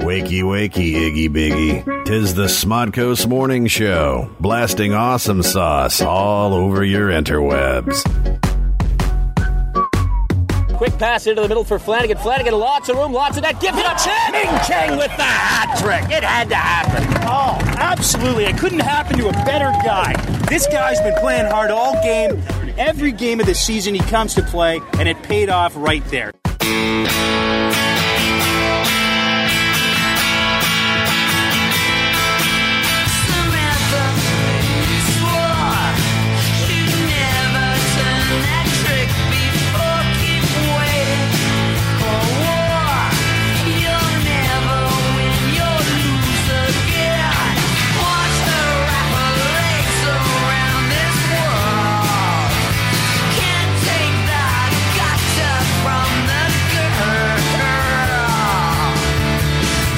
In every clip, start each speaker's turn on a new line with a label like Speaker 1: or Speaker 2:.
Speaker 1: Wakey, wakey, Iggy Biggy. Tis the Smodco's Morning Show, blasting awesome sauce all over your interwebs.
Speaker 2: Quick pass into the middle for Flanagan. Flanagan, lots of room, lots of net. Give it a chance. Ming Chang with the hat trick. It had to happen.
Speaker 3: Oh, absolutely. It couldn't happen to a better guy. This guy's been playing hard all game. Every game of the season he comes to play, and it paid off right there.
Speaker 4: Samantha swore she'd never done that trick before. Keep waiting for war. You'll never win. You'll lose again. Watch her wrap her legs around this world. Can't take that gotcha from the girl.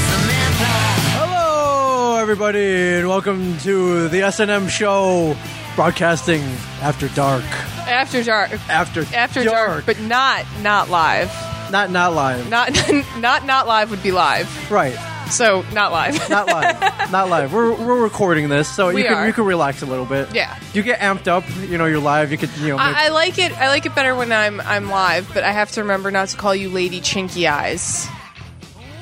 Speaker 4: Samantha.
Speaker 5: Hello, everybody, and welcome to the SNM show, broadcasting after dark.
Speaker 6: After dark.
Speaker 5: After
Speaker 6: After dark, but not not live.
Speaker 5: not not live.
Speaker 6: Not not not live would be live.
Speaker 5: right,
Speaker 6: So not live.
Speaker 5: not live, not live. We're, we're recording this, so
Speaker 6: We
Speaker 5: you can
Speaker 6: are.
Speaker 5: you can relax a little bit.
Speaker 6: Yeah.
Speaker 5: you get amped up. You know, you're live. You could you know. make-
Speaker 6: I, I like it. I like it better when I'm I'm live, but I have to remember not to call you Lady Chinky Eyes.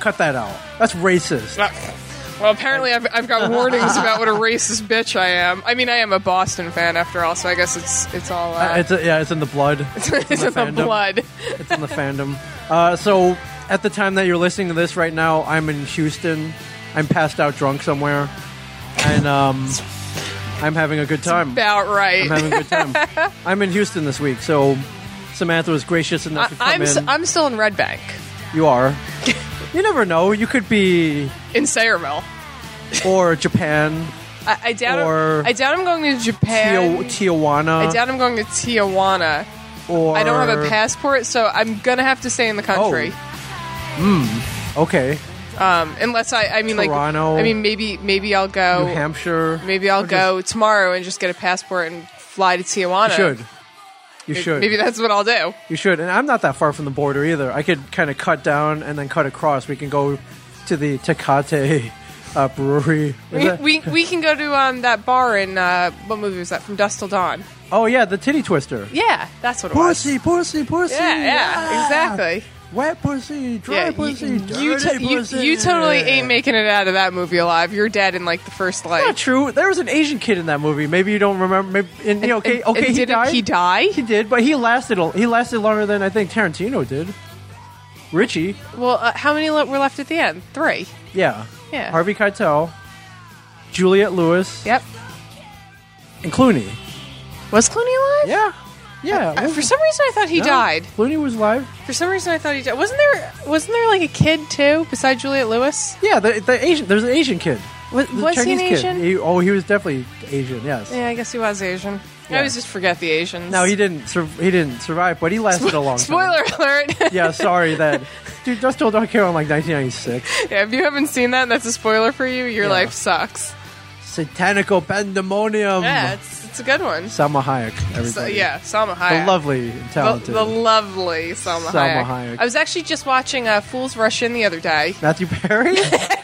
Speaker 5: cut that out. That's racist.
Speaker 6: Uh-uh. Well, apparently I've, I've got warnings about what a racist bitch I am. I mean, I am a Boston fan after all, so I guess it's it's all uh,
Speaker 5: Uh, it's yeah, it's in the blood.
Speaker 6: it's, in the,
Speaker 5: fandom.
Speaker 6: blood.
Speaker 5: It's in the fandom. Uh, so, at the time that you're listening to this right now, I'm in Houston. I'm passed out drunk somewhere, and um, I'm having a good time.
Speaker 6: About right.
Speaker 5: I'm having a good time. I'm in Houston this week, so Samantha was gracious enough to come
Speaker 6: I, am
Speaker 5: in.
Speaker 6: s- I'm still in Red Bank
Speaker 5: you are. You never know. You could be
Speaker 6: in Sayreville.
Speaker 5: or Japan,
Speaker 6: I, I doubt.
Speaker 5: Or-
Speaker 6: I'm, I doubt I'm going to Japan.
Speaker 5: Tia- Tijuana,
Speaker 6: I doubt I'm going to Tijuana.
Speaker 5: or Oh.
Speaker 6: I don't have a passport, so I'm gonna have to stay in the country.
Speaker 5: Okay,
Speaker 6: Um, unless I, I mean,
Speaker 5: Toronto.
Speaker 6: like, I mean, maybe, maybe I'll go.
Speaker 5: New Hampshire.
Speaker 6: Oh, Maybe I'll
Speaker 5: Or just-
Speaker 6: go tomorrow and just get a passport and fly to Tijuana.
Speaker 5: You should. You
Speaker 6: Maybe-
Speaker 5: should.
Speaker 6: Maybe that's what I'll do.
Speaker 5: You should. And I'm not that far from the border either. I could kind of cut down and then cut across. We can go to the Tecate uh, Brewery. Is
Speaker 6: We,
Speaker 5: that-
Speaker 6: we, we can go to um, that bar in uh, what movie was that? From Dust Till Dawn.
Speaker 5: oh yeah, the Titty Twister.
Speaker 6: Yeah, that's what it was.
Speaker 5: Pussy, pussy, pussy.
Speaker 6: Yeah, yeah,
Speaker 5: ah!
Speaker 6: exactly.
Speaker 5: Wet pussy, dry
Speaker 6: Yeah, you,
Speaker 5: pussy, dirty
Speaker 6: you, to- you,
Speaker 5: pussy.
Speaker 6: you totally ain't making it out of that movie alive. You're dead in like the first
Speaker 5: Not
Speaker 6: like.
Speaker 5: true. There was an Asian kid in that movie. Maybe you don't remember. Maybe, and, you know, okay,
Speaker 6: And-
Speaker 5: okay,
Speaker 6: and
Speaker 5: he
Speaker 6: didn't
Speaker 5: died.
Speaker 6: he die?
Speaker 5: He did, but he lasted. a- He lasted longer than I think Tarantino did. Richie,
Speaker 6: Well, uh, how many le- were left at the end? Three.
Speaker 5: yeah,
Speaker 6: Yeah.
Speaker 5: Harvey Keitel, Juliet Lewis,
Speaker 6: Yep.
Speaker 5: and Clooney.
Speaker 6: Was Clooney alive?
Speaker 5: Yeah, yeah.
Speaker 6: Uh, for some reason, I thought he
Speaker 5: No,
Speaker 6: died.
Speaker 5: Clooney was live.
Speaker 6: For some reason, I thought he died. Wasn't there? Wasn't there like a kid too, beside Juliet Lewis?
Speaker 5: Yeah, the, the Asian. There's an Asian kid.
Speaker 6: Was,
Speaker 5: The
Speaker 6: was he an
Speaker 5: Chinese kid.
Speaker 6: Asian?
Speaker 5: He- oh, he was definitely Asian. Yes.
Speaker 6: Yeah, I guess he was Asian.
Speaker 5: Yeah.
Speaker 6: I always just forget the Asians.
Speaker 5: No, he didn't. Sur- he didn't survive, but he lasted a long time.
Speaker 6: Spoiler alert!
Speaker 5: Yeah, sorry that. Dude, Dust Till Dawn came out in like 1996.
Speaker 6: Yeah, if you haven't seen that, and that's a spoiler for you. Your
Speaker 5: Yeah. Mm-hmm.
Speaker 6: life sucks.
Speaker 5: Satanical pandemonium.
Speaker 6: Yeah, it's, it's a good one.
Speaker 5: Salma Hayek. Everybody.
Speaker 6: So, yeah, Salma
Speaker 5: The
Speaker 6: Hayek.
Speaker 5: lovely and
Speaker 6: the,
Speaker 5: talented
Speaker 6: the lovely Salma,
Speaker 5: Salma
Speaker 6: Hayek.
Speaker 5: Hayek.
Speaker 6: I was actually just watching uh, Fools Rush In the other day.
Speaker 5: Matthew Perry. I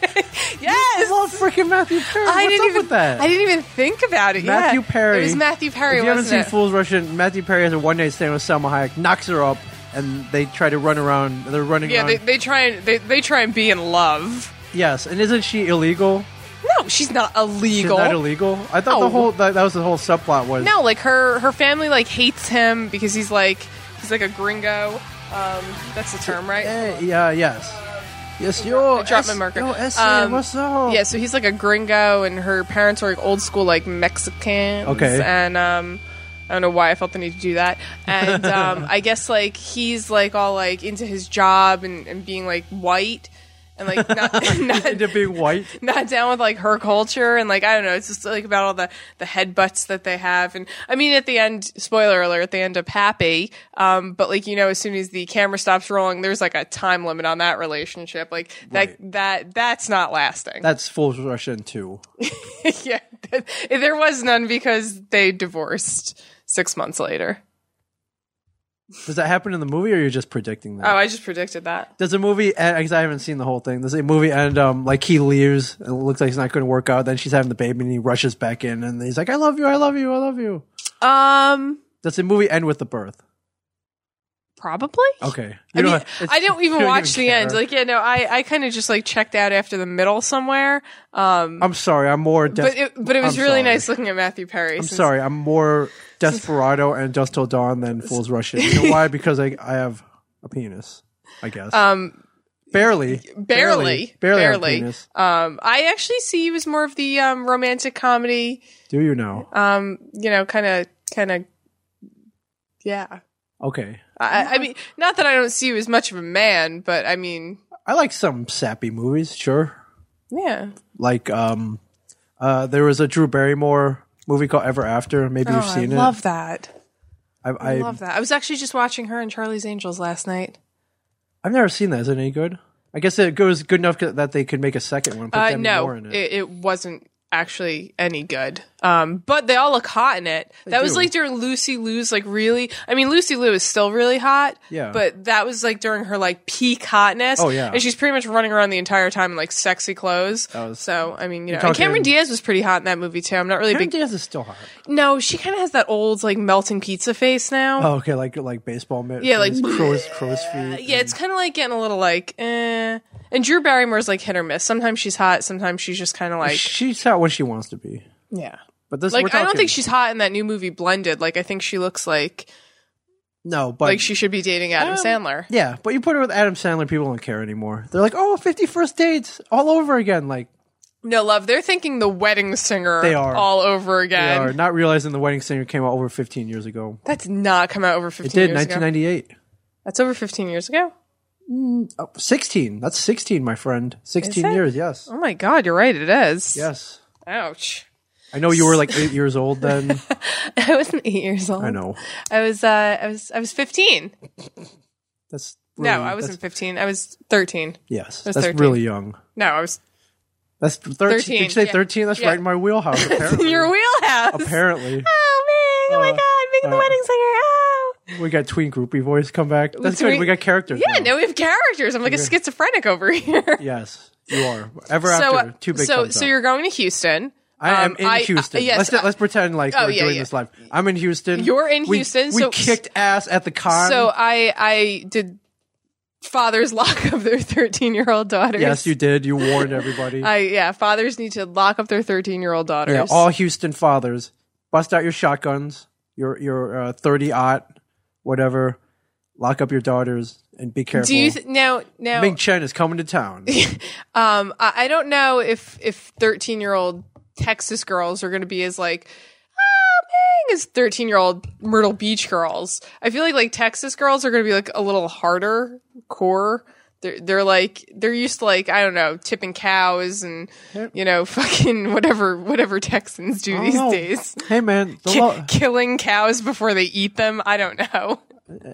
Speaker 6: Yes,
Speaker 5: love freaking Matthew Perry.
Speaker 6: I
Speaker 5: What's
Speaker 6: didn't
Speaker 5: up
Speaker 6: even
Speaker 5: with that?
Speaker 6: I didn't even think about it.
Speaker 5: Matthew
Speaker 6: yeah.
Speaker 5: Perry.
Speaker 6: It was Matthew Perry.
Speaker 5: If you haven't
Speaker 6: wasn't
Speaker 5: seen
Speaker 6: it?
Speaker 5: Fools Russian, Matthew Perry has a one night stand with Salma Hayek, knocks her up, and they try to run around. They're running
Speaker 6: Yeah,
Speaker 5: around.
Speaker 6: they, they try and they, they try and be in love.
Speaker 5: yes, and isn't she illegal?
Speaker 6: No, she's not
Speaker 5: She's
Speaker 6: illegal.
Speaker 5: not illegal. I thought the
Speaker 6: No.
Speaker 5: whole that, that was the whole subplot was.
Speaker 6: No, like her her family like hates him because he's like he's like a gringo. Um, that's the term, right?
Speaker 5: Eh, yeah. Yes. Yes, yo.
Speaker 6: I
Speaker 5: S-
Speaker 6: dropped my marker.
Speaker 5: Yo, S-
Speaker 6: Um,
Speaker 5: what's up?
Speaker 6: Yeah, so he's like a gringo, and her parents are like old school, like Mexicans.
Speaker 5: Okay.
Speaker 6: and um, I don't know why I felt the need to do that. And um, I guess like he's like all like into his job and, and being like white and like not, not
Speaker 5: Into being white.
Speaker 6: not down with like her culture and like I don't know. It's just like about all the the headbutts that they have, and I mean at the end, spoiler alert, they end up happy. Um, but like you know, as soon as the camera stops rolling, there's like a time limit on that relationship. Like that
Speaker 5: Right.
Speaker 6: that that's not lasting.
Speaker 5: That's Fools Russian too.
Speaker 6: yeah, that- there was none because they divorced six months later.
Speaker 5: Does that happen in the movie, or you're just predicting that?
Speaker 6: Oh, I just predicted that.
Speaker 5: Does the movie end? Because I haven't seen the whole thing. Does the movie end? Um, like he leaves, and it looks like he's not going to work out. Then she's having the baby, and he rushes back in, and he's like, "I love you, I love you, I love you."
Speaker 6: Um,
Speaker 5: Does the movie end with the birth?
Speaker 6: probably.
Speaker 5: Okay,
Speaker 6: I
Speaker 5: You
Speaker 6: mean,
Speaker 5: don't have-
Speaker 6: I don't
Speaker 5: you
Speaker 6: even watch
Speaker 5: even
Speaker 6: the end.
Speaker 5: care.
Speaker 6: Like, yeah, no, I, I kind of just like checked out after the middle somewhere. Um,
Speaker 5: I'm sorry, I'm more. Des-
Speaker 6: but it, but it was
Speaker 5: I'm sorry.
Speaker 6: really nice looking at Matthew Perry.
Speaker 5: I'm sorry, I'm more Desperado and Dust Till Dawn than Fools Rush In. You know why? Because I I have a penis, I guess. Um, barely,
Speaker 6: barely,
Speaker 5: barely, barely, have a
Speaker 6: barely.
Speaker 5: penis.
Speaker 6: Um, I actually see you as more of the um, romantic comedy, um,
Speaker 5: Do you know?
Speaker 6: Uh, you know, kind of, kind of, yeah.
Speaker 5: okay,
Speaker 6: I, I mean, not that I don't see you as much of a man, but I mean,
Speaker 5: I like some sappy movies, sure.
Speaker 6: yeah.
Speaker 5: like um uh there was a Drew Barrymore movie called Ever After. Maybe you've
Speaker 6: Oh, I
Speaker 5: seen
Speaker 6: love
Speaker 5: it.
Speaker 6: that.
Speaker 5: I've,
Speaker 6: I
Speaker 5: I,
Speaker 6: love that. I was actually just watching her and Charlie's Angels last night.
Speaker 5: I've never seen that. Is it any good? I guess it goes good enough that they could make a second one. Put
Speaker 6: Uh,
Speaker 5: Demi
Speaker 6: no,
Speaker 5: Moore in
Speaker 6: it.
Speaker 5: it.
Speaker 6: It, wasn't actually any good. Um, but they all look hot in it. that was
Speaker 5: do.
Speaker 6: like during Lucy Liu's like really. I mean, Lucy Liu is still really hot.
Speaker 5: Yeah.
Speaker 6: But that was like during her like peak hotness.
Speaker 5: Oh, yeah.
Speaker 6: And she's pretty much running around the entire time in like sexy clothes.
Speaker 5: was-
Speaker 6: so I mean, you know,
Speaker 5: You're
Speaker 6: and Cameron
Speaker 5: talking-
Speaker 6: Diaz was pretty hot in that movie too. I'm not really a
Speaker 5: Cameron
Speaker 6: big.
Speaker 5: Diaz is still hot.
Speaker 6: no, she kind of has that old like melting pizza face now.
Speaker 5: Oh, okay, like like baseball mitt.
Speaker 6: Yeah, like-
Speaker 5: crow's, crow's feet.
Speaker 6: Yeah, it's kind of like getting a little like, eh. And Drew Barrymore's like hit or miss. Sometimes she's hot, sometimes she's just kind of like,
Speaker 5: she's hot when she wants to be.
Speaker 6: yeah.
Speaker 5: But this, we're
Speaker 6: Like I don't
Speaker 5: talking-
Speaker 6: think she's hot in that new movie Blended. Like I think she looks like
Speaker 5: no, but
Speaker 6: like she should be dating Adam Sandler.
Speaker 5: um, yeah. But you put her with Adam Sandler, people don't care anymore. They're like, oh, 51st dates all over again. Like
Speaker 6: No love, they're thinking the wedding singer
Speaker 5: They are.
Speaker 6: all over
Speaker 5: they
Speaker 6: again.
Speaker 5: are not realizing the wedding singer came out over 15 years ago.
Speaker 6: That did not come out over
Speaker 5: It
Speaker 6: 15
Speaker 5: did
Speaker 6: years ago.
Speaker 5: 1998.
Speaker 6: That's over 15 years ago.
Speaker 5: 16. That's 16, my friend. 16
Speaker 6: it?
Speaker 5: years, yes.
Speaker 6: Oh my god, you're right it is.
Speaker 5: Yes.
Speaker 6: Ouch.
Speaker 5: I know you were like eight years old then.
Speaker 6: I wasn't 8 years old.
Speaker 5: I know.
Speaker 6: I was uh I was I was 15.
Speaker 5: That's
Speaker 6: no,
Speaker 5: really-
Speaker 6: I wasn't
Speaker 5: that's-
Speaker 6: 15. I was 13.
Speaker 5: Yes,
Speaker 6: was
Speaker 5: that's
Speaker 6: 13.
Speaker 5: really young.
Speaker 6: No, I was
Speaker 5: That's 13. Did
Speaker 6: 13,
Speaker 5: you say
Speaker 6: yeah.
Speaker 5: 13? That's
Speaker 6: Yeah.
Speaker 5: right in my wheelhouse, apparently.
Speaker 6: in your wheelhouse.
Speaker 5: apparently.
Speaker 6: Oh man! Oh my
Speaker 5: Uh,
Speaker 6: god! Making the
Speaker 5: uh,
Speaker 6: wedding singer. Oh.
Speaker 5: We got tween groupie voice come back. That's good.
Speaker 6: Between-
Speaker 5: We got characters.
Speaker 6: Yeah,
Speaker 5: now.
Speaker 6: no, we have characters. I'm like a schizophrenic over here.
Speaker 5: Yes, you are. Ever
Speaker 6: So, uh,
Speaker 5: after, two big
Speaker 6: so,
Speaker 5: thumbs
Speaker 6: so
Speaker 5: up.
Speaker 6: you're going to Houston.
Speaker 5: I am
Speaker 6: Um,
Speaker 5: in Houston.
Speaker 6: yes,
Speaker 5: let's,
Speaker 6: I-
Speaker 5: let's pretend like
Speaker 6: Oh,
Speaker 5: we're
Speaker 6: yeah,
Speaker 5: doing
Speaker 6: yeah.
Speaker 5: this live. I'm in Houston.
Speaker 6: You're in
Speaker 5: We-
Speaker 6: Houston,
Speaker 5: We
Speaker 6: so-
Speaker 5: kicked ass at the con.
Speaker 6: so I I did fathers lock up their 13 year old daughters.
Speaker 5: yes, you did. You warned everybody.
Speaker 6: I yeah, fathers need to lock up their 13 year old daughters.
Speaker 5: Yeah, all Houston fathers, bust out your shotguns, your your uh, thirty ot, whatever. Lock up your daughters and be careful.
Speaker 6: Do you th- now now?
Speaker 5: Ming Chen is coming to town.
Speaker 6: Um, I, I don't know if if thirteen year old Texas girls are going to be as like ah, bang as thirteen year old Myrtle Beach girls. I feel like like Texas girls are going to be like a little harder core. They're they're like they're used to like I don't know tipping cows and you know fucking whatever whatever Texans do these
Speaker 5: No.
Speaker 6: days.
Speaker 5: Oh, Hey man, the
Speaker 6: Ki-
Speaker 5: lo-
Speaker 6: killing cows before they eat them. I don't know.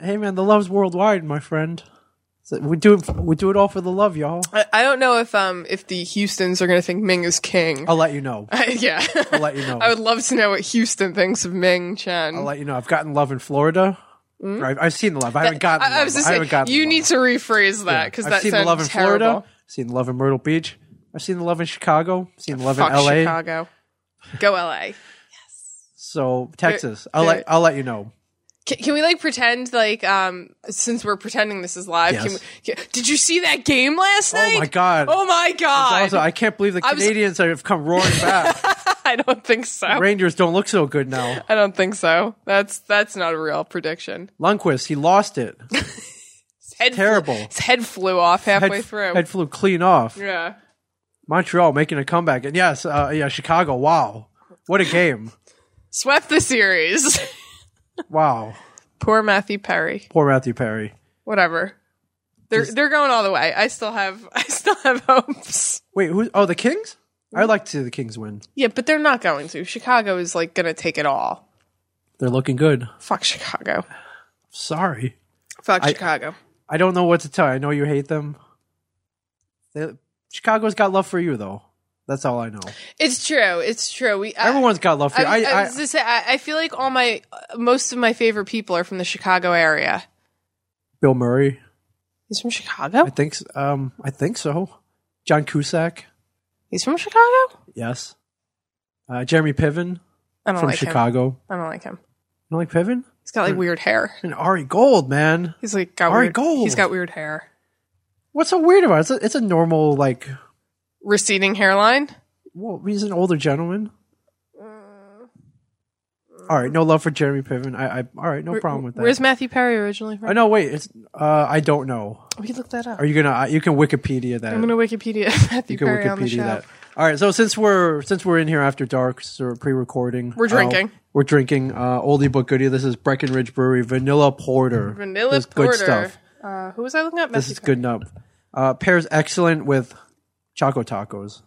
Speaker 5: hey man, the love's worldwide, my friend. So we do it, we do it all for the love, y'all.
Speaker 6: I, I don't know if um if the Houstons are going to think Ming is king.
Speaker 5: I'll let you know.
Speaker 6: yeah.
Speaker 5: I'll let you know.
Speaker 6: I would love to know what Houston thinks of Ming Chen.
Speaker 5: I'll let you know. I've gotten love in Florida. Or I've, I've seen the love. I haven't gotten.
Speaker 6: Mm-hmm. I, I
Speaker 5: love.
Speaker 6: was just
Speaker 5: I
Speaker 6: saying,
Speaker 5: haven't gotten
Speaker 6: you
Speaker 5: love.
Speaker 6: need to rephrase that because
Speaker 5: I've
Speaker 6: that
Speaker 5: seen the
Speaker 6: sounds
Speaker 5: love in
Speaker 6: terrible.
Speaker 5: Florida. I've seen the love in Myrtle Beach. I've seen the love in Chicago. I've seen the love
Speaker 6: Fuck
Speaker 5: in L.A.
Speaker 6: Chicago. Go LA.
Speaker 5: So Texas, I'll
Speaker 6: there-
Speaker 5: let I'll let you know.
Speaker 6: Can, can we like pretend like um since we're pretending this is live? Can
Speaker 5: Yes.
Speaker 6: we, can- did you see that game last night?
Speaker 5: Oh my god!
Speaker 6: Oh my god!
Speaker 5: Also, I can't believe the
Speaker 6: I was-
Speaker 5: Canadians have come roaring back.
Speaker 6: I don't think so.
Speaker 5: Rangers don't look so good now.
Speaker 6: I don't think so. That's that's not a real prediction.
Speaker 5: Lundqvist, he lost it.
Speaker 6: Head flew-
Speaker 5: Terrible.
Speaker 6: his head flew off halfway
Speaker 5: Head-
Speaker 6: through.
Speaker 5: head flew clean off.
Speaker 6: yeah.
Speaker 5: Montreal making a comeback, and yes, uh, yeah, Chicago. Wow, what a game!
Speaker 6: Swept the series.
Speaker 5: Wow,
Speaker 6: Poor Matthew Perry.
Speaker 5: poor Matthew Perry.
Speaker 6: whatever. They're they're going all the way. I still have I still have hopes.
Speaker 5: Wait, who? Oh, the Kings. I'd like to see the Kings win.
Speaker 6: Yeah, but they're not going to. Chicago is like gonna take it all.
Speaker 5: They're looking good.
Speaker 6: Fuck Chicago.
Speaker 5: Sorry,
Speaker 6: Fuck Chicago.
Speaker 5: I don't know what to tell. you. I know you hate them. They, Chicago's got love for you though. That's all I know.
Speaker 6: It's true. It's true. We I-
Speaker 5: Everyone's got love for
Speaker 6: I,
Speaker 5: you. I,
Speaker 6: I
Speaker 5: I,
Speaker 6: was gonna say, I, I feel like all my uh, most of my favorite people are from the Chicago area.
Speaker 5: Bill Murray.
Speaker 6: He's from Chicago.
Speaker 5: I think. s- Um, I think so. John Cusack.
Speaker 6: He's from Chicago.
Speaker 5: Yes. Uh, Jeremy Piven
Speaker 6: I don't
Speaker 5: from
Speaker 6: like him.
Speaker 5: Chicago.
Speaker 6: I don't like him.
Speaker 5: You don't like Piven?
Speaker 6: He's got like weird hair.
Speaker 5: And Ari Gold, man.
Speaker 6: He's like got
Speaker 5: Ari
Speaker 6: weird.
Speaker 5: Gold.
Speaker 6: He's got weird hair.
Speaker 5: What's so weird about it? It's a, it's a normal like.
Speaker 6: Receding hairline.
Speaker 5: Well, he's an older gentleman.
Speaker 6: Mm.
Speaker 5: All right, no love for Jeremy Piven. I, I all right, no problem with that.
Speaker 6: Where's Matthew Perry originally
Speaker 5: I
Speaker 6: from?
Speaker 5: know. Wait, it's uh, I don't know.
Speaker 6: We looked that up.
Speaker 5: Are you gonna? uh, You can Wikipedia that.
Speaker 6: I'm gonna Wikipedia Matthew
Speaker 5: you can
Speaker 6: Perry on the
Speaker 5: Wikipedia
Speaker 6: show.
Speaker 5: that. All right, so since we're since we're in here after dark, so we're pre-recording.
Speaker 6: We're
Speaker 5: uh,
Speaker 6: drinking.
Speaker 5: we're drinking uh, oldie but goodie. This is Breckenridge Brewery Vanilla Porter.
Speaker 6: Vanilla
Speaker 5: this is
Speaker 6: Porter.
Speaker 5: Good stuff.
Speaker 6: Uh, who was I looking at?
Speaker 5: This
Speaker 6: Matthew
Speaker 5: is good enough. Uh, pairs excellent with choco tacos.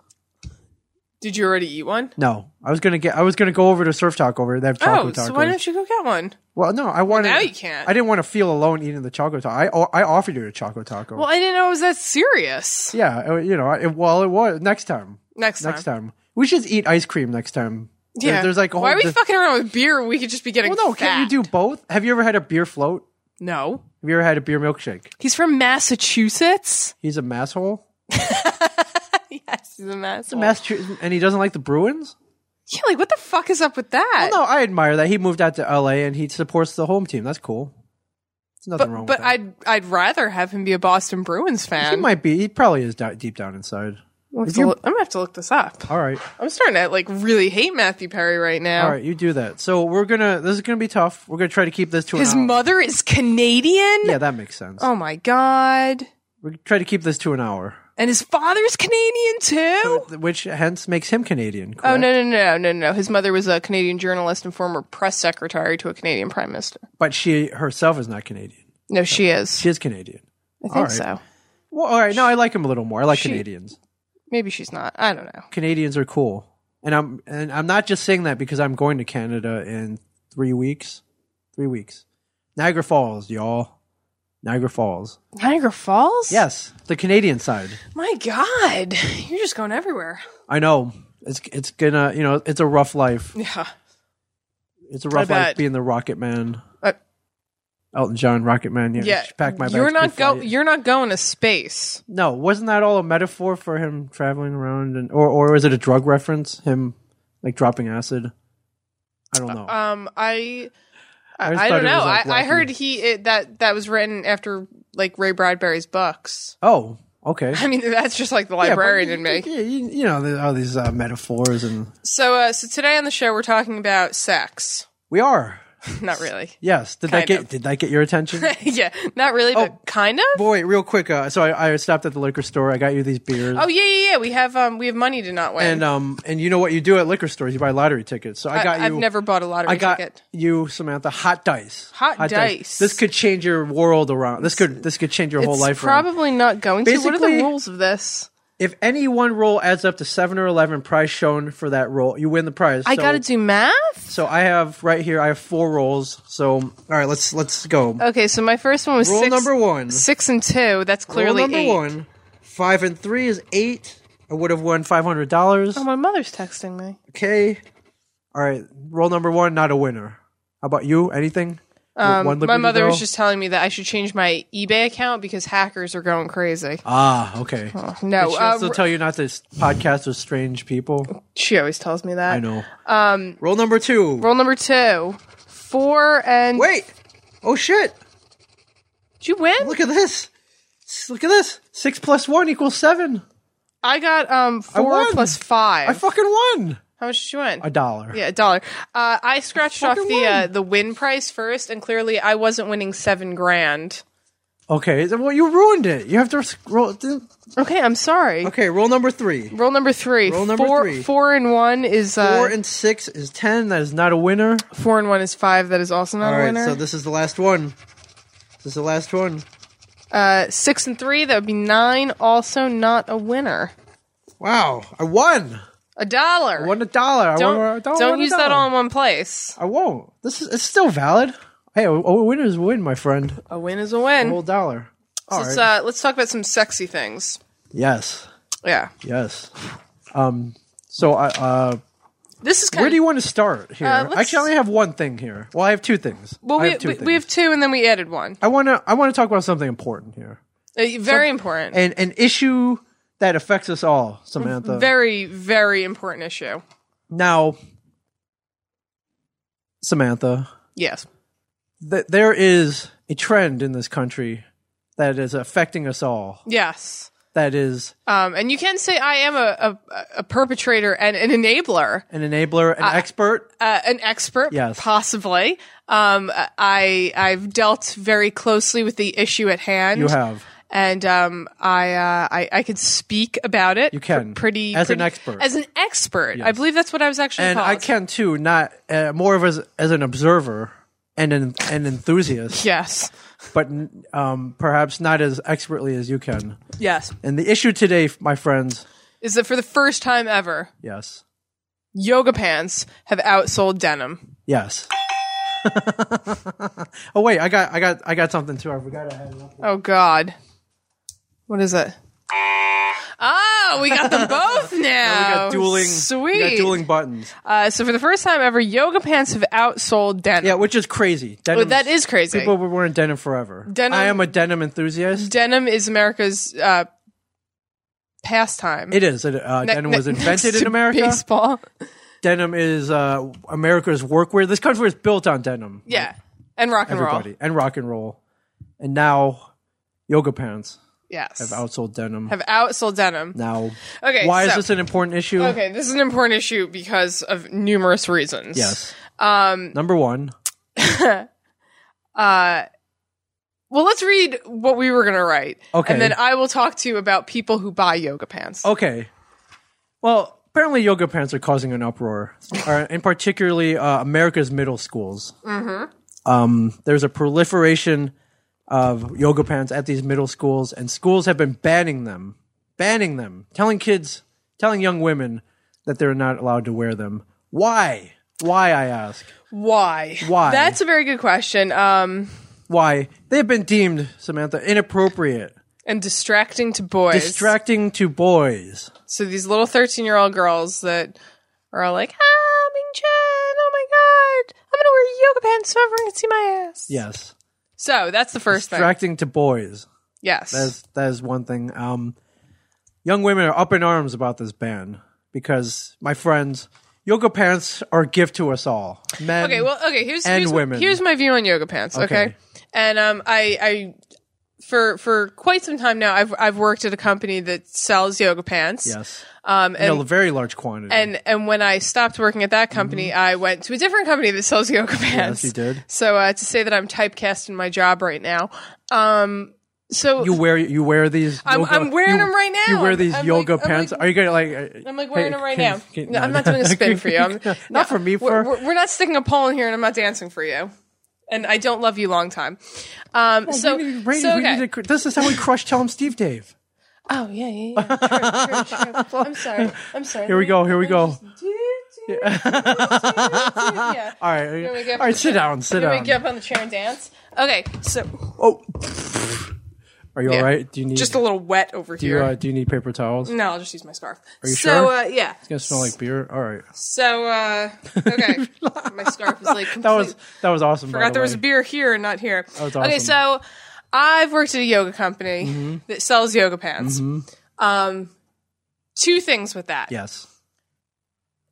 Speaker 6: Did you already eat one?
Speaker 5: No, I was gonna get. I was gonna go over to Surf Talk over there. They have choco
Speaker 6: oh,
Speaker 5: tacos.
Speaker 6: so why don't you go get one?
Speaker 5: well, no, I wanted.
Speaker 6: Now you can't.
Speaker 5: I didn't want to feel alone eating the choco taco. I, oh, I offered you a choco taco.
Speaker 6: Well, I didn't know it was that serious.
Speaker 5: yeah, it- you know. It, well, it was next time.
Speaker 6: Next time.
Speaker 5: Next time we should eat ice cream next time. There-
Speaker 6: Yeah.
Speaker 5: there's like a whole.
Speaker 6: Why are we
Speaker 5: dis-
Speaker 6: fucking around with beer? when We could just be getting.
Speaker 5: Well, no, can
Speaker 6: fat?
Speaker 5: you do both? Have you ever had a beer float?
Speaker 6: No.
Speaker 5: Have you ever had a beer milkshake?
Speaker 6: He's from Massachusetts.
Speaker 5: He's a masshole.
Speaker 6: Yes, he's a Massachusetts.
Speaker 5: Massachusetts, and he doesn't like the Bruins.
Speaker 6: yeah, like what the fuck is up with that?
Speaker 5: No, I admire that he moved out to L.A. and he supports the home team. That's cool. There's nothing wrong.
Speaker 6: but but
Speaker 5: with that.
Speaker 6: I'd I'd rather have him be a Boston Bruins fan.
Speaker 5: He might be. He probably is di- deep down inside.
Speaker 6: I'm, gonna have
Speaker 5: if
Speaker 6: to
Speaker 5: you-
Speaker 6: look- I'm gonna have to look this up.
Speaker 5: All right,
Speaker 6: I'm starting to like really hate Matthew Perry right now.
Speaker 5: all right. You do that. So we're gonna. This is gonna be tough. We're gonna try to keep this to
Speaker 6: His
Speaker 5: an hour.
Speaker 6: mother is Canadian.
Speaker 5: Yeah, that makes sense.
Speaker 6: Oh my god.
Speaker 5: We're gonna try to keep this to an hour,
Speaker 6: And his father's Canadian too.
Speaker 5: which hence makes him Canadian.
Speaker 6: Oh
Speaker 5: correct?
Speaker 6: no no no no no! His mother was a Canadian journalist and former press secretary to a Canadian prime minister.
Speaker 5: But she herself is not Canadian.
Speaker 6: No, she is.
Speaker 5: She is Canadian.
Speaker 6: I think
Speaker 5: all right.
Speaker 6: so.
Speaker 5: Well, all right. No, I like him a little more. I like
Speaker 6: She-
Speaker 5: Canadians.
Speaker 6: Maybe she's not. I don't know.
Speaker 5: Canadians are cool, and I'm and I'm not just saying that because I'm going to Canada in three weeks. Three weeks, Niagara Falls, y'all. Niagara Falls.
Speaker 6: Niagara Falls.
Speaker 5: Yes, the Canadian side.
Speaker 6: My God, you're just going everywhere.
Speaker 5: I know it's it's gonna you know it's a rough life.
Speaker 6: Yeah.
Speaker 5: It's a rough life
Speaker 6: bet.
Speaker 5: being the Rocket Man.
Speaker 6: Uh,
Speaker 5: Elton John, Rocket Man. Yeah,
Speaker 6: Yeah.
Speaker 5: pack my bags.
Speaker 6: you're not
Speaker 5: before
Speaker 6: go.
Speaker 5: I-
Speaker 6: You're not going to space.
Speaker 5: No, wasn't that all a metaphor for him traveling around, and or or is it a drug reference? Him like dropping acid. I don't know.
Speaker 6: Um, I. I,
Speaker 5: always
Speaker 6: I
Speaker 5: thought
Speaker 6: don't
Speaker 5: it
Speaker 6: know.
Speaker 5: was, like,
Speaker 6: I, I
Speaker 5: wacky.
Speaker 6: heard he it, that that was written after like Ray Bradbury's books.
Speaker 5: oh, okay.
Speaker 6: I mean, that's just like the
Speaker 5: Yeah, but
Speaker 6: librarian
Speaker 5: you-
Speaker 6: in me.
Speaker 5: You, you- you know, there's all these uh, metaphors, and
Speaker 6: So, uh, so today on the show we're talking about sex.
Speaker 5: we are.
Speaker 6: Not really.
Speaker 5: Yes. Did that
Speaker 6: Kind
Speaker 5: get
Speaker 6: of.
Speaker 5: Did that get your attention?
Speaker 6: yeah, not really,
Speaker 5: Oh.
Speaker 6: but kind of.
Speaker 5: Boy, real quick. Uh, so I, I stopped at the liquor store. I got you these beers.
Speaker 6: Oh yeah, yeah, yeah. We have um, we have money to not win.
Speaker 5: And um, and you know what you do at liquor stores? You buy lottery tickets. So I got you.
Speaker 6: have never bought a lottery
Speaker 5: I got
Speaker 6: ticket.
Speaker 5: you, Samantha. Hot dice.
Speaker 6: Hot dice.
Speaker 5: This could change your world around. This could this could change your whole
Speaker 6: it's
Speaker 5: life. around.
Speaker 6: probably not going to. What are the
Speaker 5: Basically-
Speaker 6: rules of this?
Speaker 5: If any one roll adds up to seven or eleven, prize shown for that roll, you win the prize.
Speaker 6: I
Speaker 5: so,
Speaker 6: got to do math.
Speaker 5: So I have right here. I have four rolls. So all right, let's let's go.
Speaker 6: Okay, so my first one was
Speaker 5: Rule
Speaker 6: six,
Speaker 5: number one.
Speaker 6: six and two. That's clearly
Speaker 5: Roll number
Speaker 6: eight.
Speaker 5: one. Five and three is eight. I would have won five hundred dollars.
Speaker 6: Oh, my mother's texting me.
Speaker 5: Okay. All right. Roll number one, not a winner. How about you? Anything? Um, one
Speaker 6: My
Speaker 5: liberty
Speaker 6: mother
Speaker 5: bell?
Speaker 6: was just telling me that I should change my eBay account because hackers are going crazy.
Speaker 5: ah okay. Did
Speaker 6: no,
Speaker 5: she
Speaker 6: uh,
Speaker 5: also tell you not to s- podcast with strange people.
Speaker 6: she always tells me that.
Speaker 5: I know. Um. Roll number two.
Speaker 6: Roll number two, four and
Speaker 5: Wait. Oh shit!
Speaker 6: Did you win?
Speaker 5: Look at this. S- Look at this. Six plus one equals seven.
Speaker 6: I got um four
Speaker 5: won.
Speaker 6: plus five.
Speaker 5: I fucking won.
Speaker 6: How much did you win?
Speaker 5: A dollar.
Speaker 6: Yeah, a dollar. Uh, I scratched off
Speaker 5: fucking
Speaker 6: the uh,
Speaker 5: won.
Speaker 6: the win price first, and clearly I wasn't winning seven grand.
Speaker 5: Okay. then- Well, you ruined it. You have to s- roll.
Speaker 6: Okay, I'm sorry.
Speaker 5: Okay. Roll number three.
Speaker 6: Roll number three.
Speaker 5: Roll number
Speaker 6: four,
Speaker 5: three.
Speaker 6: Four and one is uh,
Speaker 5: Four
Speaker 6: four,
Speaker 5: and six is ten. That is not a winner.
Speaker 6: and- one is five. That is also not
Speaker 5: All
Speaker 6: a
Speaker 5: right,
Speaker 6: winner.
Speaker 5: so this is the last one. This is the last one.
Speaker 6: uh, six and three. That would be nine. Also not a winner.
Speaker 5: Wow, I won.
Speaker 6: A dollar.
Speaker 5: I won a dollar. I
Speaker 6: don't
Speaker 5: won, I
Speaker 6: don't,
Speaker 5: won a
Speaker 6: use that
Speaker 5: dollar.
Speaker 6: all in one place.
Speaker 5: I won't. This is it's still valid. Hey, a, a win is a win, my friend.
Speaker 6: A win is a win.
Speaker 5: A whole dollar. All
Speaker 6: let's
Speaker 5: right.
Speaker 6: uh, let's talk about some sexy things.
Speaker 5: yes,
Speaker 6: Yeah.
Speaker 5: yes. So I, uh,
Speaker 6: This is kind
Speaker 5: where
Speaker 6: of
Speaker 5: do you want to start here?
Speaker 6: Uh, let's-
Speaker 5: Actually, I only have one thing here. Well, I have two things.
Speaker 6: well,
Speaker 5: I
Speaker 6: we
Speaker 5: have two
Speaker 6: we,
Speaker 5: things.
Speaker 6: we have two, and then we added one.
Speaker 5: I want to. I want to talk about something important here,
Speaker 6: Uh, very important.
Speaker 5: and an issue that affects us all, Samantha.
Speaker 6: very very important issue.
Speaker 5: now, Samantha,
Speaker 6: Yes.
Speaker 5: th- there is a trend in this country that is affecting us all.
Speaker 6: Yes.
Speaker 5: That is
Speaker 6: Um, and you can say I am a, a, a perpetrator and an enabler,
Speaker 5: an enabler, an expert.
Speaker 6: uh, an expert,
Speaker 5: Yes.
Speaker 6: possibly. Um, I I've dealt very closely with the issue at hand.
Speaker 5: You have.
Speaker 6: and um, I, uh, I I could speak about it.
Speaker 5: You can.
Speaker 6: pr- pretty
Speaker 5: As an
Speaker 6: pretty-
Speaker 5: expert.
Speaker 6: As an expert, I believe that's what I was actually.
Speaker 5: and
Speaker 6: called.
Speaker 5: I can too. Not uh, more of as as an observer and an an enthusiast,
Speaker 6: Yes.
Speaker 5: but um, perhaps not as expertly as you can.
Speaker 6: Yes.
Speaker 5: And the issue today, my friends,
Speaker 6: Is that for the first time ever,
Speaker 5: yes,
Speaker 6: yoga pants have outsold denim?
Speaker 5: yes. oh wait, I got I got I got something too. I forgot I had it up.
Speaker 6: Oh God. What is it? Oh, we got them both now.
Speaker 5: we got dueling
Speaker 6: Oh, Sweet.
Speaker 5: We got dueling buttons.
Speaker 6: Uh, so for the first time ever, yoga pants have outsold denim.
Speaker 5: Yeah, which is crazy. Denim,
Speaker 6: But that is crazy.
Speaker 5: people were wearing denim forever.
Speaker 6: Denim-
Speaker 5: I am a denim enthusiast.
Speaker 6: denim is America's uh, pastime.
Speaker 5: It is. It, uh,
Speaker 6: Ne-
Speaker 5: denim
Speaker 6: ne-
Speaker 5: was
Speaker 6: next
Speaker 5: invented in
Speaker 6: to
Speaker 5: America.
Speaker 6: Baseball.
Speaker 5: Denim is uh, America's workwear. This country is built on denim.
Speaker 6: Yeah. And rock and
Speaker 5: everybody
Speaker 6: roll.
Speaker 5: and rock and roll, and now yoga pants
Speaker 6: Yes. Have,
Speaker 5: outsold denim.
Speaker 6: outsold denim.
Speaker 5: now,
Speaker 6: Okay,
Speaker 5: why is
Speaker 6: so-
Speaker 5: this an important issue?
Speaker 6: Okay, this is an important issue because of numerous reasons.
Speaker 5: Yes. Um, Number one,
Speaker 6: Well, let's read what we were going to write.
Speaker 5: Okay. Oh.
Speaker 6: And then I will talk to you about people who buy yoga pants.
Speaker 5: okay. Well, apparently yoga pants are causing an uproar, uh, and particularly uh, America's middle schools. Mm-hmm. Um, there's a proliferation of yoga pants at these middle schools, and schools have been banning them, banning them, telling kids, telling young women that they're not allowed to wear them. Why? Why I ask.
Speaker 6: Why?
Speaker 5: Why?
Speaker 6: That's a very good question. Um,
Speaker 5: why they've been deemed Samantha inappropriate,
Speaker 6: and distracting to boys.
Speaker 5: distracting to boys.
Speaker 6: so these little 13 year old girls that are like, ah, Ming Chen, oh my God, I'm going to wear yoga pants so everyone can see my ass.
Speaker 5: Yes,
Speaker 6: So that's the first thing.
Speaker 5: distracting to boys.
Speaker 6: Yes.
Speaker 5: That's that is one thing. Um, young women are up in arms about this ban because my friends, yoga pants are a gift to us all, men.
Speaker 6: Okay, well, okay. Here's
Speaker 5: and
Speaker 6: here's,
Speaker 5: women.
Speaker 6: here's my view on yoga pants. Okay,
Speaker 5: Okay.
Speaker 6: and um, I I for for quite some time now, I've I've worked at a company that sells yoga pants.
Speaker 5: yes,
Speaker 6: Um,
Speaker 5: in
Speaker 6: and
Speaker 5: a very large quantity.
Speaker 6: and and when I stopped working at that company, I went to a different company that sells yoga pants.
Speaker 5: Mm-hmm. you did.
Speaker 6: So uh, to say that I'm typecast in my job right now, um, so
Speaker 5: you wear you wear these.
Speaker 6: I'm-
Speaker 5: yoga-
Speaker 6: I'm wearing
Speaker 5: you-
Speaker 6: them right now.
Speaker 5: You wear these
Speaker 6: I'm
Speaker 5: yoga
Speaker 6: like- I'm
Speaker 5: pants.
Speaker 6: like-
Speaker 5: are you gonna like?
Speaker 6: I'm like wearing
Speaker 5: hey,
Speaker 6: them right
Speaker 5: can-
Speaker 6: now.
Speaker 5: can-
Speaker 6: no, I'm not doing a spin for you. I'm,
Speaker 5: not
Speaker 6: no,
Speaker 5: for me.
Speaker 6: We're,
Speaker 5: For
Speaker 6: we're, we're not sticking a pole in here, and I'm not dancing for you. And I don't love you long time. Um, so,
Speaker 5: We need- we
Speaker 6: so
Speaker 5: need
Speaker 6: okay.
Speaker 5: to cr- this is how we crush Tell 'em Steve Dave.
Speaker 6: oh yeah, yeah, yeah. True, true, true. I'm sorry. I'm sorry.
Speaker 5: Here we go, here we
Speaker 6: Let
Speaker 5: go.
Speaker 6: me just do, do, do, do, do. Yeah.
Speaker 5: All right,
Speaker 6: You want me to
Speaker 5: all
Speaker 6: get up on
Speaker 5: right,
Speaker 6: the
Speaker 5: sit
Speaker 6: chair?
Speaker 5: down, sit
Speaker 6: You want me
Speaker 5: down.
Speaker 6: to get up on the chair and dance. Okay, so
Speaker 5: Oh, are you
Speaker 6: Yeah.
Speaker 5: all right? Do you need
Speaker 6: just a little Mm. wet over
Speaker 5: do you,
Speaker 6: here.
Speaker 5: uh, do you need paper towels? It's
Speaker 6: no, I'll just use my scarf. Are
Speaker 5: you
Speaker 6: so,
Speaker 5: sure?
Speaker 6: uh, yeah.
Speaker 5: gonna smell like beer. All right,
Speaker 6: So, uh, okay. my scarf is like complete.
Speaker 5: that was that was awesome. by
Speaker 6: forgot
Speaker 5: the
Speaker 6: there was
Speaker 5: way.
Speaker 6: a beer here and not here.
Speaker 5: was
Speaker 6: Okay,
Speaker 5: awesome. Mm-hmm.
Speaker 6: so I've worked at a yoga company that sells yoga pants. Um, two things with that.
Speaker 5: Yes,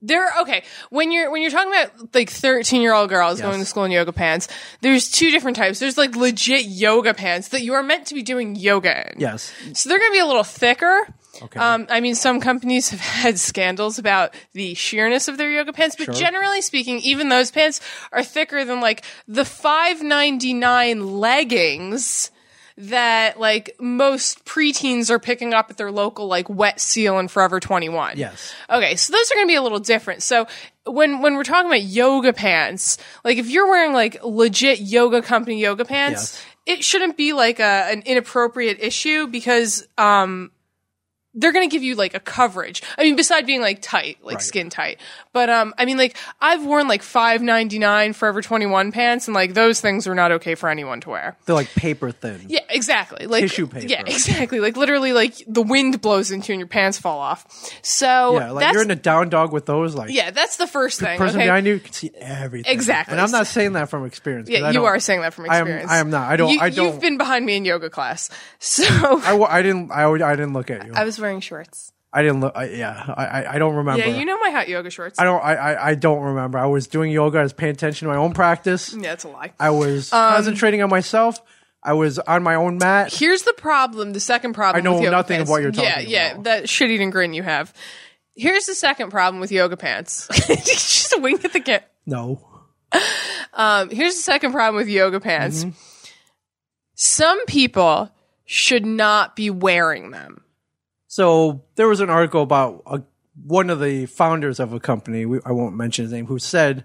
Speaker 6: There. Okay, when you're when you're talking about like 13 year old girls going to school in yoga pants, there's two different types. There's like legit yoga pants that you are meant to be doing yoga in.
Speaker 5: yes.
Speaker 6: So they're going to be a little thicker.
Speaker 5: Okay.
Speaker 6: Um, I mean, some companies have had scandals about the sheerness of their yoga pants, but generally speaking, even those pants are thicker than like the five ninety nine leggings that like most preteens are picking up at their local like Wet Seal and Forever Twenty One.
Speaker 5: Yes.
Speaker 6: Okay, so those are going to be a little different. So when when we're talking about yoga pants, like if you're wearing like legit yoga company yoga pants,
Speaker 5: Yes.
Speaker 6: it shouldn't be like a, an inappropriate issue because um they're going to give you like a coverage. I mean, beside being like tight, like skin tight. But um, I mean, like I've worn like five ninety nine Forever Twenty One pants, and like those things were not okay for anyone to wear.
Speaker 5: They're like paper thin.
Speaker 6: Yeah, exactly. Like
Speaker 5: Tissue paper.
Speaker 6: Yeah, exactly. Like literally, like the wind blows into you and your pants fall off. So
Speaker 5: Yeah, like
Speaker 6: that's
Speaker 5: you're in a down dog with those. Like
Speaker 6: yeah, that's the first thing.
Speaker 5: person
Speaker 6: okay?
Speaker 5: behind you can see everything.
Speaker 6: Exactly.
Speaker 5: And I'm not saying that from experience. 'cause
Speaker 6: Yeah,
Speaker 5: I
Speaker 6: you
Speaker 5: don't-
Speaker 6: are saying that from
Speaker 5: I am-
Speaker 6: experience.
Speaker 5: I am not. I don't-
Speaker 6: You,
Speaker 5: I don't-
Speaker 6: You've been behind me in yoga class, so
Speaker 5: I, wa- I didn't. I, would- I didn't look at you.
Speaker 6: I
Speaker 5: I,
Speaker 6: was wearing shorts.
Speaker 5: didn't look. I, yeah. I, I. I don't remember.
Speaker 6: Yeah, you know my hot yoga shorts.
Speaker 5: I don't. I, I. I don't remember. I was doing yoga. I was paying attention to my own practice.
Speaker 6: yeah, that's a lie.
Speaker 5: I was
Speaker 6: Um,
Speaker 5: concentrating on myself. I was on my own mat.
Speaker 6: Here's the problem. The second
Speaker 5: I
Speaker 6: problem.
Speaker 5: know
Speaker 6: with yoga
Speaker 5: nothing of
Speaker 6: pants.
Speaker 5: what you're
Speaker 6: yeah,
Speaker 5: talking
Speaker 6: Yeah,
Speaker 5: about.
Speaker 6: that shit-eating grin you have. Here's the second problem with yoga pants. Just a wink at the camera.
Speaker 5: No.
Speaker 6: Um, here's the second problem with yoga pants.
Speaker 5: Mm-hmm.
Speaker 6: Some people should not be wearing them.
Speaker 5: So there was an article about a, one of the founders of a company. We, I won't mention his name. Who said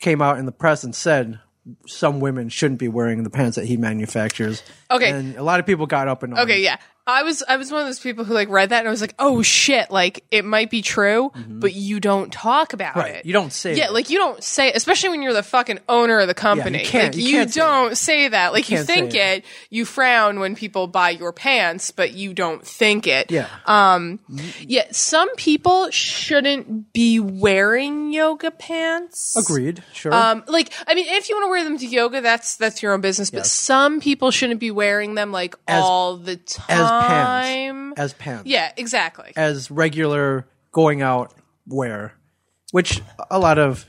Speaker 5: came out in the press and said some women shouldn't be wearing the pants that he manufactures.
Speaker 6: Okay.
Speaker 5: And a lot of people got up in arms.
Speaker 6: Okay, yeah. I was I was one of those people who like read that and I was like, oh shit, like it might be true, but you don't talk about
Speaker 5: Mm-hmm. Right.
Speaker 6: it.
Speaker 5: You don't say
Speaker 6: Yeah,
Speaker 5: that.
Speaker 6: like you don't say, especially when you're the fucking owner of the company.
Speaker 5: can't-
Speaker 6: like
Speaker 5: you
Speaker 6: you,
Speaker 5: can't say
Speaker 6: don't say that. Like you,
Speaker 5: can't
Speaker 6: think
Speaker 5: say
Speaker 6: it, you frown when people buy your pants, but you don't think it.
Speaker 5: Yeah.
Speaker 6: Yeah, some people shouldn't be wearing yoga pants.
Speaker 5: Agreed. Sure.
Speaker 6: Um, like I mean, if you want to wear them to yoga, that's that's your own business. But some people shouldn't be wearing them like
Speaker 5: As-
Speaker 6: all the
Speaker 5: as pants.
Speaker 6: time.
Speaker 5: As pants.
Speaker 6: yeah, exactly.
Speaker 5: As regular going out wear, which a lot of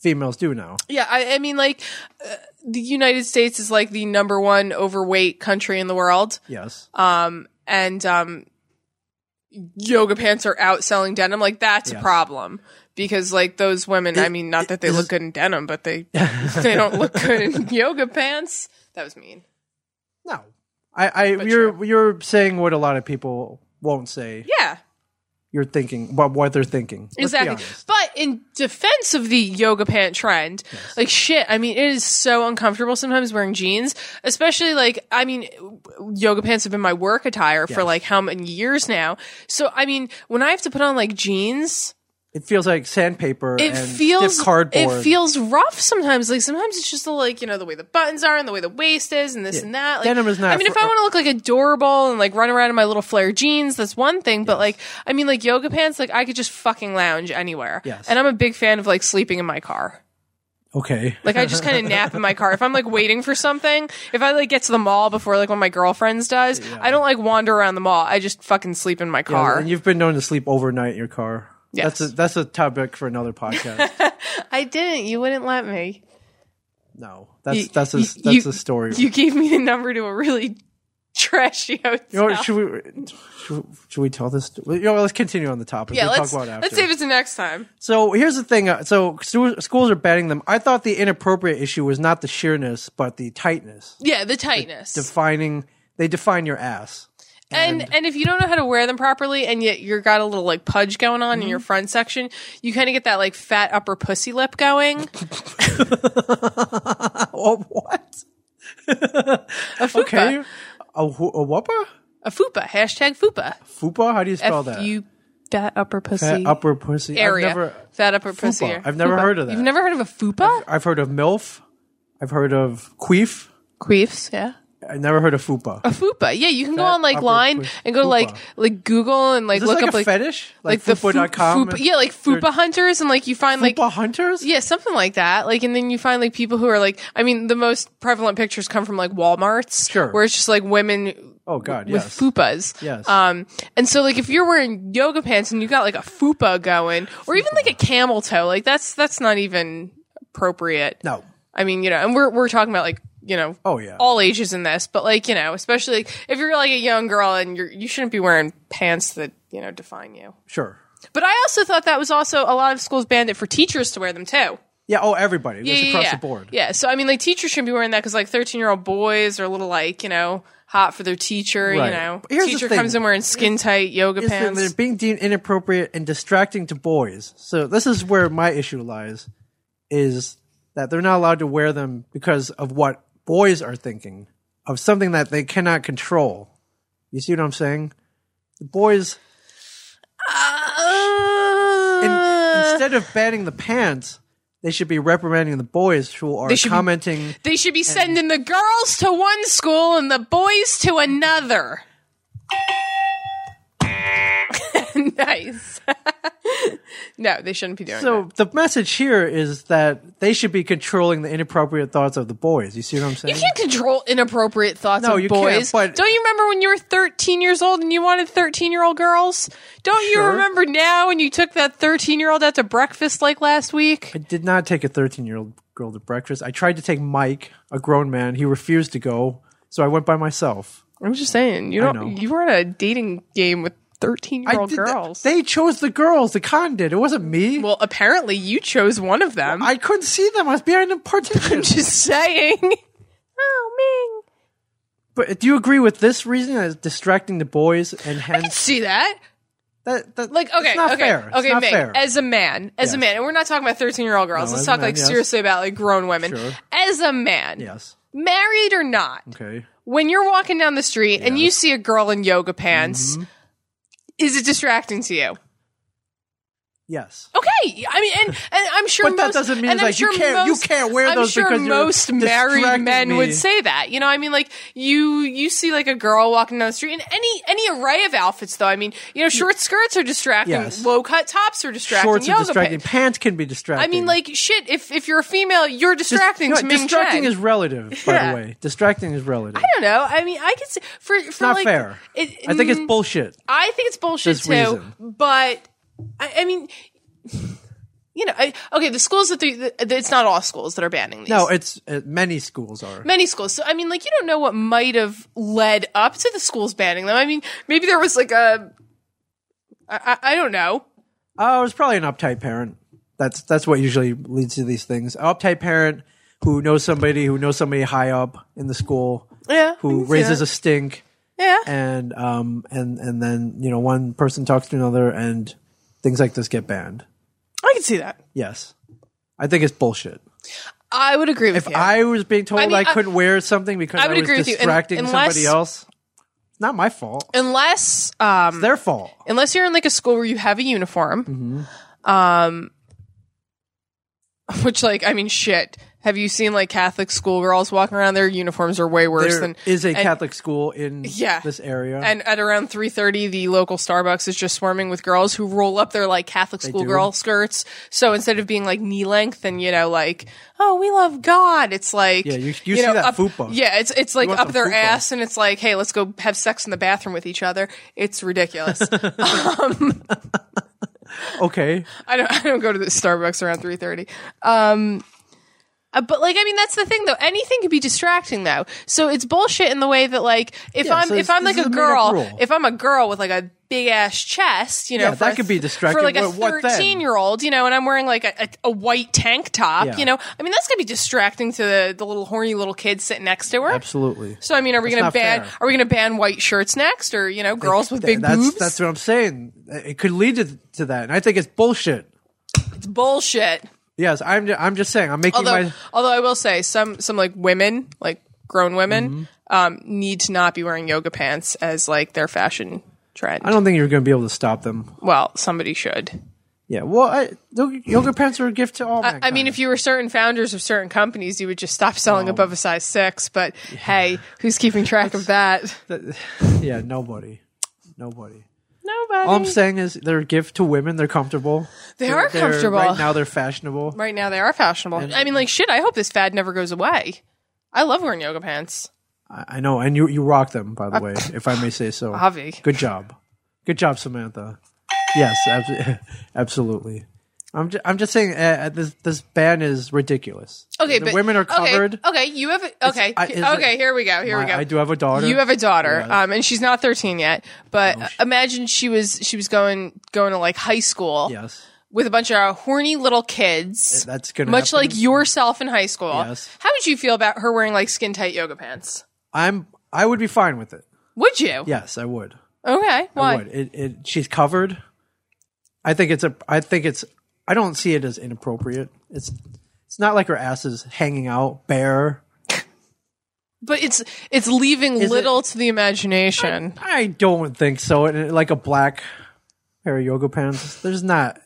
Speaker 5: females do now.
Speaker 6: Yeah, I, I mean, like uh, the United States is like the number one overweight country in the world,
Speaker 5: Yes.
Speaker 6: Um, and um, yoga pants are outselling denim. Like that's a
Speaker 5: Yes.
Speaker 6: problem because like those women. I mean, not that they look good in denim, but they they don't look good in yoga pants. That was mean.
Speaker 5: no. I, I you're you're saying what a lot of people won't say.
Speaker 6: Yeah.
Speaker 5: You're thinking about what they're thinking. Let's be
Speaker 6: Exactly.
Speaker 5: honest.
Speaker 6: But in defense of the yoga pant trend, like shit, I mean, it is so uncomfortable sometimes wearing jeans, especially like, I mean, yoga pants have been my work attire for like how many years now. So, I mean, when I have to put on like jeans,
Speaker 5: It feels like sandpaper
Speaker 6: it
Speaker 5: and
Speaker 6: feels,
Speaker 5: stiff cardboard.
Speaker 6: it feels rough sometimes. Like sometimes it's just the, like, you know, the way the buttons are and the way the waist is and this and that. Like,
Speaker 5: Denim is not
Speaker 6: I mean,
Speaker 5: for-
Speaker 6: if I want to look like adorable and like run around in my little flare jeans, that's one thing. But like, I mean, like yoga pants, like I could just fucking lounge anywhere.
Speaker 5: Yes.
Speaker 6: And I'm a big fan of like sleeping in my car.
Speaker 5: okay.
Speaker 6: Like I just kind of nap in my car. If I'm like waiting for something, if I like get to the mall before like one of my girlfriends does, I don't like wander around the mall. I just fucking sleep in my
Speaker 5: Yeah,
Speaker 6: car.
Speaker 5: And you've been known to sleep overnight in your car. That's
Speaker 6: Yes.
Speaker 5: a, that's a topic for another podcast.
Speaker 6: I didn't. You wouldn't let me.
Speaker 5: no, that's
Speaker 6: You-
Speaker 5: that's a
Speaker 6: you-
Speaker 5: that's
Speaker 6: you-
Speaker 5: a story.
Speaker 6: You gave me the number to a really trashy hotel.
Speaker 5: You know what, should we should, should we tell this? You know, let's continue on the topic.
Speaker 6: yeah,
Speaker 5: we'll
Speaker 6: let's
Speaker 5: talk about it after.
Speaker 6: let's save it to next time.
Speaker 5: So here's the thing. uh, So stu- schools are banning them. I thought the inappropriate issue was not the sheerness, but the tightness.
Speaker 6: Yeah, the tightness.
Speaker 5: Defining they define your ass.
Speaker 6: and and if you don't know how to wear them properly and yet you're got a little like pudge going on in your front section you kind of get that like fat upper pussy lip going
Speaker 5: Oh what?
Speaker 6: a fupa
Speaker 5: Okay. A, wh- a whoopa?
Speaker 6: a fupa hashtag fupa
Speaker 5: Fupa? How do you spell
Speaker 6: F
Speaker 5: that?
Speaker 6: you fat upper pussy
Speaker 5: Fat upper pussy.
Speaker 6: area
Speaker 5: I've never,
Speaker 6: fat upper pussy
Speaker 5: fupa.
Speaker 6: area.
Speaker 5: I've never
Speaker 6: Fupa.
Speaker 5: heard of that.
Speaker 6: you've never heard of a fupa
Speaker 5: I've heard of MILF. I've heard of Queef.
Speaker 6: queefs yeah
Speaker 5: I've never heard of Fupa.
Speaker 6: a fupa yeah you can go
Speaker 5: Fat
Speaker 6: on like
Speaker 5: upper
Speaker 6: line
Speaker 5: pussy.
Speaker 6: and go to, like
Speaker 5: Fupa.
Speaker 6: like google and like
Speaker 5: Is this
Speaker 6: look
Speaker 5: like
Speaker 6: up
Speaker 5: a
Speaker 6: like
Speaker 5: fetish?
Speaker 6: like the fu-
Speaker 5: Fupa.com?
Speaker 6: fupa yeah like
Speaker 5: They're-
Speaker 6: fupa hunters and like you find like
Speaker 5: Fupa hunters?
Speaker 6: Yeah, something like that. Like, and then you find like people who are like, I mean, the most prevalent pictures come from like Walmart's,
Speaker 5: Sure.
Speaker 6: where it's just like women
Speaker 5: Oh, God,
Speaker 6: with
Speaker 5: yes.
Speaker 6: fupas.
Speaker 5: Yes.
Speaker 6: Um, and so like if you're wearing yoga pants and you got like a fupa going, or even like a camel toe, like that's that's not even appropriate.
Speaker 5: No.
Speaker 6: I mean, you know, and we're we're talking about like you know,
Speaker 5: Oh, yeah.
Speaker 6: all ages in this, but like you know, especially like, if you're like a young girl and you're you shouldn't be wearing pants that you know define you.
Speaker 5: Sure.
Speaker 6: But I also thought that was also a lot of schools banned it for teachers to wear them too
Speaker 5: Yeah, oh, everybody. It's across
Speaker 6: yeah.
Speaker 5: the board.
Speaker 6: Yeah, so I mean, like teachers shouldn't be wearing that because like thirteen year old boys are a little like you know hot for their teacher. You
Speaker 5: Right.
Speaker 6: know,
Speaker 5: But here's the
Speaker 6: teacher
Speaker 5: thing.
Speaker 6: comes in wearing skin tight yoga
Speaker 5: Is that
Speaker 6: pants.
Speaker 5: They're being deemed inappropriate and distracting to boys. So this is where my issue lies, is that they're not allowed to wear them because of what boys are thinking of something that they cannot control. You see what I'm saying? The boys, in,
Speaker 6: Uh.
Speaker 5: instead of banning the pants, they should be reprimanding the boys who are
Speaker 6: They should be-
Speaker 5: commenting.
Speaker 6: they should be sending the girls to one school and the boys to another. nice. no, they shouldn't be doing that.
Speaker 5: so the message here is that they should be controlling the inappropriate thoughts of the boys. You see what I'm saying?
Speaker 6: You can't control inappropriate thoughts
Speaker 5: No,
Speaker 6: of
Speaker 5: you can't,
Speaker 6: boys.
Speaker 5: but-
Speaker 6: Don't you remember when you were 13 years old and you wanted 13 year old girls? Don't you
Speaker 5: Sure.
Speaker 6: remember now when you took that 13 year old out to breakfast like last week?
Speaker 5: I did not take a 13 year old girl to breakfast. I tried to take Mike, a grown man. He refused to go, so I went by myself.
Speaker 6: I'm just saying, you
Speaker 5: I
Speaker 6: don't.
Speaker 5: know.
Speaker 6: You were at a dating game with 13 year
Speaker 5: I
Speaker 6: old
Speaker 5: did that-
Speaker 6: girls.
Speaker 5: They chose the girls. The con did. It wasn't me.
Speaker 6: well, apparently you chose one of them.
Speaker 5: I couldn't see them. I was behind a partition.
Speaker 6: I'm just saying. Oh man,
Speaker 5: but do you agree with this reasoning as distracting the boys and hence
Speaker 6: see that?
Speaker 5: that, that
Speaker 6: Like okay,
Speaker 5: it's not
Speaker 6: okay,
Speaker 5: fair. It's
Speaker 6: okay,
Speaker 5: not
Speaker 6: Meg,
Speaker 5: fair.
Speaker 6: As a man, as a
Speaker 5: Yes.
Speaker 6: man, and we're not talking about 13 year old girls.
Speaker 5: No,
Speaker 6: Let's
Speaker 5: as a
Speaker 6: talk
Speaker 5: man,
Speaker 6: like
Speaker 5: yes.
Speaker 6: seriously about like grown women.
Speaker 5: Sure.
Speaker 6: As a man,
Speaker 5: yes.
Speaker 6: married or not,
Speaker 5: Okay.
Speaker 6: when you're walking down the street and you see a girl in yoga pants,
Speaker 5: Mm-hmm.
Speaker 6: is it distracting to you?
Speaker 5: Yes.
Speaker 6: Okay, I mean, and, and I'm sure,
Speaker 5: But that
Speaker 6: most-
Speaker 5: doesn't mean
Speaker 6: and I'm
Speaker 5: like, you
Speaker 6: sure
Speaker 5: can't- you can't wear
Speaker 6: I'm
Speaker 5: those
Speaker 6: sure
Speaker 5: because you're
Speaker 6: most married
Speaker 5: distracting
Speaker 6: men
Speaker 5: me.
Speaker 6: would say that. You know, I mean, like you you see like a girl walking down the street, and any any array of outfits, though. I mean, you know, short skirts are distracting,
Speaker 5: Yes.
Speaker 6: low cut tops are distracting,
Speaker 5: Shorts are
Speaker 6: yoga
Speaker 5: distracting.
Speaker 6: pants.
Speaker 5: Pants can be distracting.
Speaker 6: I mean, like shit. If if you're a female, you're
Speaker 5: Dis-
Speaker 6: distracting
Speaker 5: you know
Speaker 6: to
Speaker 5: what?
Speaker 6: Ming
Speaker 5: distracting
Speaker 6: Chen.
Speaker 5: is relative, by
Speaker 6: Yeah.
Speaker 5: the way. Distracting is relative.
Speaker 6: I don't know. I mean, I could say for
Speaker 5: it's
Speaker 6: for
Speaker 5: not
Speaker 6: like
Speaker 5: fair.
Speaker 6: it-
Speaker 5: I think it's
Speaker 6: mm,
Speaker 5: bullshit.
Speaker 6: I think it's bullshit
Speaker 5: There's
Speaker 6: too.
Speaker 5: reason.
Speaker 6: But I, I mean, you know, I, okay, the schools that they, the, it's not all schools that are banning these.
Speaker 5: No, it's uh, many schools are.
Speaker 6: many schools. So I mean, like you don't know what might have led up to the schools banning them. I mean, maybe there was like a, I, I, I don't know.
Speaker 5: Oh, it was probably an uptight parent. That's that's what usually leads to these things. An uptight parent who knows somebody who knows somebody high up in the school
Speaker 6: Yeah, I
Speaker 5: who
Speaker 6: can see
Speaker 5: raises
Speaker 6: that.
Speaker 5: a stink
Speaker 6: Yeah,
Speaker 5: and um and and then you know one person talks to another and things like this get banned.
Speaker 6: I can see that.
Speaker 5: Yes, I think it's bullshit.
Speaker 6: I would agree with
Speaker 5: If
Speaker 6: you.
Speaker 5: I was being told I,
Speaker 6: I mean, I-
Speaker 5: couldn't wear something because
Speaker 6: I
Speaker 5: I,
Speaker 6: would
Speaker 5: was
Speaker 6: agree with you, and-
Speaker 5: distracting somebody
Speaker 6: unless-
Speaker 5: else, it's not my fault.
Speaker 6: unless um,
Speaker 5: It's their fault.
Speaker 6: unless you're in like a school where you have a uniform um which like i mean shit have you seen like catholic schoolgirls walking around their uniforms are way worse
Speaker 5: There
Speaker 6: than
Speaker 5: is a
Speaker 6: and-
Speaker 5: Catholic school in
Speaker 6: Yeah.
Speaker 5: this area.
Speaker 6: and at around 3.30 the local starbucks is just swarming with girls who roll up their like catholic schoolgirl skirts so instead of being like knee length and you know like oh we love god it's like
Speaker 5: Yeah, you- you see that
Speaker 6: up,
Speaker 5: fupa.
Speaker 6: yeah it's it's like
Speaker 5: want
Speaker 6: up
Speaker 5: some
Speaker 6: their
Speaker 5: fupa.
Speaker 6: ass and it's like hey let's go have sex in the bathroom with each other it's ridiculous
Speaker 5: okay,
Speaker 6: I don't I don't go to the Starbucks around three thirty. Um uh, but like I mean that's the thing though anything could be distracting though so it's bullshit in the way that like if
Speaker 5: Yeah,
Speaker 6: I'm
Speaker 5: so
Speaker 6: if
Speaker 5: this-
Speaker 6: I'm like
Speaker 5: this
Speaker 6: a
Speaker 5: is a made-up
Speaker 6: girl
Speaker 5: rule.
Speaker 6: if I'm a girl with like a big ass chest you know
Speaker 5: Yeah,
Speaker 6: for
Speaker 5: that
Speaker 6: a
Speaker 5: could be
Speaker 6: th-
Speaker 5: distracting.
Speaker 6: for like a
Speaker 5: What- what then?
Speaker 6: thirteen year old you know and I'm wearing like a, a, a white tank top
Speaker 5: Yeah.
Speaker 6: you know I mean that's gonna be distracting to the, the little horny little kid sitting next to her
Speaker 5: absolutely.
Speaker 6: so I mean are we
Speaker 5: That's
Speaker 6: gonna
Speaker 5: not
Speaker 6: ban
Speaker 5: fair.
Speaker 6: are we gonna ban white shirts next or you know girls with big
Speaker 5: that's,
Speaker 6: boobs
Speaker 5: That's what I'm saying. It could lead to, to that, and I think it's bullshit.
Speaker 6: it's bullshit.
Speaker 5: Yes, I'm. Ju- I'm just saying. I'm making
Speaker 6: although
Speaker 5: my.
Speaker 6: although I will say some some like women like grown women
Speaker 5: Mm-hmm.
Speaker 6: um, need to not be wearing yoga pants as like their fashion trend.
Speaker 5: I don't think you're going to be able to stop them.
Speaker 6: well, somebody should.
Speaker 5: Yeah. Well, I, yoga- yoga pants are a gift to all.
Speaker 6: I, I mean, if you were certain founders of certain companies, you would just stop selling above a size six. But hey, who's keeping track of that?
Speaker 5: yeah, nobody, nobody.
Speaker 6: Nobody.
Speaker 5: All I'm saying is they're a gift to women. They're comfortable.
Speaker 6: they are
Speaker 5: They're-
Speaker 6: comfortable
Speaker 5: right now. They're fashionable.
Speaker 6: Right now, they are fashionable. I mean, like shit. I hope this fad never goes away. I love wearing yoga pants.
Speaker 5: I, I know, and you you rock them, by the way, if I may say so.
Speaker 6: Avi.
Speaker 5: Good job, good job, Samantha. Yes, abso- absolutely. I'm ju- I'm just saying uh, uh, this this ban is ridiculous.
Speaker 6: Okay,
Speaker 5: the
Speaker 6: but
Speaker 5: women are
Speaker 6: okay,
Speaker 5: covered.
Speaker 6: Okay, you have a- okay.
Speaker 5: I- is
Speaker 6: okay,
Speaker 5: it-
Speaker 6: here we go. Here we
Speaker 5: My-
Speaker 6: go.
Speaker 5: I do have a daughter.
Speaker 6: You have a daughter,
Speaker 5: Yeah. Oh,
Speaker 6: um, and she's not 13 yet. But imagine she was she was going going to like high school
Speaker 5: Yes,
Speaker 6: with a bunch of horny little kids,
Speaker 5: that's gonna
Speaker 6: much
Speaker 5: happen.
Speaker 6: like yourself in high school.
Speaker 5: Yes.
Speaker 6: How would you feel about her wearing like skin tight yoga pants?
Speaker 5: I'm. I would be fine with it.
Speaker 6: Would you?
Speaker 5: Yes, I would.
Speaker 6: Okay.
Speaker 5: I
Speaker 6: Why?
Speaker 5: would. It, it, she's covered. I think it's a. I think it's. I don't see it as inappropriate. It's. It's not like her ass is hanging out bare.
Speaker 6: But it's it's leaving
Speaker 5: Is
Speaker 6: little to the imagination.
Speaker 5: I don't think so. And uh, like a black pair of yoga pants, there's not.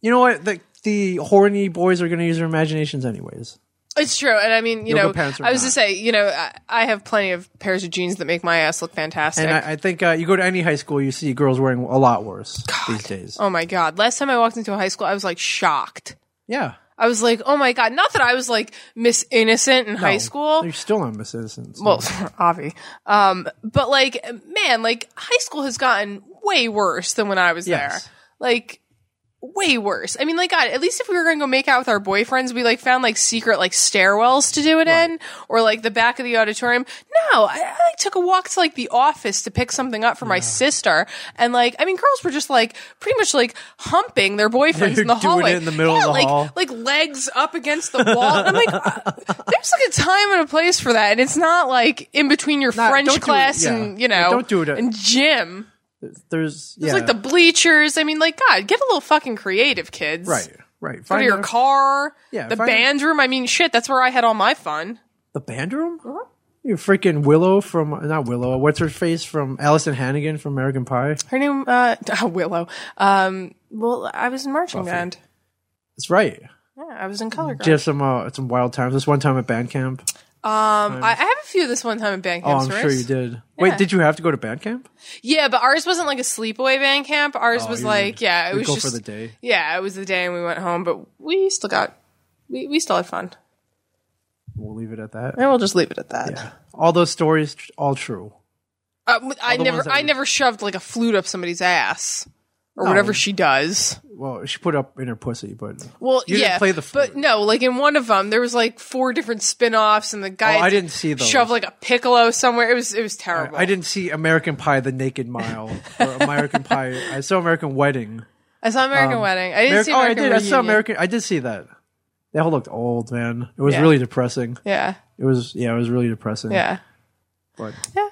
Speaker 5: You know what? The the horny boys are going to use their imaginations anyways.
Speaker 6: It's true, and I mean, you
Speaker 5: Yoga
Speaker 6: know,
Speaker 5: pants or
Speaker 6: I was
Speaker 5: not.
Speaker 6: to say, you know, I, I have plenty of pairs of jeans that make my ass look fantastic.
Speaker 5: And I, I think uh, you go to any high school, you see girls wearing a lot worse these days.
Speaker 6: oh my god! Last time I walked into a high school, I was like shocked.
Speaker 5: Yeah,
Speaker 6: I was like, oh my god! Not that I was like Miss Innocent in high
Speaker 5: No,
Speaker 6: school.
Speaker 5: You're still not Miss Innocent. so-
Speaker 6: well, Avi. Um, but like, man, like high school has gotten way worse than when I was
Speaker 5: Yes.
Speaker 6: there. Like, way worse. I mean, like, God, at least if we were going to go make out with our boyfriends, we like found like secret like stairwells to do it in, or like the back of the auditorium. No, I, I like, took a walk to like the office to pick something up for my sister, and like, I mean, girls were just like pretty much like humping their boyfriends
Speaker 5: They're
Speaker 6: in the
Speaker 5: doing it
Speaker 6: hallway
Speaker 5: in the middle of
Speaker 6: Yeah,
Speaker 5: the
Speaker 6: like,
Speaker 5: hall.
Speaker 6: like legs up against the wall. And I'm like, uh, there's like a time and a place for that, and it's not like in between your
Speaker 5: Not- don't
Speaker 6: French
Speaker 5: do it-
Speaker 6: class
Speaker 5: yeah.
Speaker 6: and you know,
Speaker 5: Like, don't do it at-
Speaker 6: and gym.
Speaker 5: there's
Speaker 6: It's
Speaker 5: yeah,
Speaker 6: like the bleachers. I mean, like God, get a little fucking creative, kids.
Speaker 5: right, right.
Speaker 6: Go to
Speaker 5: Find
Speaker 6: your
Speaker 5: out-
Speaker 6: car.
Speaker 5: Yeah,
Speaker 6: The
Speaker 5: find out-
Speaker 6: band room. I mean, shit. That's where I had all my fun.
Speaker 5: The band room?
Speaker 6: Uh-huh.
Speaker 5: You freaking Willow from not Willow. What's her face from Allison Hannigan from American Pie?
Speaker 6: Her name, uh, Willow. Um, well, I was in marching band.
Speaker 5: That's right.
Speaker 6: Yeah, I was in color guard.
Speaker 5: She had some uh, some wild times. This one time at band camp.
Speaker 6: um, I, I have a few this one time at band
Speaker 5: Oh,
Speaker 6: camp.
Speaker 5: I'm sure you did. Wait, did you have to go to band camp?
Speaker 6: Yeah, but ours wasn't like a sleepaway band camp. Ours was
Speaker 5: you
Speaker 6: like,
Speaker 5: would-
Speaker 6: yeah, it
Speaker 5: you'd
Speaker 6: was
Speaker 5: Oh, go
Speaker 6: just
Speaker 5: for the day.
Speaker 6: Yeah, it was the day, and we went home. But we still got, we, we still had fun,
Speaker 5: We'll leave it at that.
Speaker 6: and we'll just leave it at that.
Speaker 5: All those stories, tr- all true.
Speaker 6: Uh, I
Speaker 5: the ones
Speaker 6: never,
Speaker 5: that
Speaker 6: I
Speaker 5: we-
Speaker 6: never shoved like a flute up somebody's ass or whatever she does.
Speaker 5: Well, she put up in her pussy, but
Speaker 6: Well,
Speaker 5: You didn't
Speaker 6: yeah,
Speaker 5: play the flute.
Speaker 6: but no, like in one of them, there was like four different spin-offs, and the guy
Speaker 5: Oh, I
Speaker 6: had to
Speaker 5: didn't see those.
Speaker 6: shove like a piccolo somewhere. It was it was terrible.
Speaker 5: I didn't see American Pie: The Naked Mile or American Pie. I saw American Wedding.
Speaker 6: I saw American Wedding. I didn't
Speaker 5: Ameri-
Speaker 6: see
Speaker 5: oh, I
Speaker 6: American
Speaker 5: did. I saw
Speaker 6: Reunion.
Speaker 5: American. I did see that. They all looked old, man. It was
Speaker 6: Yeah.
Speaker 5: really depressing.
Speaker 6: Yeah,
Speaker 5: It was yeah, it was really depressing.
Speaker 6: yeah.
Speaker 5: but
Speaker 6: Yeah.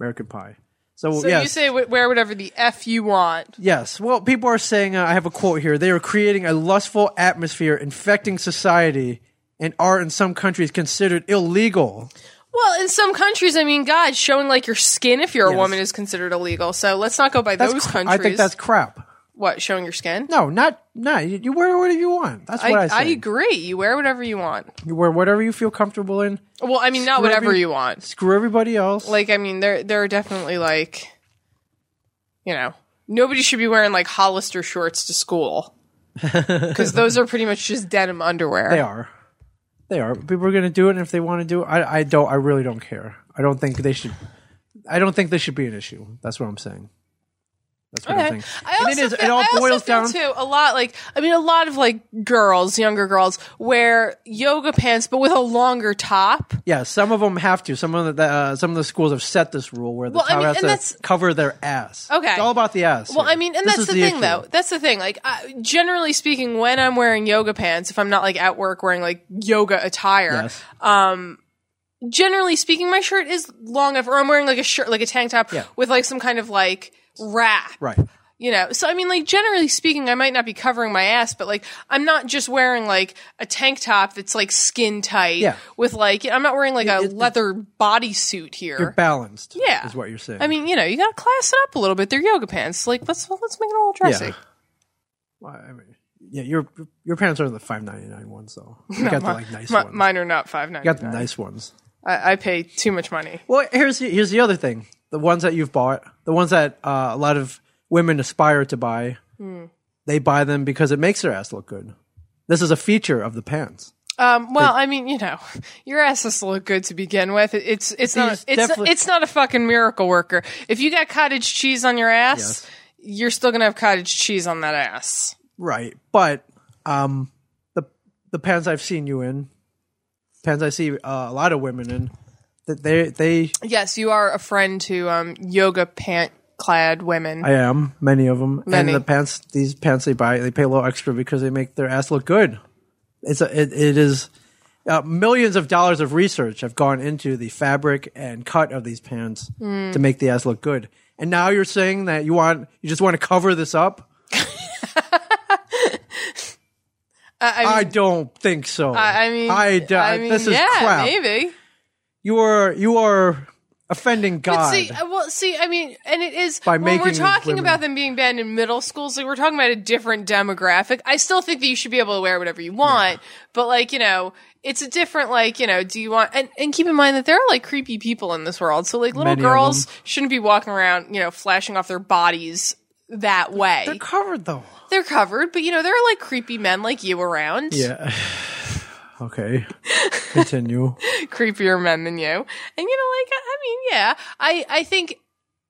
Speaker 5: American Pie. So,
Speaker 6: So
Speaker 5: yes,
Speaker 6: you say w- wear whatever the f you want.
Speaker 5: yes. Well, people are saying uh, I have a quote here. They are creating a lustful atmosphere infecting society, and are in some countries considered illegal.
Speaker 6: Well, in some countries, I mean, God, showing like your skin if you're a
Speaker 5: Yes.
Speaker 6: woman is considered illegal. So let's not go by
Speaker 5: That's
Speaker 6: those
Speaker 5: cr-
Speaker 6: countries.
Speaker 5: I think that's crap.
Speaker 6: what showing your skin.
Speaker 5: No, not no. You, you wear whatever you want. That's what I,
Speaker 6: I,
Speaker 5: say.
Speaker 6: I agree. You wear whatever you want.
Speaker 5: You wear whatever you feel comfortable in.
Speaker 6: Well, I mean, not
Speaker 5: Screw
Speaker 6: whatever
Speaker 5: every-
Speaker 6: you want.
Speaker 5: Screw everybody else.
Speaker 6: Like, I mean, there there are definitely like, you know, nobody should be wearing like Hollister shorts to school because those are pretty much just denim underwear.
Speaker 5: They are. They are. People are going to do it, and if they want to do it, I, I don't. I really don't care. I don't think they should. I don't think they should be an issue. That's what I'm saying. That's what
Speaker 6: Okay.
Speaker 5: I'm saying.
Speaker 6: I
Speaker 5: and
Speaker 6: also
Speaker 5: it is.
Speaker 6: feel-
Speaker 5: it all
Speaker 6: I also
Speaker 5: boils
Speaker 6: feel,
Speaker 5: down.
Speaker 6: too a lot like I mean a lot of like girls, younger girls wear yoga pants but with a longer top.
Speaker 5: yeah, some of them have to. Some of the uh, some of the schools have set this rule where the
Speaker 6: Well, I
Speaker 5: child
Speaker 6: mean,
Speaker 5: has
Speaker 6: and
Speaker 5: to
Speaker 6: that's-
Speaker 5: cover their ass.
Speaker 6: Okay.
Speaker 5: it's all about the ass.
Speaker 6: Well,
Speaker 5: here.
Speaker 6: I mean, and
Speaker 5: This
Speaker 6: that's
Speaker 5: is
Speaker 6: the, thing,
Speaker 5: issue.
Speaker 6: though. That's the thing. Like, I, generally speaking, when I'm wearing yoga pants, if I'm not like at work wearing like yoga attire,
Speaker 5: Yes.
Speaker 6: generally speaking, my shirt is long enough, or I'm wearing like a shirt, like a tank top
Speaker 5: Yeah.
Speaker 6: with like some kind of like wrap.
Speaker 5: Right.
Speaker 6: You know, so I mean, like generally speaking, I might not be covering my ass, but like I'm not just wearing like a tank top that's like skin tight
Speaker 5: Yeah.
Speaker 6: with like I'm not wearing like a
Speaker 5: It- it-
Speaker 6: leather bodysuit here.
Speaker 5: You're balanced.
Speaker 6: Yeah.
Speaker 5: is what you're saying.
Speaker 6: I mean, you know, you gotta class it up a little bit. They're yoga pants. Like let's let's make it a little dressy.
Speaker 5: Yeah. Well, I mean, yeah, your your parents are the five ninety nine ones, though. You got the like nice
Speaker 6: Mi-
Speaker 5: ones.
Speaker 6: mine are not five ninety
Speaker 5: you got the
Speaker 6: nine.
Speaker 5: nice ones.
Speaker 6: I, I pay too much money.
Speaker 5: Well, here's the, here's the other thing: the ones that you've bought, the ones that uh, a lot of women aspire to buy, they buy them because it makes their ass look good. This is a feature of the pants.
Speaker 6: Um, well, I mean, you know, your ass has to look good to begin with. It- It's it's not
Speaker 5: These
Speaker 6: it's
Speaker 5: definitely-
Speaker 6: it's not a fucking miracle worker. If you got cottage cheese on your ass,
Speaker 5: Yes.
Speaker 6: you're still gonna have cottage cheese on that ass.
Speaker 5: Right, but um, the the pants I've seen you in, pants I see uh, a lot of women in, that they they
Speaker 6: Yes, you are a friend to um, yoga pant clad women.
Speaker 5: I am many of them,
Speaker 6: Many.
Speaker 5: and the pants these pants they buy they pay a little extra because they make their ass look good. It's a, it, it is uh, millions of dollars of research have gone into the fabric and cut of these pants
Speaker 6: Hmm.
Speaker 5: to make the ass look good. And now you're saying that you want you just want to cover this up.
Speaker 6: I, I
Speaker 5: I
Speaker 6: mean,
Speaker 5: don't think so.
Speaker 6: I, I mean,
Speaker 5: I, doubt-
Speaker 6: I mean,
Speaker 5: this is
Speaker 6: yeah,
Speaker 5: crap.
Speaker 6: Maybe
Speaker 5: You are you are offending
Speaker 6: But
Speaker 5: God.
Speaker 6: see, uh, well, see, I mean, and it is
Speaker 5: By
Speaker 6: when we're
Speaker 5: making
Speaker 6: talking
Speaker 5: women-
Speaker 6: about them being banned in middle schools, like we're talking about a different demographic. I still think that you should be able to wear whatever you want, but like you know, it's a different like you know, do you want? And, and keep in mind that there are like creepy people in this world, so like little
Speaker 5: Many of
Speaker 6: girls
Speaker 5: them.
Speaker 6: shouldn't be walking around, you know, flashing off their bodies that way.
Speaker 5: They're covered though.
Speaker 6: They're covered, but you know, there are like creepy men like you around,
Speaker 5: Yeah. okay. Continue.
Speaker 6: creepier men than you, and you know, like I, I mean, yeah, I I think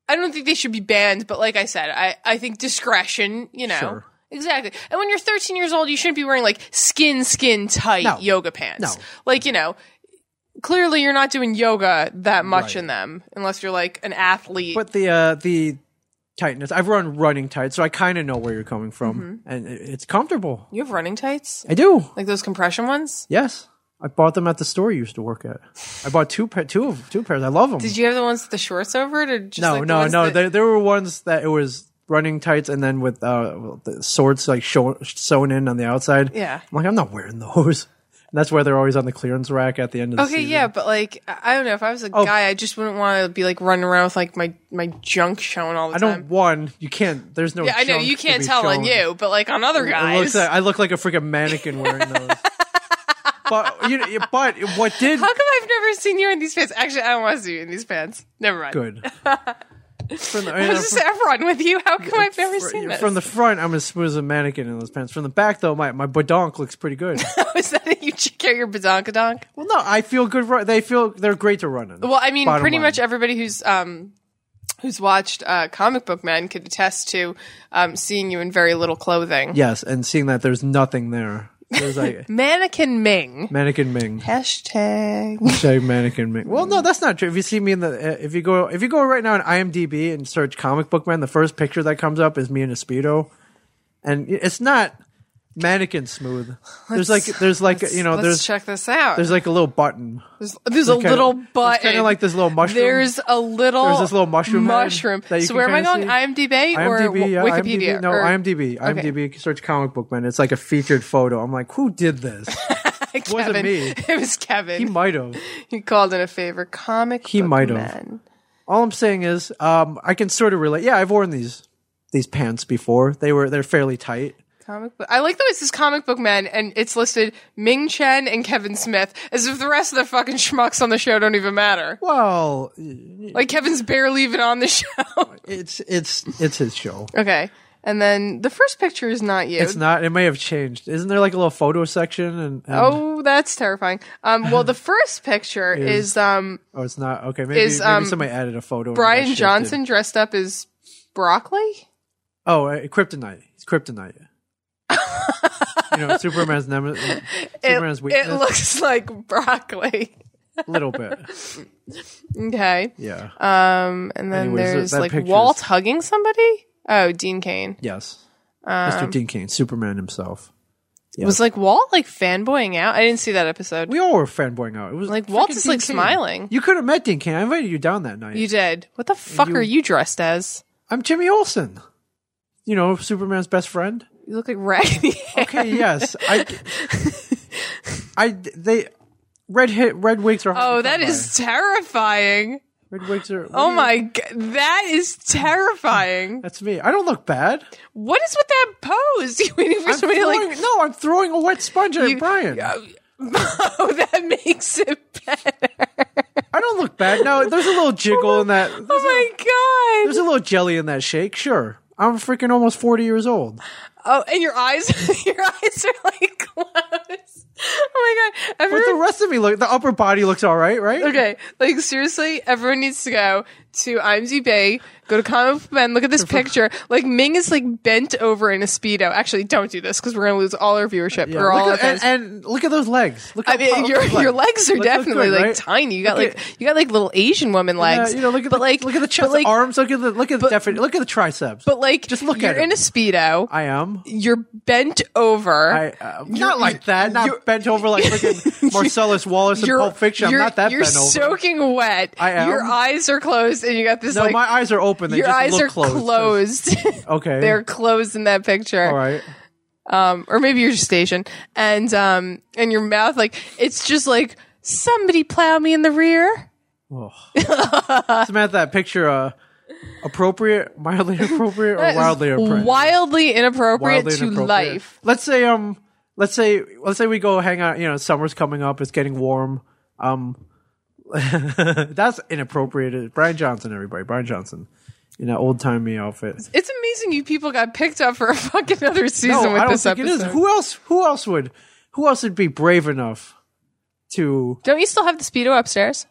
Speaker 6: I don't think they should be banned, but like I said, I, I think discretion, you know.
Speaker 5: Sure.
Speaker 6: Exactly. And when you're 13 years old, you shouldn't be wearing like skin, skin tight
Speaker 5: No.
Speaker 6: yoga pants.
Speaker 5: No.
Speaker 6: Like, you know, clearly you're not doing yoga that much in them unless you're like an athlete.
Speaker 5: but the uh the tightness. I've run running tight, so I kind of know where you're coming from,
Speaker 6: Mm-hmm.
Speaker 5: and it- it's comfortable.
Speaker 6: you have running tights?
Speaker 5: I do.
Speaker 6: Like those compression ones?
Speaker 5: Yes, I bought them at the store you used to work at. I bought two pair, two of two pairs. I love them.
Speaker 6: Did you have the ones with the shorts over it or just
Speaker 5: Mm. no,
Speaker 6: like, the
Speaker 5: no,
Speaker 6: ones
Speaker 5: no.
Speaker 6: that-
Speaker 5: There, there were ones that it was running tights, and then with uh the swords like show, sewn in on the outside.
Speaker 6: Yeah.
Speaker 5: I'm like I'm not wearing those. And that's why they're always on the clearance rack at the end of the
Speaker 6: Okay,
Speaker 5: season.
Speaker 6: yeah, but like I I don't know. If I was a
Speaker 5: Oh.
Speaker 6: guy, I just wouldn't want to be like running around with like my my junk showing all the
Speaker 5: I
Speaker 6: time.
Speaker 5: don't. One, you can't. There's no.
Speaker 6: yeah, I know
Speaker 5: junk
Speaker 6: you
Speaker 5: to
Speaker 6: can't
Speaker 5: be
Speaker 6: tell on
Speaker 5: shown.
Speaker 6: you, but like on other
Speaker 5: It
Speaker 6: guys,
Speaker 5: looks like, I look like a freaking mannequin wearing those. but you, know, but what did
Speaker 6: how come I've never seen you in these pants? Actually, I don't want to see you in these pants. Never mind.
Speaker 5: good from the,
Speaker 6: I was just Efron with you. How come I've never seen this?
Speaker 5: from the front? I'm as smooth as a mannequin in those pants. From the back, though, my my badonk looks pretty good.
Speaker 6: Is that a, you carry your bazonkadonk?
Speaker 5: well, no, I feel good. Run- they feel they're great to run in.
Speaker 6: Well, I mean,
Speaker 5: Bottom
Speaker 6: pretty
Speaker 5: line.
Speaker 6: much everybody who's um who's watched uh, comic book men could attest to um, seeing you in very little clothing.
Speaker 5: yes, and seeing that there's nothing there. There's like
Speaker 6: Mannequin Ming.
Speaker 5: mannequin Ming.
Speaker 6: Hashtag.
Speaker 5: Say mannequin Ming. Well, no, that's not true. If you see me in the, uh, if you go, if you go right now on IMDb and search comic book man, the first picture that comes up is me in a speedo, and it's not mannequin smooth. there's like, there's like, you know,
Speaker 6: Let's
Speaker 5: there's
Speaker 6: check this out.
Speaker 5: there's like a little button.
Speaker 6: There's, there's a
Speaker 5: kinda-
Speaker 6: little
Speaker 5: it's
Speaker 6: button.
Speaker 5: kinda like this little mushroom.
Speaker 6: There's a little.
Speaker 5: There's this little mushroom head
Speaker 6: Mushroom.
Speaker 5: that you
Speaker 6: so
Speaker 5: can
Speaker 6: where am I going?
Speaker 5: kinda
Speaker 6: IMDb or
Speaker 5: IMDb,
Speaker 6: w-
Speaker 5: yeah,
Speaker 6: Wikipedia?
Speaker 5: IMDb, no,
Speaker 6: or,
Speaker 5: IMDb, IMDb. Search comic book man. It's like a featured photo. I'm like, who did this?
Speaker 6: Kevin.
Speaker 5: wasn't me.
Speaker 6: It was Kevin.
Speaker 5: he
Speaker 6: He,
Speaker 5: might have.
Speaker 6: called in a favor. Comic.
Speaker 5: He
Speaker 6: book
Speaker 5: might have.
Speaker 6: men.
Speaker 5: All I'm saying is, um, I can sort of relate. Yeah, I've worn these these pants before. They were they're fairly tight.
Speaker 6: Comic book. I like the way it says comic book men, and it's listed Ming Chen and Kevin Smith, as if the rest of the fucking schmucks on the show don't even matter.
Speaker 5: Well,
Speaker 6: Like Kevin's barely even on the show.
Speaker 5: it's it's it's his show.
Speaker 6: okay, and then the first picture is not you.
Speaker 5: It's not. It may have changed. Isn't there like a little photo section? And, and-
Speaker 6: Oh, that's terrifying. Um, well, the first picture
Speaker 5: Is-
Speaker 6: is um,
Speaker 5: oh, it's not. Okay, maybe,
Speaker 6: is, um,
Speaker 5: maybe somebody added a photo. and it got
Speaker 6: Brian
Speaker 5: shifted.
Speaker 6: Johnson dressed up as broccoli.
Speaker 5: Oh, uh, kryptonite. It's kryptonite. you know, Superman's nemesis.
Speaker 6: It,
Speaker 5: Superman's weakness.
Speaker 6: it looks like broccoli.
Speaker 5: a little bit.
Speaker 6: Okay.
Speaker 5: Yeah.
Speaker 6: Um, and then
Speaker 5: Anyways, that-
Speaker 6: there's
Speaker 5: that
Speaker 6: like
Speaker 5: picture
Speaker 6: Walt
Speaker 5: is-
Speaker 6: hugging somebody. Oh, Dean Kane.
Speaker 5: yes.
Speaker 6: um,
Speaker 5: Mr. Dean Cain, Superman himself.
Speaker 6: Was like Walt like fanboying out? I didn't see that episode.
Speaker 5: We all were fanboying out. It was
Speaker 6: Like, Walt
Speaker 5: freaking
Speaker 6: is,
Speaker 5: Dean
Speaker 6: like,
Speaker 5: Cain.
Speaker 6: smiling.
Speaker 5: You could have met Dean Cain. I invited you down that night.
Speaker 6: you did. What the fuck
Speaker 5: You-
Speaker 6: are you dressed as?
Speaker 5: I'm Jimmy Olsen. You know, Superman's best friend.
Speaker 6: You look like Raggedy.
Speaker 5: Okay, yes. I, I, they, red hit, red wigs are. hard
Speaker 6: Oh,
Speaker 5: to come
Speaker 6: that
Speaker 5: by.
Speaker 6: is terrifying.
Speaker 5: Red wigs are.
Speaker 6: Oh my god, that is terrifying.
Speaker 5: That's me. I don't look bad.
Speaker 6: What is with that pose? You waiting for
Speaker 5: I'm
Speaker 6: somebody to, like
Speaker 5: throwing- no, I'm throwing a wet sponge at
Speaker 6: You-
Speaker 5: Brian.
Speaker 6: Oh, that makes it better.
Speaker 5: I don't look bad. No, there's a little jiggle in that. There's, a,
Speaker 6: Oh my
Speaker 5: there's
Speaker 6: god!
Speaker 5: a little jelly in that shake. Sure, I'm freaking almost forty years old.
Speaker 6: Oh, and your eyes, your eyes are like closed. Oh my god!
Speaker 5: But the
Speaker 6: Everyone,
Speaker 5: rest of me look. The upper body looks all right, right?
Speaker 6: okay, like seriously, everyone needs to go to IMDb, go to Comic Book Men, look at this picture. Like Ming is like bent over in a speedo. Actually, don't do this because we're gonna lose all our viewership.
Speaker 5: Yeah,
Speaker 6: or all
Speaker 5: look at,
Speaker 6: our
Speaker 5: and,
Speaker 6: fans.
Speaker 5: and look at those legs. Look
Speaker 6: I
Speaker 5: how
Speaker 6: mean,
Speaker 5: powerful
Speaker 6: your
Speaker 5: those
Speaker 6: your legs are
Speaker 5: Look- look
Speaker 6: definitely
Speaker 5: good,
Speaker 6: like
Speaker 5: right?
Speaker 6: tiny. You got
Speaker 5: Look
Speaker 6: like you got like little Asian woman legs.
Speaker 5: Yeah, you know, look at
Speaker 6: but
Speaker 5: the,
Speaker 6: like
Speaker 5: look at the chest,
Speaker 6: but like,
Speaker 5: arms, look at the look at the
Speaker 6: but-
Speaker 5: defi- look at the triceps.
Speaker 6: But like,
Speaker 5: Just look
Speaker 6: you're
Speaker 5: at
Speaker 6: in
Speaker 5: it.
Speaker 6: a speedo.
Speaker 5: I am.
Speaker 6: you're bent over.
Speaker 5: I uh, not like that. Not bent over like freaking Marcellus Wallace in
Speaker 6: you're,
Speaker 5: Pulp Fiction. I'm
Speaker 6: you're-
Speaker 5: not that
Speaker 6: You're
Speaker 5: bent over.
Speaker 6: soaking wet.
Speaker 5: I am.
Speaker 6: Your eyes are closed, and you got this
Speaker 5: no,
Speaker 6: like
Speaker 5: my eyes are open. They
Speaker 6: your
Speaker 5: just
Speaker 6: eyes
Speaker 5: look
Speaker 6: are
Speaker 5: closed.
Speaker 6: closed.
Speaker 5: Okay.
Speaker 6: They're closed in that picture,
Speaker 5: all right.
Speaker 6: um, or maybe your station, and um, and your mouth like it's just like somebody plow me in the rear.
Speaker 5: Samantha, that picture uh, appropriate, mildly appropriate, or wildly appropriate?
Speaker 6: Wildly inappropriate
Speaker 5: Wildly
Speaker 6: to
Speaker 5: inappropriate.
Speaker 6: life.
Speaker 5: Let's say um, let's say let's say we go hang out. You know, summer's coming up. It's getting warm. Um, that's inappropriate. Brian Johnson, everybody. Brian Johnson. In that old timey outfit.
Speaker 6: It's amazing you people got picked up for a fucking other
Speaker 5: Oh,
Speaker 6: season with this episode.
Speaker 5: Who else? Who else would? Who else would be brave enough to?
Speaker 6: Don't you still have the speedo upstairs?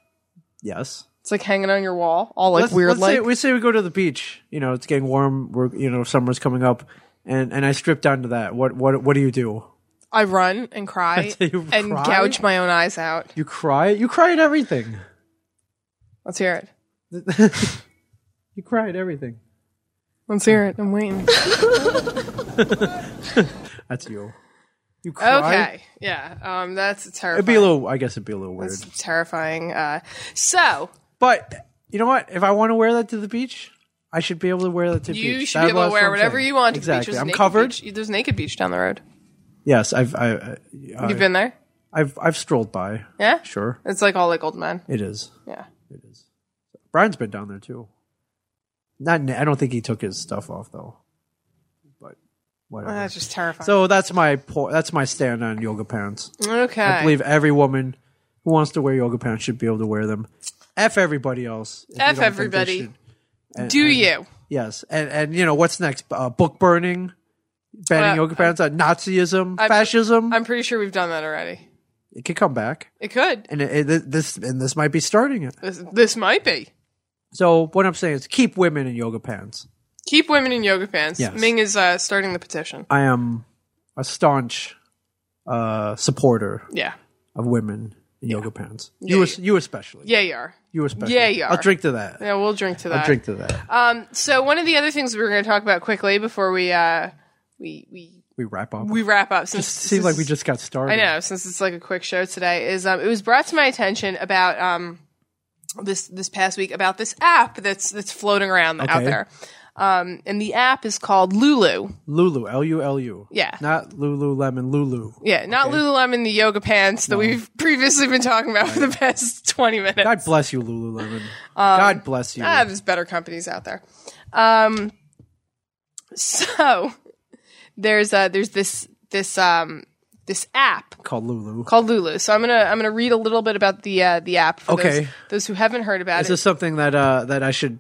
Speaker 5: Yes.
Speaker 6: It's like hanging on your wall, all like
Speaker 5: Let's-
Speaker 6: weird
Speaker 5: let's say-
Speaker 6: like.
Speaker 5: we say we go to the beach. You know, it's getting warm. We're you know summer's coming up, and and I strip down to that. What what what do you do?
Speaker 6: I run and cry
Speaker 5: You
Speaker 6: and
Speaker 5: cry?
Speaker 6: gouge my own eyes out.
Speaker 5: You cry. You cry at everything.
Speaker 6: Let's hear it.
Speaker 5: You cry at everything.
Speaker 6: Let's hear it. I'm waiting.
Speaker 5: That's you. You cry.
Speaker 6: Okay. Yeah. Um. That's terrifying.
Speaker 5: It'd be a little. I guess it'd be a little weird.
Speaker 6: That's terrifying. Uh. So
Speaker 5: But you know what? If I want to wear that to the beach, I should be able to wear that to the beach.
Speaker 6: you should
Speaker 5: That-
Speaker 6: be able to
Speaker 5: that's what
Speaker 6: wear
Speaker 5: I'm
Speaker 6: whatever
Speaker 5: saying.
Speaker 6: you want. to the beach.
Speaker 5: Exactly.
Speaker 6: There's a
Speaker 5: I'm
Speaker 6: naked
Speaker 5: covered.
Speaker 6: beach- There's naked beach down the road.
Speaker 5: Yes, I've I, I,
Speaker 6: You've been there.
Speaker 5: I've I've strolled by.
Speaker 6: Yeah.
Speaker 5: Sure,
Speaker 6: It's like all like old men.
Speaker 5: it is.
Speaker 6: Yeah.
Speaker 5: Brian's been down there too. Not. I don't think he took his stuff off though. But whatever.
Speaker 6: That's just terrifying.
Speaker 5: so that's my po- that's my stand on yoga pants.
Speaker 6: okay.
Speaker 5: I believe every woman who wants to wear yoga pants should be able to wear them. F everybody else. if you
Speaker 6: F
Speaker 5: don't think they
Speaker 6: everybody.
Speaker 5: should. And-
Speaker 6: Do
Speaker 5: and-
Speaker 6: you?
Speaker 5: Yes, and and you know what's next? Uh, book burning, banning
Speaker 6: Uh,
Speaker 5: yoga pants, uh, Nazism,
Speaker 6: I'm-
Speaker 5: fascism.
Speaker 6: I'm pretty sure we've done that already.
Speaker 5: it could come back,
Speaker 6: It could.
Speaker 5: and it, it, this and this might be starting it.
Speaker 6: This, this might be.
Speaker 5: So what I'm saying is, keep women in yoga pants.
Speaker 6: Keep women in yoga pants.
Speaker 5: Yes.
Speaker 6: Ming is uh, starting the petition.
Speaker 5: I am a staunch uh, supporter
Speaker 6: Yeah.
Speaker 5: of women in yoga pants.
Speaker 6: Yeah,
Speaker 5: you,
Speaker 6: yeah.
Speaker 5: es- you especially.
Speaker 6: Yeah, you are.
Speaker 5: You especially.
Speaker 6: Yeah, you
Speaker 5: I'll
Speaker 6: are.
Speaker 5: drink to that.
Speaker 6: Yeah, we'll drink to that.
Speaker 5: I'll drink to that.
Speaker 6: Um, so one of the other things we were going to talk about quickly before we uh, we we
Speaker 5: we wrap up.
Speaker 6: we wrap up since
Speaker 5: Seems
Speaker 6: since-
Speaker 5: like we just got started.
Speaker 6: I know since it's like a quick show today is um, it was brought to my attention about um this this past week about this app that's that's floating around out
Speaker 5: Okay.
Speaker 6: there. Um, and the app is called Lulu.
Speaker 5: Lulu, L U L U.
Speaker 6: Yeah.
Speaker 5: Not Lululemon, Lulu.
Speaker 6: Yeah, not Lululemon, the yoga pants that we've previously been talking about for the past 20 minutes.
Speaker 5: God bless you,
Speaker 6: Um,
Speaker 5: Lululemon. God bless you.
Speaker 6: Ah, there's better companies out there. Um, so there's uh there's this this um this app
Speaker 5: Called Lulu.
Speaker 6: called Lulu. So I'm gonna I'm gonna read a little bit about the uh, the app. For
Speaker 5: Okay.
Speaker 6: Those, those who haven't heard about
Speaker 5: Is
Speaker 6: it.
Speaker 5: this something that uh that I should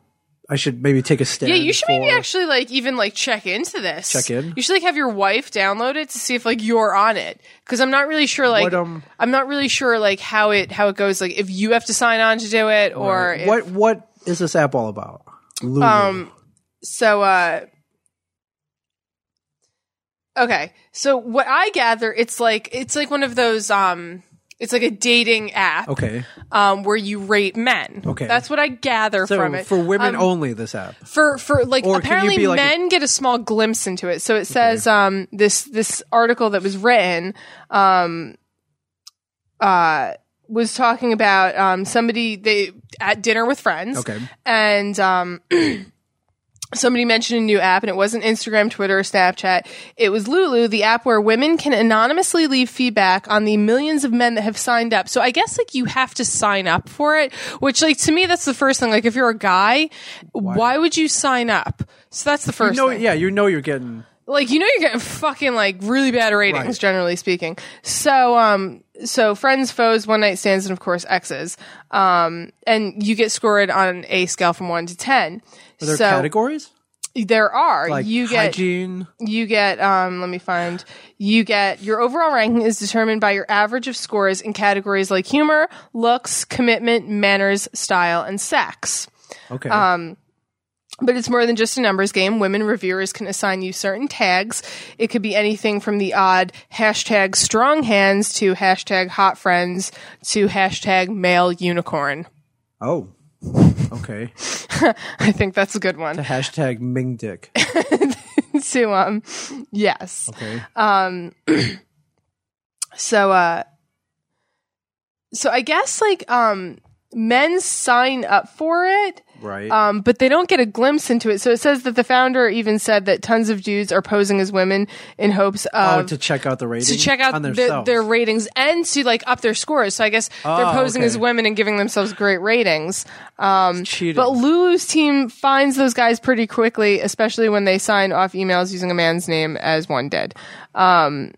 Speaker 5: I should maybe take a stand?
Speaker 6: yeah, you should maybe
Speaker 5: for?
Speaker 6: actually like even like check into this.
Speaker 5: Check in?
Speaker 6: You should like have your wife download it to see if like you're on it. Because I'm not really sure like
Speaker 5: What, um,
Speaker 6: I'm not really sure like how it how it goes like if you have to sign on to do it or if-
Speaker 5: what what is this app all about? Lulu.
Speaker 6: Um, so, uh, okay. So what I gather, it's like it's like one of those. Um, it's like a dating app.
Speaker 5: okay.
Speaker 6: Um, where you rate men.
Speaker 5: Okay.
Speaker 6: That's what I gather
Speaker 5: So
Speaker 6: from it.
Speaker 5: for women
Speaker 6: Um,
Speaker 5: only, this app.
Speaker 6: for for like
Speaker 5: Or can you
Speaker 6: apparently
Speaker 5: be like a-
Speaker 6: men get a small glimpse into it. So it says um this this article that was written um uh was talking about um somebody they at dinner with friends.
Speaker 5: Okay.
Speaker 6: And um somebody mentioned a new app and it wasn't Instagram, Twitter, or Snapchat. It was Lulu, the app where women can anonymously leave feedback on the millions of men that have signed up. So I guess like you have to sign up for it, which like to me that's the first thing. Like if you're a guy, why, would you sign up? So that's the
Speaker 5: You
Speaker 6: first
Speaker 5: know,
Speaker 6: thing.
Speaker 5: yeah, you know you're getting
Speaker 6: Like you know you're getting fucking like really bad ratings
Speaker 5: Right.
Speaker 6: generally speaking. So um so friends, foes, one night stands and of course exes. Um and you get scored on a scale from 1 to 10.
Speaker 5: are there
Speaker 6: so
Speaker 5: categories
Speaker 6: there are.
Speaker 5: like
Speaker 6: you get
Speaker 5: hygiene.
Speaker 6: you get um let me find you get your overall ranking is determined by your average of scores in categories like humor looks commitment manners style and sex
Speaker 5: Okay.
Speaker 6: um, but it's more than just a numbers game. Women reviewers can assign you certain tags. It could be anything from the odd hashtag strong hands to hashtag hot friends to hashtag male unicorn.
Speaker 5: oh. Okay.
Speaker 6: I think that's a good
Speaker 5: The
Speaker 6: one.
Speaker 5: hashtag Ming Dick.
Speaker 6: to um, yes.
Speaker 5: Okay.
Speaker 6: Uh, So uh so I guess like um men sign up for it
Speaker 5: Right.
Speaker 6: Um, but they don't get a glimpse into it. So it says that the founder even said that tons of dudes are posing as women in hopes
Speaker 5: oh,
Speaker 6: of
Speaker 5: to check out the rating.
Speaker 6: to check out
Speaker 5: on
Speaker 6: the-
Speaker 5: themselves.
Speaker 6: their ratings and to like up their scores. So I guess they're
Speaker 5: Oh,
Speaker 6: posing
Speaker 5: okay.
Speaker 6: as women and giving themselves great ratings. Um,
Speaker 5: cheating.
Speaker 6: but Lulu's team finds those guys pretty quickly, especially when they sign off emails using a man's name as one dead. Um,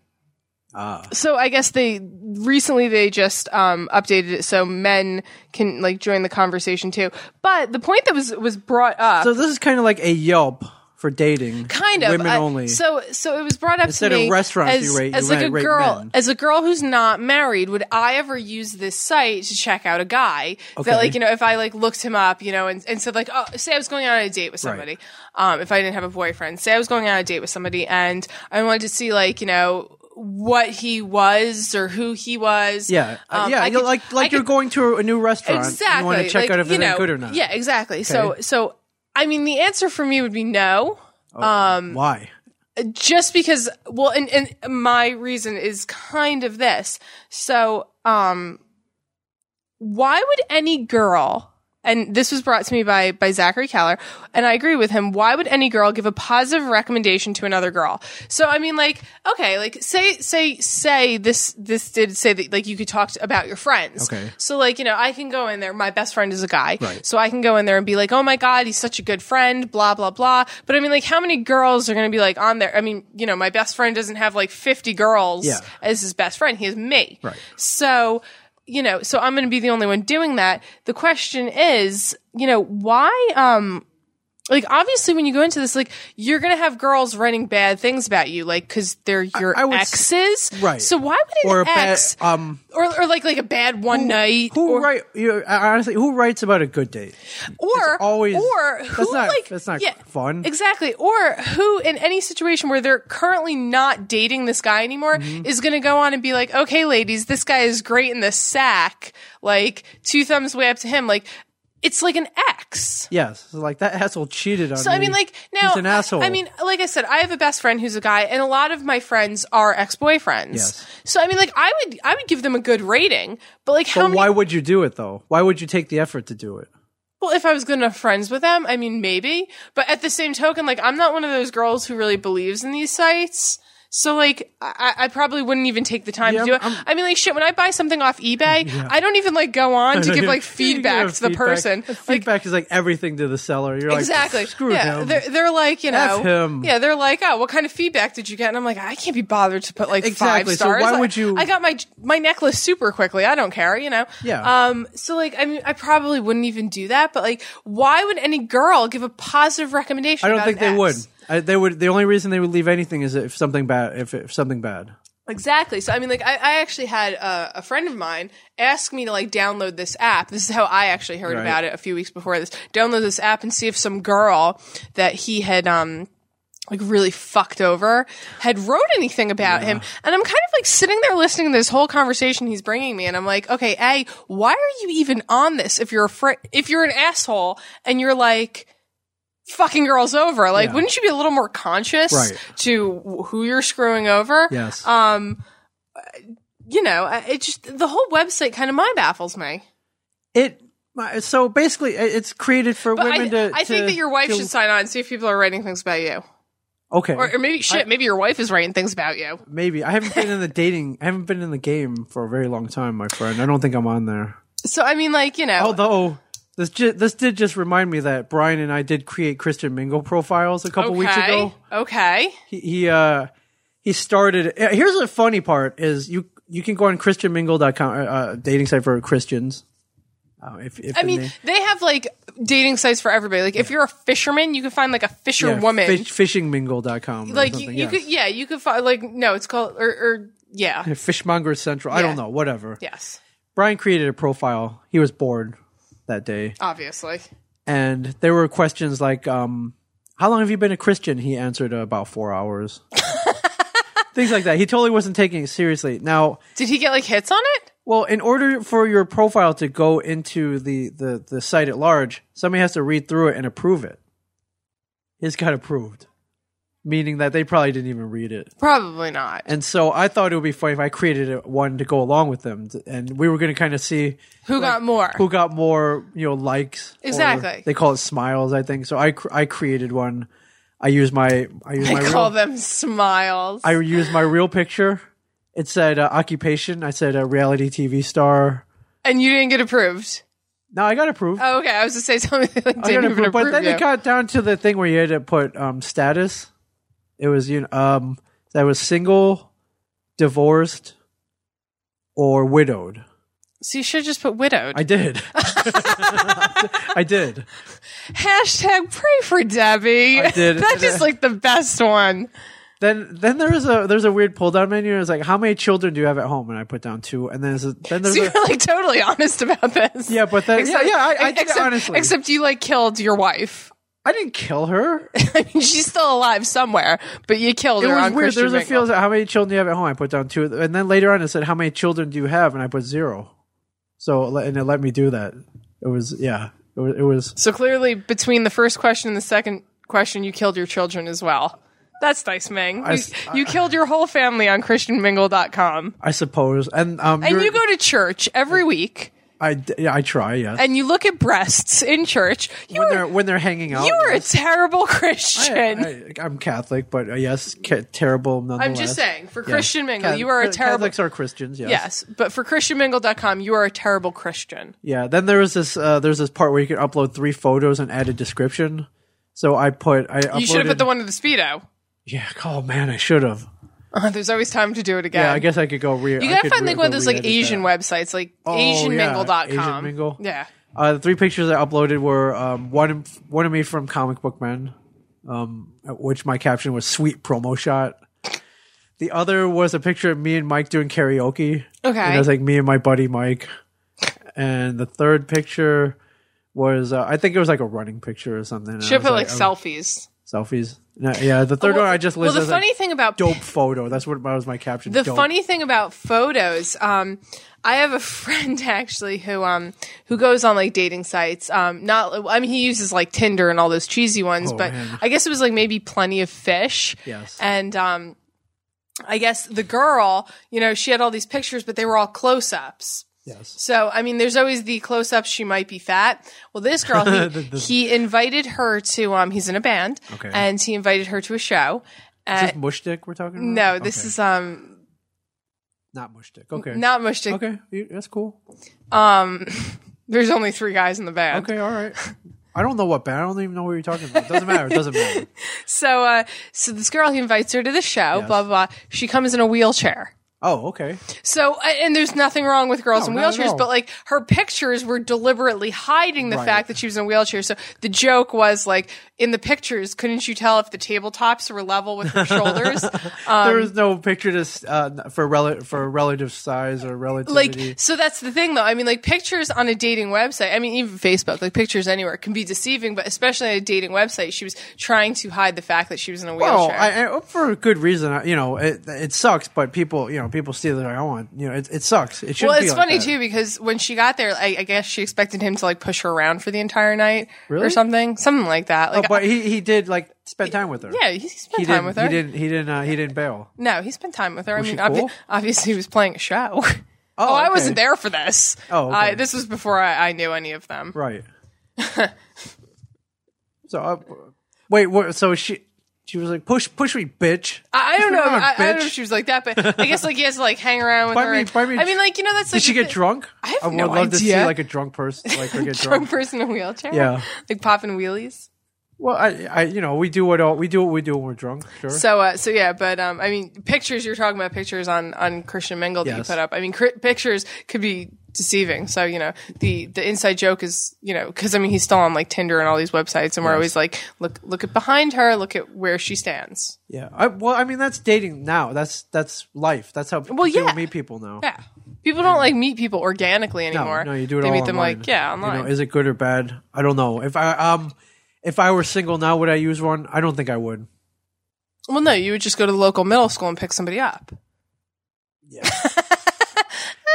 Speaker 6: So I guess they recently they just um, updated it so men can like join the conversation too. But the point that was was brought up.
Speaker 5: so this is kind of like a Yelp for dating.
Speaker 6: Kind of
Speaker 5: women
Speaker 6: I-
Speaker 5: only.
Speaker 6: So, so it was brought up
Speaker 5: Instead
Speaker 6: to
Speaker 5: of
Speaker 6: me
Speaker 5: restaurants,
Speaker 6: as,
Speaker 5: you rate-
Speaker 6: as
Speaker 5: you
Speaker 6: like a
Speaker 5: rate
Speaker 6: girl,
Speaker 5: men.
Speaker 6: as a girl who's not married. Would I ever use this site to check out a guy
Speaker 5: Okay.
Speaker 6: that, like, you know, if I like looked him up, you know, and, and said like, oh, say I was going on a date with somebody, um, if I didn't have a boyfriend, say I was going on a date with somebody, and I wanted to see like, you know. What he was or who he was.
Speaker 5: yeah, uh,
Speaker 6: Um,
Speaker 5: yeah,
Speaker 6: I
Speaker 5: you're
Speaker 6: could-
Speaker 5: like like
Speaker 6: I
Speaker 5: you're
Speaker 6: could-
Speaker 5: going to a new restaurant. and
Speaker 6: Exactly.
Speaker 5: You want to check
Speaker 6: Like,
Speaker 5: out if
Speaker 6: you
Speaker 5: it's
Speaker 6: know,
Speaker 5: good or not.
Speaker 6: Yeah, exactly. So,
Speaker 5: Okay.
Speaker 6: so I mean, the answer for me would be no.
Speaker 5: Mm. Why?
Speaker 6: just because well and, and my reason is kind of this so um why would any girl and this was brought to me by by Zachary Keller and I agree with him why would any girl give a positive recommendation to another girl so I mean like okay like say say say this this did say that like you could talk to, about your friends
Speaker 5: Okay.
Speaker 6: so like you know I can go in there my best friend is a guy
Speaker 5: Right.
Speaker 6: so I can go in there and be like oh my god he's such a good friend blah blah blah but I mean like how many girls are going to be like on there I mean you know my best friend doesn't have like 50 girls
Speaker 5: Yeah.
Speaker 6: as his best friend he has me
Speaker 5: Right.
Speaker 6: so, you know, so I'm going to be the only one doing that. The question is, you know, why, um, like obviously when you go into this, like you're going to have girls writing bad things about you, like cause they're your
Speaker 5: I would s-
Speaker 6: exes.
Speaker 5: Right.
Speaker 6: So why would an
Speaker 5: Or a bad-
Speaker 6: ex,
Speaker 5: um,
Speaker 6: or, or like, like a bad one night
Speaker 5: Who
Speaker 6: or,
Speaker 5: write? You, honestly, who writes about a good date?
Speaker 6: or
Speaker 5: always-
Speaker 6: or
Speaker 5: that's
Speaker 6: who
Speaker 5: not-
Speaker 6: like
Speaker 5: that's not fun.
Speaker 6: exactly or who in any situation where they're currently not dating this guy anymore
Speaker 5: Mm-hmm.
Speaker 6: is going to go on and be like okay ladies this guy is great in the sack like two thumbs way up to him like it's like an ex
Speaker 5: Yes, so, like that asshole cheated on
Speaker 6: so
Speaker 5: me.
Speaker 6: I mean, like now,
Speaker 5: he's an asshole.
Speaker 6: I, I mean, like I said, I have a best friend who's a guy, and a lot of my friends are ex boyfriends.
Speaker 5: Yes.
Speaker 6: So I mean, like I would, I would give them a good rating, but like how
Speaker 5: but
Speaker 6: many
Speaker 5: why would you do it though? Why would you take the effort to do it?
Speaker 6: Well, if I was good enough friends with them, I mean, maybe. But at the same token, like, I'm not one of those girls who really believes in these sites. So, like, I, I probably wouldn't even take the time
Speaker 5: Yeah,
Speaker 6: to do it.
Speaker 5: I'm-
Speaker 6: I mean, like, shit, when I buy something off eBay, I don't even, like, go on to give, like,
Speaker 5: You
Speaker 6: feedback
Speaker 5: give
Speaker 6: to the
Speaker 5: feedback.
Speaker 6: person. Like,
Speaker 5: feedback is like everything to the seller. You're
Speaker 6: exactly.
Speaker 5: like, screw
Speaker 6: yeah,
Speaker 5: him.
Speaker 6: They're, they're like, you know,
Speaker 5: F him.
Speaker 6: yeah, they're like, oh, what kind of feedback did you get? And I'm like, I can't be bothered to put, like,
Speaker 5: Exactly.
Speaker 6: five
Speaker 5: So
Speaker 6: stars.
Speaker 5: why
Speaker 6: I-
Speaker 5: would you-
Speaker 6: I got my, my necklace super quickly. I don't care, you know?
Speaker 5: Yeah.
Speaker 6: Um, so like, I mean, I probably wouldn't even do that, but like, why would any girl give a positive recommendation?
Speaker 5: I don't
Speaker 6: about
Speaker 5: think
Speaker 6: an
Speaker 5: they
Speaker 6: ex?
Speaker 5: would. I, they would. The only reason they would leave anything is if something bad. If, if something bad.
Speaker 6: Exactly. So I mean, like, I, I actually had uh, a, a friend of mine ask me to like download this app. This is how I actually heard
Speaker 5: Right.
Speaker 6: about it a few weeks before this. Download this app and see if some girl that he had um like really fucked over had wrote anything about him. And I'm kind of like sitting there listening to this whole conversation he's bringing me, and I'm like, okay, a, why are you even on this if you're afraid if you're an asshole and you're like fucking girls over like
Speaker 5: Yeah.
Speaker 6: wouldn't you be a little more conscious
Speaker 5: Right.
Speaker 6: to wh- who you're screwing over
Speaker 5: Yes.
Speaker 6: um you know I- it just the whole website kind of mind baffles me
Speaker 5: it. So basically, it- it's created for
Speaker 6: but I,
Speaker 5: women to.
Speaker 6: I think
Speaker 5: to-
Speaker 6: that your wife
Speaker 5: to-
Speaker 6: should sign on and see if people are writing things about you
Speaker 5: Okay.
Speaker 6: or, or maybe shit maybe your wife is writing things about you
Speaker 5: Maybe I haven't been in the dating. I haven't been in the game for a very long time, my friend. I don't think I'm on there.
Speaker 6: so i mean like you know
Speaker 5: Although this ju- this did just remind me that Brian and I did create Christian Mingle profiles a couple
Speaker 6: okay
Speaker 5: weeks ago.
Speaker 6: okay
Speaker 5: He, he uh he started. uh, Here's the funny part: is you you can go on ChristianMingle.com, uh, uh, dating site for Christians. Uh, if, if
Speaker 6: i
Speaker 5: the
Speaker 6: mean
Speaker 5: name-
Speaker 6: they have like dating sites for everybody like if you're a fisherman you can find like a
Speaker 5: yeah,
Speaker 6: fisherwoman
Speaker 5: fish, fishingmingle.com. Or
Speaker 6: like you,
Speaker 5: something,
Speaker 6: you
Speaker 5: yeah.
Speaker 6: could yeah you could find like no it's called or, or yeah
Speaker 5: Fishmonger Central. I
Speaker 6: Yeah.
Speaker 5: don't know. Whatever.
Speaker 6: yes
Speaker 5: Brian created a profile. He was bored that day.
Speaker 6: obviously
Speaker 5: and there were questions like, um, "How long have you been a Christian?" He answered uh, about four hours. Things like that. He totally wasn't taking it seriously. Now,
Speaker 6: did he get like hits on it
Speaker 5: well, in order for your profile to go into the the, the site at large, somebody has to read through it and approve it. His got approved. meaning that they probably didn't even read it.
Speaker 6: Probably not.
Speaker 5: And so I thought it would be funny if I created a- one to go along with them, t- and we were going to kind of see
Speaker 6: Who got more?
Speaker 5: who got more, you know, likes. or
Speaker 6: Exactly.
Speaker 5: They call it smiles, I think. So I cr- I created one. I used my I used
Speaker 6: I
Speaker 5: my real,
Speaker 6: call them smiles.
Speaker 5: I used my real picture. It said uh, occupation. I said a reality TV star.
Speaker 6: and you didn't get approved.
Speaker 5: No, I got approved.
Speaker 6: Oh, okay. I was just saying something that like,
Speaker 5: I got
Speaker 6: didn't even
Speaker 5: approved,
Speaker 6: approve.
Speaker 5: but then
Speaker 6: you.
Speaker 5: it got down to the thing where you had to put um, status. It was you know, um that was single, divorced, or widowed.
Speaker 6: so you should have just put widowed.
Speaker 5: I did. I did.
Speaker 6: Hashtag pray for Debbie.
Speaker 5: I did.
Speaker 6: That's just like the best one.
Speaker 5: Then then there was a there's a weird pull down menu. and It's like how many children do you have at home? And I put down two. And then there's a, then there's
Speaker 6: So
Speaker 5: a,
Speaker 6: you're like totally honest about this.
Speaker 5: yeah, but then yeah, yeah I, I did it
Speaker 6: except,
Speaker 5: honestly.
Speaker 6: Except you like killed your wife.
Speaker 5: I didn't kill her. It
Speaker 6: I mean, she's still alive somewhere, but you killed her
Speaker 5: was
Speaker 6: on
Speaker 5: weird.
Speaker 6: Christian
Speaker 5: There's a
Speaker 6: Mingle.
Speaker 5: field how many children do you have at home? I put down two. And then later on it said how many children do you have? And I put zero. So it let- and it let me do that. It was yeah. It was, it was
Speaker 6: So clearly, between the first question and the second question, you killed your children as well. That's nice, Ming. You,
Speaker 5: s-
Speaker 6: you killed your whole family on ChristianMingle.com.
Speaker 5: I suppose and um
Speaker 6: And
Speaker 5: you're-
Speaker 6: you go to church every week
Speaker 5: I d- yeah I try yes
Speaker 6: and you look at breasts in church. You
Speaker 5: when
Speaker 6: were,
Speaker 5: they're when they're hanging out
Speaker 6: you were a
Speaker 5: yes.
Speaker 6: terrible Christian.
Speaker 5: I, I, I'm Catholic but uh, yes ca- terrible nonetheless
Speaker 6: I'm just saying, for
Speaker 5: Yeah.
Speaker 6: Christian Mingle,
Speaker 5: Cath- uh,
Speaker 6: you are a terrible.
Speaker 5: Catholics are Christians yes
Speaker 6: Yes, but for ChristianMingle.com, you are a terrible Christian.
Speaker 5: Yeah. Then there was this. Uh, there's this part where you can upload three photos and add a description. So I put. I uploaded,
Speaker 6: You should have put the one of the Speedo.
Speaker 5: Yeah. Oh man, I should have.
Speaker 6: There's always time to do it again.
Speaker 5: Yeah. I guess I could go re.
Speaker 6: You
Speaker 5: I
Speaker 6: gotta
Speaker 5: could
Speaker 6: find
Speaker 5: re-
Speaker 6: like one of
Speaker 5: go
Speaker 6: those like
Speaker 5: re-edit
Speaker 6: Asian
Speaker 5: that.
Speaker 6: websites, like
Speaker 5: Oh,
Speaker 6: AsianMingle.com.
Speaker 5: yeah. Asian Mingle.
Speaker 6: Yeah.
Speaker 5: Uh, the three pictures I uploaded were um, one one of me from Comic Book Men, um, which my caption was "sweet promo shot." The other was a picture of me and Mike doing karaoke.
Speaker 6: Okay.
Speaker 5: And it was like me and my buddy Mike. And the third picture was uh, I think it was like a running picture or something. And I
Speaker 6: Should
Speaker 5: was
Speaker 6: put like
Speaker 5: I was-
Speaker 6: selfies.
Speaker 5: selfies. No, yeah, the third one I just
Speaker 6: well,
Speaker 5: listed
Speaker 6: the
Speaker 5: as a
Speaker 6: funny thing about
Speaker 5: dope photo. That's what was my caption.
Speaker 6: the
Speaker 5: dope.
Speaker 6: funny thing about photos um i have a friend actually who um who goes on like dating sites um not i mean he uses like tinder and all those cheesy ones
Speaker 5: Oh,
Speaker 6: but
Speaker 5: man.
Speaker 6: i guess it was like maybe plenty of fish
Speaker 5: Yes.
Speaker 6: and um i guess the girl you know she had all these pictures but they were all close-ups
Speaker 5: Yes.
Speaker 6: so I mean, there's always the close-up. She might be fat. Well, this girl, he, he invited her to. Um, he's in a band,
Speaker 5: Okay.
Speaker 6: and he invited her to a show.
Speaker 5: Is
Speaker 6: Uh,
Speaker 5: this mush dick we're talking about?
Speaker 6: no, this
Speaker 5: Okay.
Speaker 6: is um,
Speaker 5: not mush dick. Okay.
Speaker 6: not much to
Speaker 5: Okay, you- that's cool.
Speaker 6: There's only three guys in the band.
Speaker 5: Okay, all right. I don't know what band. I don't even know what you're talking about. It doesn't matter. It doesn't matter.
Speaker 6: So, uh, so this girl, he invites her to the show,
Speaker 5: Yes.
Speaker 6: blah, blah, blah. She comes in a wheelchair.
Speaker 5: Oh, okay.
Speaker 6: So, a- and there's nothing wrong with
Speaker 5: No,
Speaker 6: girls in
Speaker 5: not at all.
Speaker 6: wheelchairs, but like her pictures were deliberately hiding the
Speaker 5: Right.
Speaker 6: fact that she was in a wheelchair. So the joke was like, in the pictures, couldn't you tell if the tabletops were level with her shoulders? Uh, Um,
Speaker 5: there is no picture to s- uh, for rel- for relative size or relativity.
Speaker 6: like so that's the thing though i mean like pictures on a dating website i mean even facebook like pictures anywhere can be deceiving but especially on a dating website she was trying to hide the fact that she was in a
Speaker 5: well,
Speaker 6: wheelchair
Speaker 5: Oh, I, I, for a good reason. I, you know, it, it sucks, but people, you know, people see that I want. You know, it, it sucks. It should.
Speaker 6: well it's
Speaker 5: like
Speaker 6: funny
Speaker 5: that.
Speaker 6: too because when she got there I, I guess she expected him to like push her around for the entire night
Speaker 5: Really?
Speaker 6: or something something like that
Speaker 5: Oh,
Speaker 6: like
Speaker 5: but he, he did like spend time with her.
Speaker 6: yeah he spent
Speaker 5: he
Speaker 6: time
Speaker 5: didn't.
Speaker 6: with
Speaker 5: He
Speaker 6: her
Speaker 5: didn't. He didn't. Uh, he didn't bail.
Speaker 6: no he spent time with her
Speaker 5: Was
Speaker 6: i mean
Speaker 5: she
Speaker 6: obvi-
Speaker 5: cool?
Speaker 6: obviously he was playing a show oh, i
Speaker 5: okay.
Speaker 6: wasn't there for this
Speaker 5: Oh, okay.
Speaker 6: I, this was before I, I knew any of them
Speaker 5: Right. so, uh, wait, what, so she she was like, push, push me, bitch.
Speaker 6: I, I don't know.
Speaker 5: Come on,
Speaker 6: I, I don't know
Speaker 5: bitch.
Speaker 6: if she was like that, but I guess like he has to like hang around with
Speaker 5: Buy
Speaker 6: her.
Speaker 5: me-
Speaker 6: and-
Speaker 5: buy me-
Speaker 6: I mean, like you know, that's like
Speaker 5: Did she
Speaker 6: the
Speaker 5: get drunk?
Speaker 6: I have
Speaker 5: I would
Speaker 6: no
Speaker 5: love to see
Speaker 6: idea.
Speaker 5: like a drunk person, like her get drunk.
Speaker 6: drunk person in a wheelchair.
Speaker 5: Yeah.
Speaker 6: like popping wheelies.
Speaker 5: Well, I, I, you know, we do what all, we do what we do when we're drunk. Sure.
Speaker 6: So, uh, so yeah, but um, I mean, pictures. You're talking about pictures on on Christian Mingle that you
Speaker 5: Yes.
Speaker 6: put up. I mean, cri- pictures could be deceiving. So you know, the the inside joke is you know because I mean he's still on like Tinder and all these websites, and we're always like look look at behind her, look at where she stands.
Speaker 5: yeah. I, well, I mean, that's dating now. That's that's life. That's how people
Speaker 6: yeah.
Speaker 5: meet people now.
Speaker 6: Yeah, people don't like meet people organically
Speaker 5: No,
Speaker 6: anymore.
Speaker 5: no, you do it
Speaker 6: They
Speaker 5: all
Speaker 6: meet them
Speaker 5: online.
Speaker 6: like yeah
Speaker 5: You know,
Speaker 6: online.
Speaker 5: is it good or bad? I don't know. If I um, if I were single now, would I use one? I don't think I would.
Speaker 6: Well, no, you would just go to the local middle school and pick somebody up.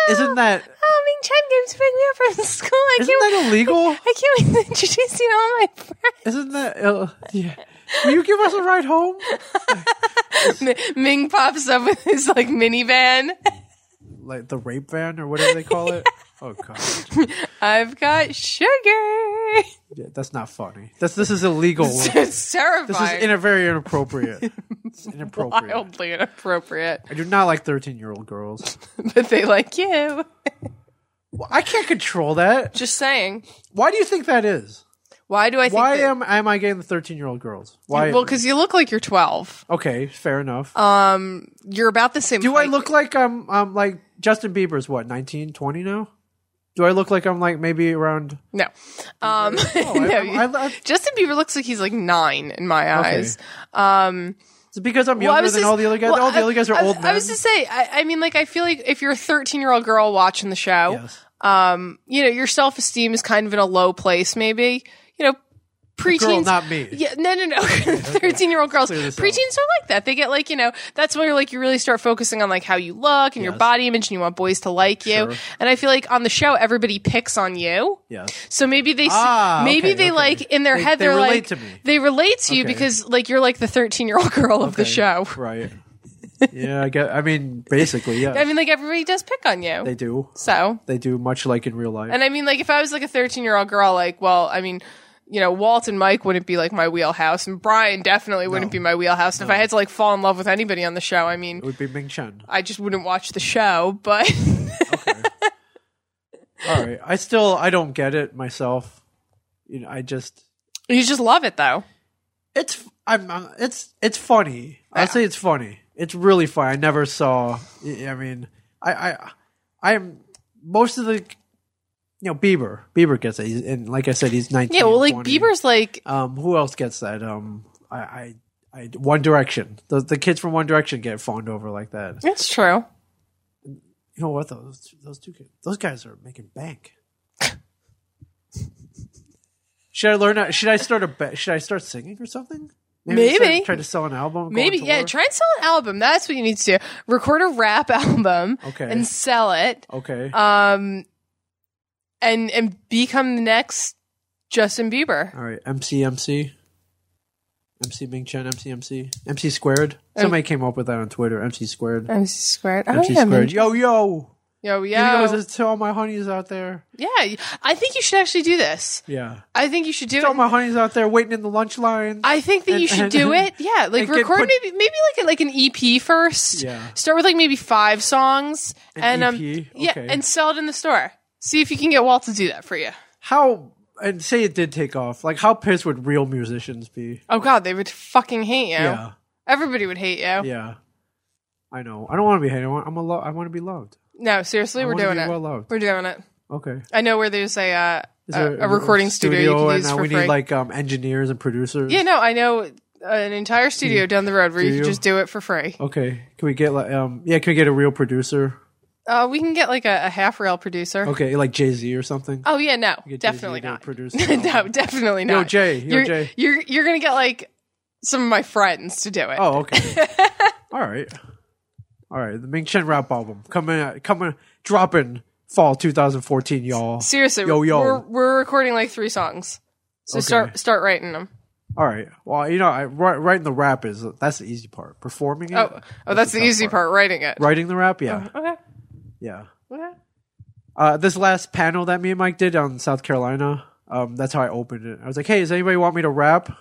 Speaker 5: Isn't that
Speaker 6: Oh, Ming Chen came to pick me up from school. I
Speaker 5: isn't that illegal?
Speaker 6: I can't wait to introduce you to all my friends.
Speaker 5: Isn't that uh, yeah? Will you give us a ride home?
Speaker 6: Ming pops up with his like minivan.
Speaker 5: Like the rape van or whatever they call it. Oh god,
Speaker 6: I've got sugar.
Speaker 5: Yeah, that's not funny. That's this is illegal. this
Speaker 6: it's terrifying.
Speaker 5: is in a very inappropriate. It's inappropriate.
Speaker 6: wildly inappropriate,
Speaker 5: I do not like thirteen-year-old girls.
Speaker 6: but they like you.
Speaker 5: Well, I can't control that.
Speaker 6: Just saying.
Speaker 5: Why do you think that is?
Speaker 6: Why do I think?
Speaker 5: Why
Speaker 6: that-
Speaker 5: am am I getting the thirteen-year-old girls? Why?
Speaker 6: Well, because you look like you're 12.
Speaker 5: okay, fair enough.
Speaker 6: You're about the same.
Speaker 5: Do I
Speaker 6: height.
Speaker 5: look like I'm I'm like Justin Bieber's what 19, 20 now? Do I look like I'm like maybe around? oh,
Speaker 6: No. Um, no,
Speaker 5: I-
Speaker 6: you-
Speaker 5: I- I-
Speaker 6: Justin Bieber looks like he's like nine in my eyes.
Speaker 5: Is it because I'm
Speaker 6: Well,
Speaker 5: younger than all the other guys?
Speaker 6: well,
Speaker 5: all the
Speaker 6: I-
Speaker 5: other guys are
Speaker 6: I was-
Speaker 5: old men.
Speaker 6: I was just say, I, I mean, like, I feel like if you're a 13 year old girl watching the show,
Speaker 5: Yes.
Speaker 6: you know, your self esteem is kind of in a low place, maybe. You know, preteens.
Speaker 5: Girl, not me.
Speaker 6: Yeah, no, no, no. Thirteen year old girls,
Speaker 5: Clear this up.
Speaker 6: preteens are like that. They get like you know. That's when you're like you really start focusing on like how you look and your body image, and you want boys to like you. And I feel like on the show, everybody picks on you.
Speaker 5: Yes.
Speaker 6: So maybe they s-
Speaker 5: Ah,
Speaker 6: maybe
Speaker 5: okay,
Speaker 6: they
Speaker 5: okay.
Speaker 6: like in their
Speaker 5: They-
Speaker 6: head
Speaker 5: they
Speaker 6: are
Speaker 5: relate
Speaker 6: like
Speaker 5: to me.
Speaker 6: they relate to you
Speaker 5: Okay.
Speaker 6: because like you're like the 13 year old girl of the
Speaker 5: Okay,
Speaker 6: show.
Speaker 5: Right. Yeah, I get. I mean, basically, yeah.
Speaker 6: I mean, like everybody does pick on you.
Speaker 5: they do.
Speaker 6: so
Speaker 5: They do much like in real life.
Speaker 6: And I mean, like, if I was like a 13 year old girl, like, well, I mean, you know, Walt and Mike wouldn't be like my wheelhouse, and Brian definitely wouldn't be my wheelhouse. And If I had to like fall in love with anybody on the show, I mean,
Speaker 5: it would be Ming Chen.
Speaker 6: I just wouldn't watch the show. But
Speaker 5: All right. I still I don't get it myself. You know, I just
Speaker 6: you just love it, though.
Speaker 5: it's I'm, I'm it's it's funny. I say it's funny. It's really funny. I never saw. I I mean, I I I'm most of the you know Bieber. Bieber gets it, he's, and like I said, he's nineteen.
Speaker 6: Yeah, well, like
Speaker 5: 20.
Speaker 6: Bieber's like,
Speaker 5: Um, who else gets that? Um, I I. I, One Direction. The the kids from One Direction get fawned over like that.
Speaker 6: it's true.
Speaker 5: You know what? though? Those two- those two kids, those guys are making bank. should I learn? how- Should I start a? ba- Should I start singing or something?
Speaker 6: Maybe.
Speaker 5: start- try to sell an album. go
Speaker 6: Maybe,
Speaker 5: on
Speaker 6: yeah,
Speaker 5: tour.
Speaker 6: try and sell an album. That's what you need to do. Record a rap album
Speaker 5: Okay.
Speaker 6: and sell it um,
Speaker 5: okay.
Speaker 6: Uh, and, and become the next Justin Bieber.
Speaker 5: All right. MC MC. MC Ming Chen. MC MC. MC squared. Somebody came up with that on Twitter. MC squared.
Speaker 6: MC squared. Oh,
Speaker 5: MC
Speaker 6: yeah, man.
Speaker 5: squared. Yo yo.
Speaker 6: Yo,
Speaker 5: You
Speaker 6: yo.
Speaker 5: guys, to all my honeys out there.
Speaker 6: Yeah, I think you should actually do this.
Speaker 5: Yeah.
Speaker 6: I think you should do
Speaker 5: To all
Speaker 6: it.
Speaker 5: my honeys out there waiting in the lunch line.
Speaker 6: I think that
Speaker 5: and-
Speaker 6: you should
Speaker 5: and-
Speaker 6: do it. Yeah, like
Speaker 5: and get
Speaker 6: record
Speaker 5: put-
Speaker 6: maybe maybe like a, like an EP first.
Speaker 5: Yeah.
Speaker 6: Start with like maybe five songs and um
Speaker 5: EP?
Speaker 6: yeah,
Speaker 5: Okay.
Speaker 6: and sell it in the store. See if you can get Walt to do that for you.
Speaker 5: how and say it did take off. Like how pissed would real musicians be?
Speaker 6: Oh god, they would fucking hate you.
Speaker 5: Yeah.
Speaker 6: Everybody would hate you.
Speaker 5: Yeah. I know. I don't want to be hated. I want, I'm a lo- I want to be loved.
Speaker 6: No, seriously, we're
Speaker 5: wanna
Speaker 6: doing
Speaker 5: be
Speaker 6: it.
Speaker 5: well-loved.
Speaker 6: We're doing it.
Speaker 5: Okay.
Speaker 6: I know where there's a uh,
Speaker 5: Is
Speaker 6: a,
Speaker 5: there
Speaker 6: a recording studio, you can
Speaker 5: and,
Speaker 6: use
Speaker 5: uh,
Speaker 6: for
Speaker 5: we
Speaker 6: free.
Speaker 5: need like um, engineers and producers.
Speaker 6: yeah, no, I know an entire studio down the road where you
Speaker 5: Mm. Studio?
Speaker 6: can just do it for free.
Speaker 5: Okay. Can we get like um yeah, can we get a real producer?
Speaker 6: Uh, we can get like a, a half rail producer.
Speaker 5: Okay, like Jay Z or something.
Speaker 6: Oh yeah, no,
Speaker 5: Get
Speaker 6: definitely
Speaker 5: Jay-Z to
Speaker 6: not.
Speaker 5: produce
Speaker 6: no,
Speaker 5: an album.
Speaker 6: definitely not.
Speaker 5: Jay, yo,
Speaker 6: you're,
Speaker 5: Jay.
Speaker 6: you're you're gonna get like some of my friends to do it.
Speaker 5: Oh, okay. All right. All right. The Ming Chen rap album coming coming dropping fall 2014, y'all.
Speaker 6: seriously,
Speaker 5: Yo yo.
Speaker 6: we're we're recording like three songs, so
Speaker 5: Okay.
Speaker 6: start start writing them.
Speaker 5: All right. Well, you know, I, wri- writing the rap is that's the easy part. Performing it.
Speaker 6: Oh, oh, that's the
Speaker 5: tough
Speaker 6: easy part. writing it.
Speaker 5: Writing the rap, yeah.
Speaker 6: Uh-huh. Okay.
Speaker 5: Yeah. Uh, this last panel that me and Mike did on South Carolina, um, that's how I opened it. I was like, "Hey, does anybody want me to rap?"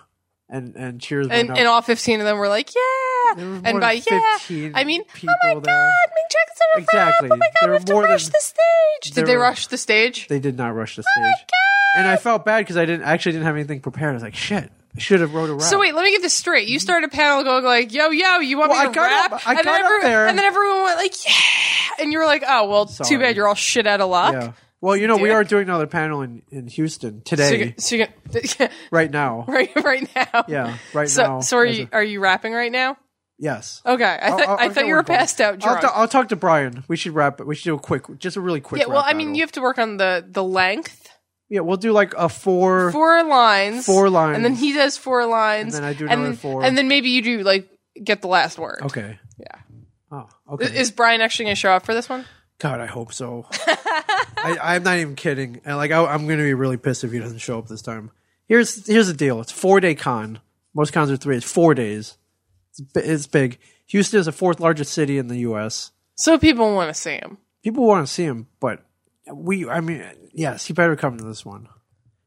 Speaker 5: And and cheers.
Speaker 6: And,
Speaker 5: went
Speaker 6: and
Speaker 5: up.
Speaker 6: all fifteen of them were like, yeah,
Speaker 5: was more
Speaker 6: and by
Speaker 5: than
Speaker 6: yeah,
Speaker 5: 15
Speaker 6: I mean, oh my
Speaker 5: people
Speaker 6: god,
Speaker 5: there.
Speaker 6: Ming Jackson's on a
Speaker 5: Exactly.
Speaker 6: rap. Oh my god,
Speaker 5: There
Speaker 6: we
Speaker 5: were
Speaker 6: have to
Speaker 5: more
Speaker 6: rush
Speaker 5: than-
Speaker 6: the stage.
Speaker 5: there
Speaker 6: Did they
Speaker 5: were-
Speaker 6: rush the stage?
Speaker 5: they did not rush the
Speaker 6: Oh
Speaker 5: stage. and I felt bad because I didn't actually didn't have anything prepared. I was like, "Shit, I should have wrote a rap."
Speaker 6: So wait, let me get this straight. You started a panel going like, "Yo, yo, you want
Speaker 5: Well,
Speaker 6: me to
Speaker 5: I got
Speaker 6: rap?"
Speaker 5: up- I
Speaker 6: and,
Speaker 5: got
Speaker 6: then
Speaker 5: up there.
Speaker 6: and then everyone went like, "Yeah," and you were like, "Oh, well, too
Speaker 5: Sorry.
Speaker 6: bad you're all shit out of luck."
Speaker 5: yeah. Well, you know, we
Speaker 6: Dick.
Speaker 5: are doing another panel in in Houston
Speaker 6: So
Speaker 5: today,
Speaker 6: you, so you can,
Speaker 5: right now.
Speaker 6: right right now.
Speaker 5: Yeah, right
Speaker 6: So
Speaker 5: now.
Speaker 6: so are
Speaker 5: as
Speaker 6: you
Speaker 5: a-
Speaker 6: are you rapping right now?
Speaker 5: yes.
Speaker 6: Okay, I, th-
Speaker 5: I'll- I'll-
Speaker 6: I
Speaker 5: I'll
Speaker 6: thought
Speaker 5: get
Speaker 6: you were
Speaker 5: one going.
Speaker 6: passed out drunk.
Speaker 5: I'll, t- I'll talk to Brian. We should wrap. it. We should do a quick, just a really quick.
Speaker 6: yeah, well,
Speaker 5: rap
Speaker 6: I mean,
Speaker 5: battle.
Speaker 6: you have to work on the the length,
Speaker 5: Yeah, we'll do like a four.
Speaker 6: four lines,
Speaker 5: Four lines.
Speaker 6: and then he does four lines,
Speaker 5: then I do
Speaker 6: and
Speaker 5: another
Speaker 6: then-
Speaker 5: four.
Speaker 6: and then maybe you do like get the last word.
Speaker 5: Okay. Yeah. Oh, okay.
Speaker 6: Is- Is Brian actually going to show up for this one?
Speaker 5: God, I hope so. I, I'm not even kidding. And like, I, I'm going to be really pissed if he doesn't show up this time. Here's here's the deal. It's four day con. Most cons are three. It's four days. It's, bi- it's big. Houston is the fourth largest city in the U.S.
Speaker 6: So people want to see him.
Speaker 5: People want to see him, but we, I mean, yes, he better come to this one.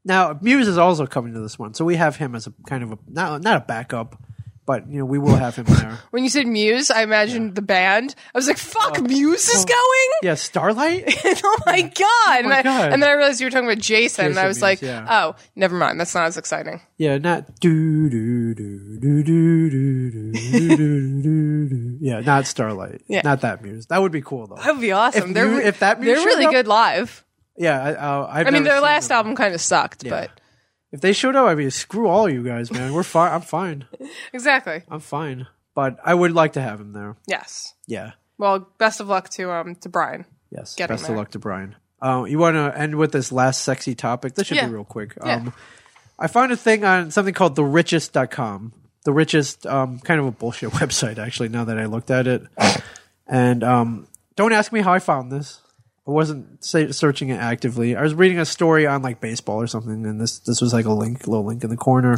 Speaker 5: Now, Muse is also coming to this one, so we have him as a kind of a not not a backup, but you know we will have him there.
Speaker 6: When you said Muse, I imagined the band. I was like, "Fuck, Muse is going!"
Speaker 5: Oh. yeah, Starlight.
Speaker 6: oh my god! and, I,
Speaker 5: God.
Speaker 6: and then I realized you were talking about Jason, and
Speaker 5: Jason
Speaker 6: I was
Speaker 5: Mewes,
Speaker 6: like,
Speaker 5: yeah.
Speaker 6: "Oh, never mind. That's not as exciting."
Speaker 5: Yeah, not do do do do do do do do do do do. Yeah, not Starlight.
Speaker 6: Yeah.
Speaker 5: Not that Muse. That would be cool though.
Speaker 6: That would be awesome.
Speaker 5: If
Speaker 6: they're
Speaker 5: you- if that
Speaker 6: they're
Speaker 5: Muse
Speaker 6: really
Speaker 5: showed up-
Speaker 6: good live.
Speaker 5: Yeah, I, uh, I've
Speaker 6: I mean,
Speaker 5: never
Speaker 6: their
Speaker 5: seen
Speaker 6: last
Speaker 5: them.
Speaker 6: album kind of sucked,
Speaker 5: Yeah.
Speaker 6: but
Speaker 5: If they showed up, I'd be screw all you guys, man. We're fine. I'm fine.
Speaker 6: exactly.
Speaker 5: I'm fine. But I would like to have him there.
Speaker 6: Yes.
Speaker 5: Yeah.
Speaker 6: Well, best of luck to um to Brian.
Speaker 5: Yes.
Speaker 6: Get him
Speaker 5: Best of
Speaker 6: there.
Speaker 5: luck to Brian. Um, you want to end with this last sexy topic? This should
Speaker 6: Yeah.
Speaker 5: be real quick.
Speaker 6: Yeah.
Speaker 5: Um, I found a thing on something called therichest.com. The richest, um, kind of a bullshit website, actually, now that I looked at it. and um, don't ask me how I found this. I wasn't se- searching it actively. I was reading a story on like baseball or something, and this this was like a link, little link in the corner.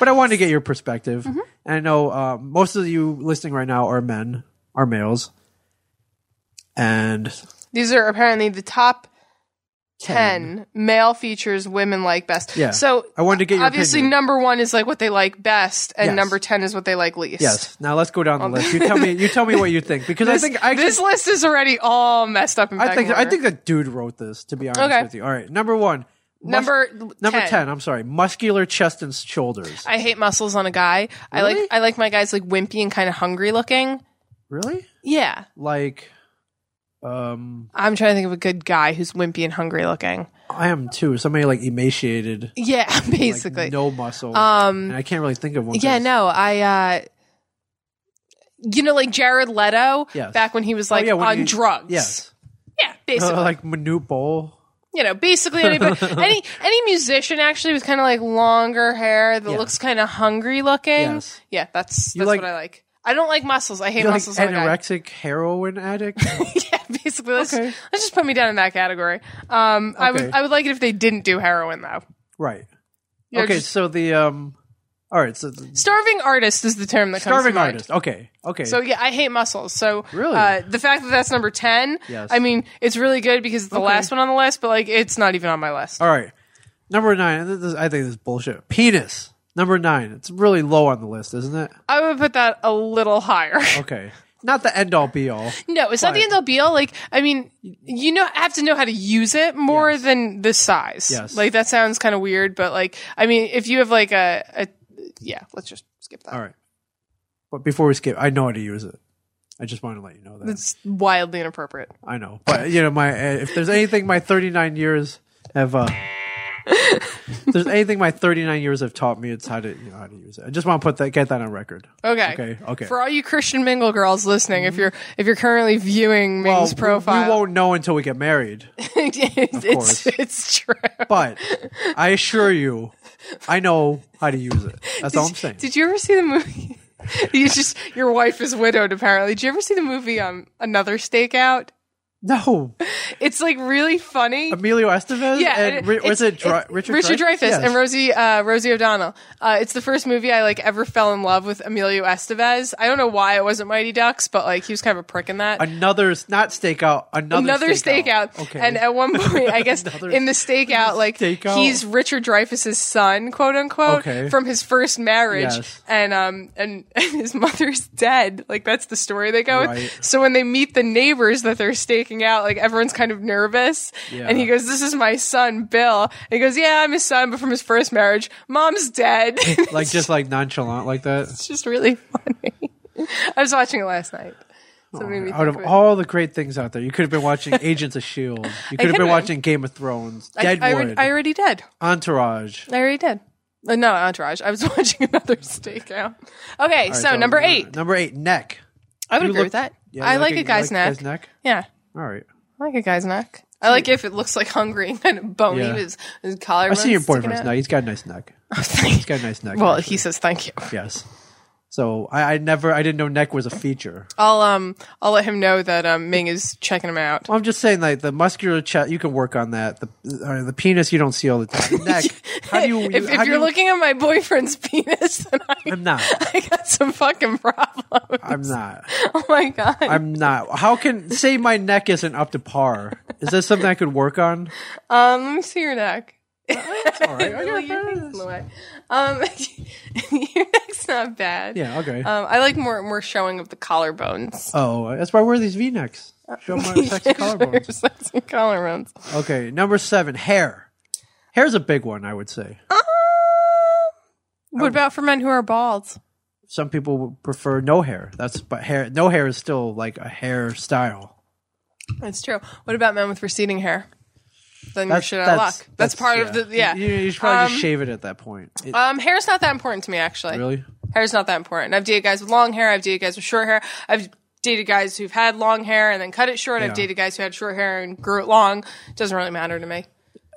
Speaker 5: But I wanted to get your perspective.
Speaker 6: Mm-hmm.
Speaker 5: And I know uh, most of you listening right now are men, are males. And
Speaker 6: These are apparently the top ten, male features women like best.
Speaker 5: Yeah.
Speaker 6: So
Speaker 5: I wanted to get your
Speaker 6: obviously
Speaker 5: opinion.
Speaker 6: number one is like what they like best, and
Speaker 5: Yes.
Speaker 6: number ten is what they like least.
Speaker 5: Yes. Now let's go down the list. You tell me. You tell me what you think because
Speaker 6: Um, This,
Speaker 5: I think I
Speaker 6: this list is already all messed up. In
Speaker 5: I think
Speaker 6: pecking
Speaker 5: I
Speaker 6: order.
Speaker 5: think that dude wrote this. To be honest
Speaker 6: Okay.
Speaker 5: with you. All right. Number one. mus-
Speaker 6: Number
Speaker 5: number
Speaker 6: 10.
Speaker 5: I'm sorry. Muscular chest and shoulders.
Speaker 6: I hate muscles on a guy. I like
Speaker 5: Really?
Speaker 6: I like my guys like wimpy and kind of hungry looking.
Speaker 5: really?
Speaker 6: Yeah,
Speaker 5: Like. Um,
Speaker 6: I'm trying to think of a good guy who's wimpy and hungry looking.
Speaker 5: I am too. Somebody like emaciated, like,
Speaker 6: Yeah, basically.
Speaker 5: no muscle.
Speaker 6: Um,
Speaker 5: and I can't really think of one.
Speaker 6: yeah,
Speaker 5: that's-
Speaker 6: no, I. uh You know, like Jared Leto
Speaker 5: Yes.
Speaker 6: back when he was
Speaker 5: Oh,
Speaker 6: like
Speaker 5: yeah, when
Speaker 6: on
Speaker 5: you-
Speaker 6: drugs.
Speaker 5: Yes,
Speaker 6: Yeah, basically.
Speaker 5: uh, like Manute Bowl.
Speaker 6: you know, basically anybody, any any musician actually with kind of like longer hair that
Speaker 5: Yeah.
Speaker 6: looks kind of hungry looking.
Speaker 5: Yes.
Speaker 6: Yeah, that's
Speaker 5: You
Speaker 6: that's
Speaker 5: like-
Speaker 6: what I like. I don't like muscles. I hate
Speaker 5: You're like
Speaker 6: muscles on a guy.
Speaker 5: anorexic heroin addict.
Speaker 6: yeah, basically. Let's,
Speaker 5: Okay.
Speaker 6: let's just put me down in that category. Um, I
Speaker 5: Okay.
Speaker 6: would I would like it if they didn't do heroin though.
Speaker 5: right.
Speaker 6: You're
Speaker 5: okay.
Speaker 6: just-
Speaker 5: So the um. All right. So the
Speaker 6: starving artist is the term that comes
Speaker 5: starving
Speaker 6: to mind.
Speaker 5: artist. Okay. Okay.
Speaker 6: So yeah, I hate muscles. So
Speaker 5: Really?
Speaker 6: uh, the fact that that's number ten,
Speaker 5: Yes.
Speaker 6: I mean, it's really good because it's the last one on the list, but like, it's not even on my list.
Speaker 5: All right. Number nine. This is, I think this is bullshit. Penis. Number nine. It's really low on the list, isn't it?
Speaker 6: I would put that a little higher.
Speaker 5: Okay. Not the end all be all.
Speaker 6: no, it's not the end all be all. Like, I mean, you know, have to know how to use it more
Speaker 5: Yes.
Speaker 6: than the size.
Speaker 5: Yes.
Speaker 6: Like that sounds kind of weird, but like, I mean, if you have like a, a yeah, let's just skip that.
Speaker 5: All right. But before we skip, I know how to use it. I just want to let you know that.
Speaker 6: It's wildly inappropriate.
Speaker 5: I know. But, you know, my uh, if there's anything my 39 years have. Uh, if there's anything my 39 years have taught me, it's how to you know how to use it. I just want to put that get that on record.
Speaker 6: Okay.
Speaker 5: Okay, okay.
Speaker 6: For all you Christian Mingle girls listening, if you're if you're currently viewing
Speaker 5: Well,
Speaker 6: Mingle's
Speaker 5: we-
Speaker 6: profile,
Speaker 5: we won't know until we get married.
Speaker 6: it's,
Speaker 5: course.
Speaker 6: it's it's true.
Speaker 5: But I assure you, I know how to use it. That's all I'm saying.
Speaker 6: Did you ever see the movie? you just your wife is widowed apparently. Did you ever see the movie um Another Stakeout?
Speaker 5: No,
Speaker 6: It's like really funny.
Speaker 5: Emilio Estevez.
Speaker 6: yeah,
Speaker 5: and, Ri- was it, Dri- Richard?
Speaker 6: Dreyfuss
Speaker 5: Yes.
Speaker 6: and Rosie uh, Rosie O'Donnell? Uh, it's the first movie I like ever fell in love with Emilio Estevez. I don't know why it wasn't Mighty Ducks, but like he was kind of a prick in that.
Speaker 5: Another not stakeout. Another,
Speaker 6: another stakeout.
Speaker 5: Okay.
Speaker 6: And uh, at one point, I guess
Speaker 5: Another
Speaker 6: in the stakeout, like
Speaker 5: stakeout.
Speaker 6: he's Richard Dreyfuss's son, quote unquote,
Speaker 5: Okay.
Speaker 6: from his first marriage,
Speaker 5: Yes.
Speaker 6: and um, and, and his mother's dead. Like that's the story they go
Speaker 5: Right.
Speaker 6: with. So when they meet the neighbors that they're staking out, like everyone's kind of nervous,
Speaker 5: Yeah.
Speaker 6: and he goes, "This is my son, Bill." And he goes, "Yeah, I'm his son, but from his first marriage, mom's dead." it's
Speaker 5: like just like nonchalant like that.
Speaker 6: just really funny. I was watching it last night. So it made me
Speaker 5: Out
Speaker 6: think
Speaker 5: of
Speaker 6: it.
Speaker 5: all the great things out there, you could have been watching Agents of Shield. E You could have
Speaker 6: could've.
Speaker 5: been watching Game of Thrones,
Speaker 6: I, I,
Speaker 5: Deadwood,
Speaker 6: already- I already did.
Speaker 5: Entourage.
Speaker 6: I already did. Uh, no, Entourage. I was watching another stakeout. Okay, so number eight.
Speaker 5: Number eight. Neck.
Speaker 6: I would
Speaker 5: You
Speaker 6: agree
Speaker 5: look-
Speaker 6: with that.
Speaker 5: Yeah,
Speaker 6: I
Speaker 5: you
Speaker 6: like,
Speaker 5: you
Speaker 6: a guy's neck.
Speaker 5: Guy's neck.
Speaker 6: Yeah,
Speaker 5: All right.
Speaker 6: I like a guy's neck. I like if it looks like hungry and kind of bony.
Speaker 5: Yeah.
Speaker 6: His, his collar.
Speaker 5: I see your boyfriend's neck. He's got a nice neck. He's got a nice neck.
Speaker 6: well,
Speaker 5: actually.
Speaker 6: he says thank you.
Speaker 5: yes. So I, I never, I didn't know neck was a feature.
Speaker 6: I'll um I'll let him know that um Ming is checking him out.
Speaker 5: Well, I'm just saying, like the muscular chest, you can work on that. The uh, the penis, you don't see all the time. The neck, how do you?
Speaker 6: if
Speaker 5: how
Speaker 6: if
Speaker 5: do you-
Speaker 6: you're looking at my boyfriend's penis, then I,
Speaker 5: I'm not.
Speaker 6: I got some fucking problem.
Speaker 5: I'm not.
Speaker 6: Oh my god.
Speaker 5: I'm not. How can say my neck isn't up to par? Is this something I could work on?
Speaker 6: um, let me see your neck.
Speaker 5: All right. I
Speaker 6: Well,
Speaker 5: got
Speaker 6: your neck's in the
Speaker 5: this.
Speaker 6: way. Um, your neck's not bad.
Speaker 5: Yeah. Okay.
Speaker 6: Um, I like more more showing of the collarbones.
Speaker 5: oh, that's why I wear these V-necks.
Speaker 6: uh,
Speaker 5: Show my sexy collarbones.
Speaker 6: Sexy collarbones.
Speaker 5: Okay, number seven, hair. Hair's a big one, I would say.
Speaker 6: What about for men who are bald?
Speaker 5: Some people would prefer no hair. That's but hair. No hair is still like a hairstyle.
Speaker 6: That's true. What about men with receding hair? Then you're
Speaker 5: That's
Speaker 6: shit out of luck. That's, part of the yeah.
Speaker 5: You, you should probably just shave it at that point. It-
Speaker 6: Um, hair's not that important to me actually.
Speaker 5: really?
Speaker 6: Hair's not that important. I've dated guys with long hair. I've dated guys with short hair. I've dated guys who've had long hair and then cut it short.
Speaker 5: Yeah.
Speaker 6: I've dated guys who had short hair and grew it long. Doesn't really matter to me.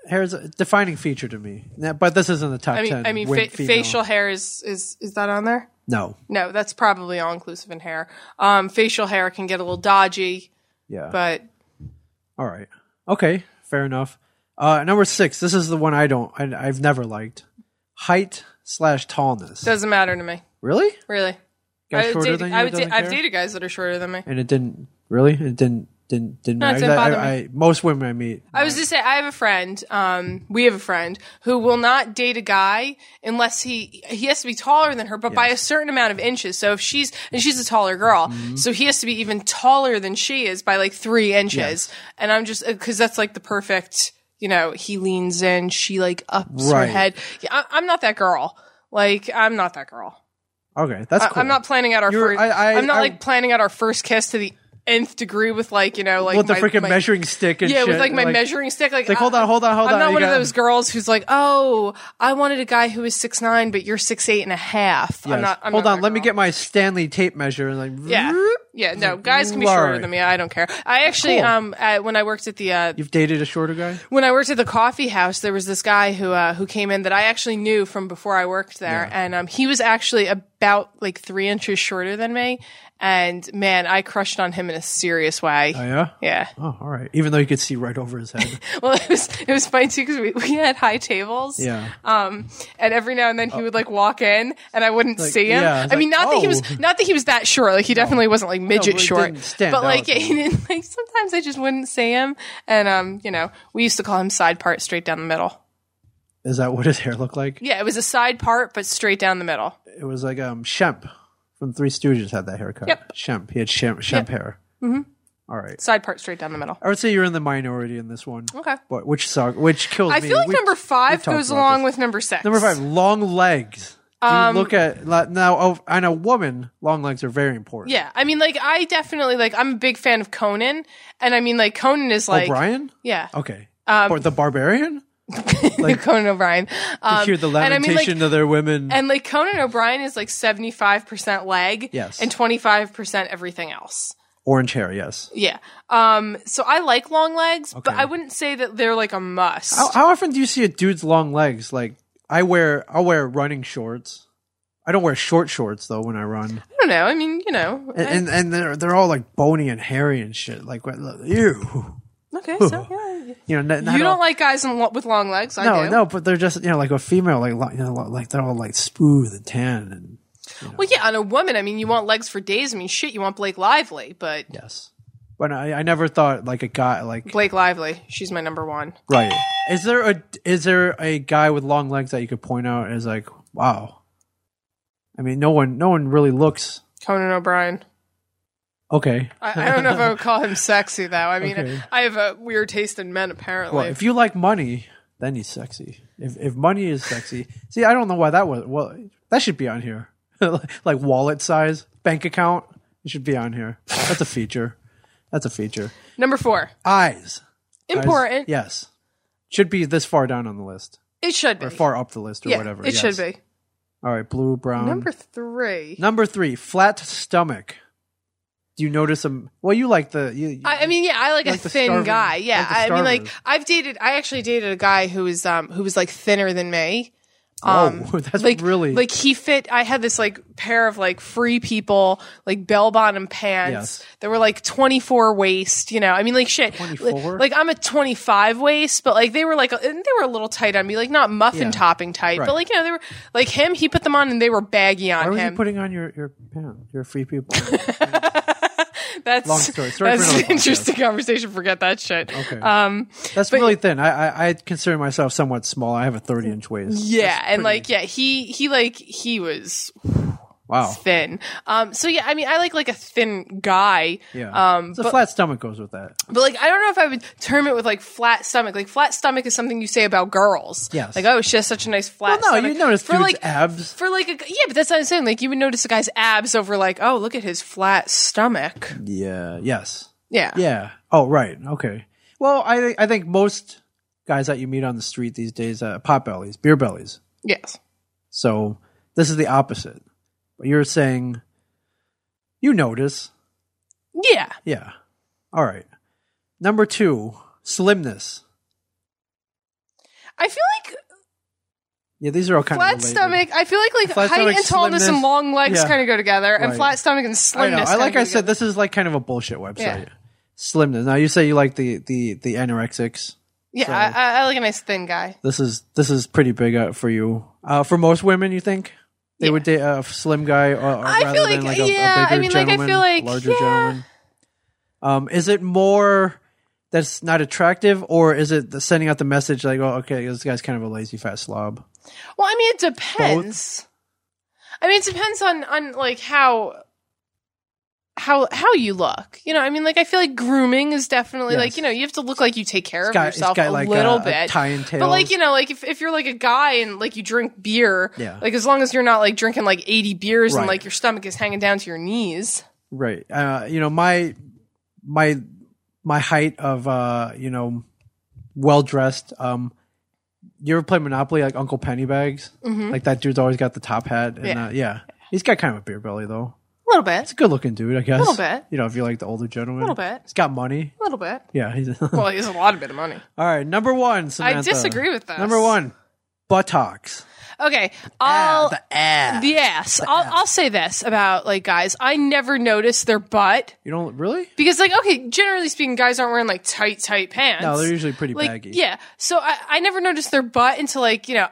Speaker 5: Hair is a defining feature to me. Now- But this isn't the top
Speaker 6: I mean,
Speaker 5: ten.
Speaker 6: I mean,
Speaker 5: win
Speaker 6: fa-
Speaker 5: female.
Speaker 6: facial hair is is is that on there?
Speaker 5: No.
Speaker 6: No, that's probably all inclusive in hair. Um, facial hair can get a little dodgy,
Speaker 5: Yeah.
Speaker 6: but
Speaker 5: All right. Okay. Fair enough. Uh, number six. This is the one I don't. I, I've never liked. Height slash tallness.
Speaker 6: doesn't matter to me
Speaker 5: really?
Speaker 6: really.
Speaker 5: Guys
Speaker 6: I would
Speaker 5: shorter
Speaker 6: date-
Speaker 5: than you
Speaker 6: I would da-
Speaker 5: doesn't
Speaker 6: I've
Speaker 5: care?
Speaker 6: dated guys that are shorter than me.
Speaker 5: and it didn't really it didn't didn't didn't
Speaker 6: No, it
Speaker 5: matter.
Speaker 6: didn't
Speaker 5: That-
Speaker 6: bother
Speaker 5: I, I, most women I meet
Speaker 6: I was just say I have a friend. Um, we have a friend who will not date a guy unless he he has to be taller than her, but by a certain amount of inches. So if she's and she's a taller girl,
Speaker 5: Mm-hmm.
Speaker 6: so he has to be even taller than she is by like three inches. And I'm just because that's like the perfect, you know, he leans in, she like ups
Speaker 5: Right.
Speaker 6: her head. Yeah, I, I'm not that girl. Like I'm not that girl.
Speaker 5: okay that's
Speaker 6: I,
Speaker 5: cool.
Speaker 6: I'm not planning out our
Speaker 5: You're-
Speaker 6: first.
Speaker 5: I- I-
Speaker 6: am not
Speaker 5: I-
Speaker 6: like planning out our first kiss to the nth degree with like you know like
Speaker 5: with the
Speaker 6: my-
Speaker 5: freaking
Speaker 6: my-
Speaker 5: measuring stick and
Speaker 6: yeah,
Speaker 5: shit.
Speaker 6: with like my measuring stick. Like,
Speaker 5: like,
Speaker 6: I-
Speaker 5: hold on, hold on, hold
Speaker 6: I'm
Speaker 5: on,
Speaker 6: not
Speaker 5: you
Speaker 6: one
Speaker 5: got-
Speaker 6: of those girls who's like, oh, I wanted a guy who was six nine, but you're six eight and a half.
Speaker 5: yes.
Speaker 6: I'm not. I'm
Speaker 5: hold
Speaker 6: not
Speaker 5: on,
Speaker 6: that
Speaker 5: let me
Speaker 6: girl.
Speaker 5: get my Stanley tape measure and like
Speaker 6: Yeah, yeah. No, guys can be shorter
Speaker 5: Right.
Speaker 6: than me. I don't care. I actually,
Speaker 5: Cool.
Speaker 6: um, at, when I worked at the uh,
Speaker 5: You've dated a shorter guy?
Speaker 6: when I worked at the coffee house, there was this guy who uh, who came in that I actually knew from before I worked there, and um, he was actually about like three inches shorter than me. And man, I crushed on him in a serious way.
Speaker 5: Oh, yeah.
Speaker 6: yeah.
Speaker 5: Oh, all right. Even though you could see right over his head.
Speaker 6: Well, it was it was funny too because we, we had high tables.
Speaker 5: Yeah.
Speaker 6: Um, and every now and then he would like walk in, and I wouldn't
Speaker 5: Uh, Like,
Speaker 6: see him.
Speaker 5: yeah,
Speaker 6: I
Speaker 5: it's
Speaker 6: mean,
Speaker 5: like,
Speaker 6: not that he
Speaker 5: oh.
Speaker 6: was not that he was that short. Like he definitely wasn't like midget
Speaker 5: but he
Speaker 6: short.
Speaker 5: didn't stand
Speaker 6: but like
Speaker 5: out.
Speaker 6: he didn't like. Sometimes I just wouldn't see him, and um, you know, we used to call him side part straight down the middle.
Speaker 5: Is that what his hair looked like?
Speaker 6: Yeah, it was a side part, but straight down the middle.
Speaker 5: It was like um Shemp from Three Stooges had that haircut.
Speaker 6: Yep.
Speaker 5: Shemp. He had Shemp, Shemp hair. Mm-hmm. All right.
Speaker 6: Side part straight down the middle.
Speaker 5: I would say you're in the minority in this one.
Speaker 6: Okay.
Speaker 5: But which suck, which kills
Speaker 6: I
Speaker 5: me.
Speaker 6: feel like
Speaker 5: We-
Speaker 6: number
Speaker 5: we've
Speaker 6: five
Speaker 5: talked
Speaker 6: goes
Speaker 5: about
Speaker 6: along
Speaker 5: this.
Speaker 6: with Um, number six.
Speaker 5: Number five, long legs. Do you look at like, now oh, on a woman, long legs are very important.
Speaker 6: Yeah, I mean, like I definitely like. I'm a big fan of Conan, and I mean, like Conan is like Um,
Speaker 5: O'Brien.
Speaker 6: Yeah.
Speaker 5: Okay. or the barbarian. like
Speaker 6: Conan O'Brien. Um,
Speaker 5: hear the
Speaker 6: and I
Speaker 5: lamentation
Speaker 6: mean, like,
Speaker 5: of their women.
Speaker 6: and like Conan O'Brien is like seventy five percent leg,
Speaker 5: Yes.
Speaker 6: and twenty five percent everything else.
Speaker 5: Orange hair. Yes.
Speaker 6: Yeah. Um. So I like long legs, but
Speaker 5: Okay. Oh,
Speaker 6: I wouldn't say that they're like a must.
Speaker 5: How, how often do you see a dude's long legs? Like I wear, I wear running shorts. I don't wear short shorts though when I run,
Speaker 6: I don't know. I mean, you know.
Speaker 5: and and, and they're they're all like bony and hairy and shit. Like what- ew,
Speaker 6: okay. So yeah.
Speaker 5: you know. not- not
Speaker 6: You
Speaker 5: all-
Speaker 6: don't like guys in, lo- with long legs. I
Speaker 5: no,
Speaker 6: do.
Speaker 5: no, but they're just you know like a female, like lo- you know, like they're all like smooth and tan and
Speaker 6: Well, yeah, on a woman, I mean, you want legs for days. I mean, shit, you want Blake Lively, but
Speaker 5: Yes. But I, I never thought like a guy like
Speaker 6: Blake Lively, she's my number one.
Speaker 5: right. Is there a is there a guy with long legs that you could point out as like wow? I mean, no one no one really looks
Speaker 6: Conan O'Brien.
Speaker 5: okay.
Speaker 6: I, I don't know if I would call him sexy though. I mean,
Speaker 5: Okay.
Speaker 6: I have a weird taste in men apparently.
Speaker 5: Well, if you like money, then he's sexy. If if money is sexy, see, I don't know why that was. Well, that should be on here, like wallet size, bank account. It should be on here. That's a feature. That's a feature.
Speaker 6: Number four,
Speaker 5: Eyes. Eyes-
Speaker 6: important.
Speaker 5: yes. Should be this far down on the list,
Speaker 6: It should be.
Speaker 5: or far up the list, or
Speaker 6: yeah,
Speaker 5: whatever.
Speaker 6: It
Speaker 5: yes. Um,
Speaker 6: should be.
Speaker 5: All right, blue, brown.
Speaker 6: Number three.
Speaker 5: Number three, flat stomach. Do you notice them? Well, you like the. You, you-
Speaker 6: I, I mean, yeah, I like,
Speaker 5: Like
Speaker 6: a
Speaker 5: the
Speaker 6: thin
Speaker 5: starving-
Speaker 6: guy. Yeah,
Speaker 5: like the
Speaker 6: I mean, like
Speaker 5: starvers.
Speaker 6: I've dated. I actually dated a guy who was um who was like thinner than me.
Speaker 5: Whoa, Oh, that's
Speaker 6: like
Speaker 5: really
Speaker 6: like he fit i had this like pair of like free people like bell bottom pants
Speaker 5: Yes.
Speaker 6: that were like 24 waist you know i mean like shit
Speaker 5: 24?
Speaker 6: like i'm a 25 waist but like they were like and they were a little tight on me like not muffin
Speaker 5: Yeah.
Speaker 6: topping tight
Speaker 5: Right.
Speaker 6: but like you know they were like him he put them on and they were baggy on
Speaker 5: Why were
Speaker 6: him
Speaker 5: you putting on your your pants? Your free people.
Speaker 6: that's
Speaker 5: long story. Sorry for
Speaker 6: that's
Speaker 5: another
Speaker 6: an
Speaker 5: podcast.
Speaker 6: interesting conversation forget that shit
Speaker 5: Okay.
Speaker 6: um
Speaker 5: That's really thin. I, I I consider myself somewhat small. I have a thirty inch waist.
Speaker 6: yeah
Speaker 5: pretty-
Speaker 6: and like yeah he he like he was
Speaker 5: Wow.
Speaker 6: thin um so yeah i mean i like like a thin guy
Speaker 5: Yeah.
Speaker 6: um
Speaker 5: so
Speaker 6: but-
Speaker 5: flat stomach goes with that.
Speaker 6: But like, I don't know if I would term it with like flat stomach. Like flat stomach is something you say about girls.
Speaker 5: Yes.
Speaker 6: Like, oh, she has such a nice flat.
Speaker 5: Well, no,
Speaker 6: stomach.
Speaker 5: you notice
Speaker 6: for
Speaker 5: dudes'
Speaker 6: like
Speaker 5: abs.
Speaker 6: For like, a, yeah, but that's not what I'm saying. Like, you would notice a guy's abs over like, oh, look at his flat stomach.
Speaker 5: Yeah. Yes.
Speaker 6: Yeah.
Speaker 5: Yeah. Oh, right. Okay. Well, I I think most guys that you meet on the street these days, uh, pot bellies, beer bellies.
Speaker 6: Yes.
Speaker 5: So this is the opposite. But you're saying you notice.
Speaker 6: Yeah.
Speaker 5: Yeah. All right. Number two, slimness.
Speaker 6: I feel like
Speaker 5: Yeah, these are all kind
Speaker 6: flat
Speaker 5: of related.
Speaker 6: stomach. I feel like like
Speaker 5: Flat
Speaker 6: height
Speaker 5: stomach,
Speaker 6: and tallness
Speaker 5: slimness.
Speaker 6: and long legs
Speaker 5: Yeah.
Speaker 6: kind of go together, and
Speaker 5: Right.
Speaker 6: flat stomach and
Speaker 5: I know.
Speaker 6: slimness.
Speaker 5: I
Speaker 6: kinda
Speaker 5: like
Speaker 6: go
Speaker 5: I said,
Speaker 6: together.
Speaker 5: this is like kind of a bullshit website.
Speaker 6: Yeah.
Speaker 5: Slimness. Now you say you like the the the anorexics.
Speaker 6: Yeah, I, I- I like a nice thin guy.
Speaker 5: This is this is pretty big uh, for you. Uh, for most women, you think they
Speaker 6: Yeah.
Speaker 5: would date a slim guy or, or
Speaker 6: I feel
Speaker 5: rather than
Speaker 6: like-
Speaker 5: like a,
Speaker 6: yeah,
Speaker 5: a bigger
Speaker 6: I mean, like, I
Speaker 5: gentleman,
Speaker 6: feel like-
Speaker 5: larger
Speaker 6: yeah.
Speaker 5: gentleman. Um, is it more that's not attractive, or is it the sending out the message like, oh, okay, this guy's kind of a lazy fat slob?
Speaker 6: Well, I mean, it depends. I mean, it depends on on like how how how you look. You know, I mean, like I feel like grooming is definitely
Speaker 5: Yes.
Speaker 6: like you know you have to look like you take care
Speaker 5: got-
Speaker 6: of
Speaker 5: it's
Speaker 6: yourself
Speaker 5: got,
Speaker 6: a
Speaker 5: like, uh,
Speaker 6: little
Speaker 5: a- a
Speaker 6: bit.
Speaker 5: tie and
Speaker 6: But like
Speaker 5: tails.
Speaker 6: you know, like if if you're like a guy and like you drink beer,
Speaker 5: Yeah.
Speaker 6: like as long as you're not like drinking like eighty beers
Speaker 5: Right.
Speaker 6: and like your stomach is hanging down to your knees.
Speaker 5: Right. Uh, you know, my my my height of uh, you know, well dressed. Um, you ever play Monopoly like Uncle Pennybags? Like that dude's always got the top hat. And, yeah.
Speaker 6: Mm-hmm. Yeah.
Speaker 5: Uh, yeah. He's got kind of a beer belly though.
Speaker 6: A little bit,
Speaker 5: It's a good looking dude, I guess.
Speaker 6: Little bit.
Speaker 5: You know, if you like the older gentleman.
Speaker 6: Little bit.
Speaker 5: He's got money.
Speaker 6: a little bit.
Speaker 5: Yeah. He's
Speaker 6: Well, it's a lot of bit of money.
Speaker 5: All right. Number one. Samantha.
Speaker 6: disagree with this.
Speaker 5: uh, Number one, buttocks.
Speaker 6: Okay, I'll
Speaker 5: the
Speaker 6: ah.
Speaker 5: ass.
Speaker 6: yes, I'll, I'll say this about like guys. I never notice their butt
Speaker 5: you don't really?
Speaker 6: Because like okay, generally speaking, guys aren't wearing like tight tight pants.
Speaker 5: No, they're usually pretty
Speaker 6: like
Speaker 5: baggy.
Speaker 6: yeah. So I, I never noticed their butt until like you know,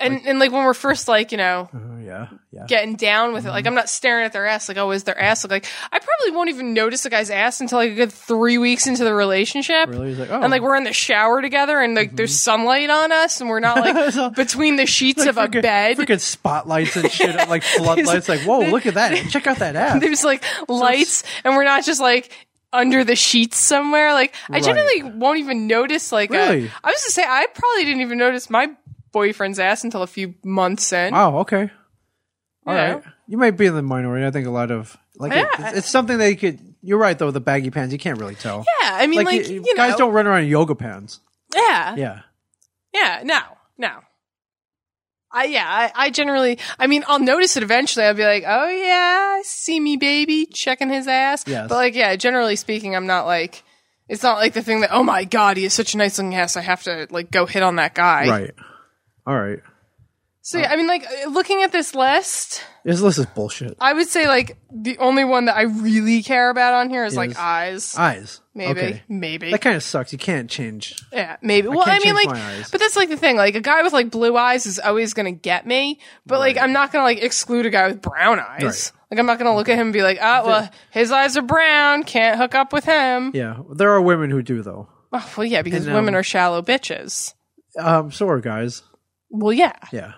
Speaker 6: and and like when we're first like you know
Speaker 5: Oh, yeah. Yeah.
Speaker 6: getting down with it.
Speaker 5: Mm-hmm.
Speaker 6: Like I'm not staring at their ass like oh is their ass look like I probably won't even notice a guy's ass until like a good three weeks into the relationship.
Speaker 5: Really? He's like, oh. Mm-hmm.
Speaker 6: And like we're in the shower together, and like there's sunlight on us, and we're not
Speaker 5: So-
Speaker 6: like between the sheets of a
Speaker 5: freaking,
Speaker 6: bed.
Speaker 5: Freaking spotlights and shit, like floodlights. Like, whoa, look at that! Check out that ass.
Speaker 6: there's like lights and we're not just like under the sheets somewhere like i generally won't even notice like a-
Speaker 5: Really?
Speaker 6: i was gonna say i probably didn't even notice my boyfriend's ass until a few months in
Speaker 5: Wow. Okay. All
Speaker 6: Yeah.
Speaker 5: right. You might be in the minority. I think a lot of like it-
Speaker 6: Yeah.
Speaker 5: it's, it's something that you could. You're right though. The baggy pants, you can't really tell.
Speaker 6: yeah i mean like, you, know
Speaker 5: guys don't run around in yoga pants.
Speaker 6: yeah yeah,
Speaker 5: Yeah.
Speaker 6: no no I, yeah, I, I generally, I mean, I'll notice it eventually. I'll be like, oh yeah, see me, baby, checking his ass.
Speaker 5: Yes.
Speaker 6: But like, yeah, generally speaking, I'm not like, it's not like the thing that, oh my God, he has such a nice looking ass. I have to like go hit on that guy.
Speaker 5: Right. All right.
Speaker 6: So yeah, I mean, like uh, looking at this list,
Speaker 5: This list is bullshit.
Speaker 6: I would say like the only one that I really care about on here is
Speaker 5: Is-
Speaker 6: like eyes.
Speaker 5: Eyes.
Speaker 6: Maybe,
Speaker 5: Okay.
Speaker 6: maybe,
Speaker 5: That kind of sucks. You can't change.
Speaker 6: yeah, maybe. Well, I,
Speaker 5: can't
Speaker 6: mean,
Speaker 5: change
Speaker 6: like,
Speaker 5: my eyes.
Speaker 6: but that's like the thing. Like, a guy with like blue eyes is always gonna get me, but like, I'm not gonna like exclude a guy with brown eyes.
Speaker 5: Right.
Speaker 6: Like, I'm not gonna look at him and be like, oh, well, his eyes are brown, can't hook up with him.
Speaker 5: Yeah. There are women who do though.
Speaker 6: Oh, well, yeah, because
Speaker 5: And, um,
Speaker 6: women are shallow bitches.
Speaker 5: Um. So are guys.
Speaker 6: Well, yeah.
Speaker 5: Yeah.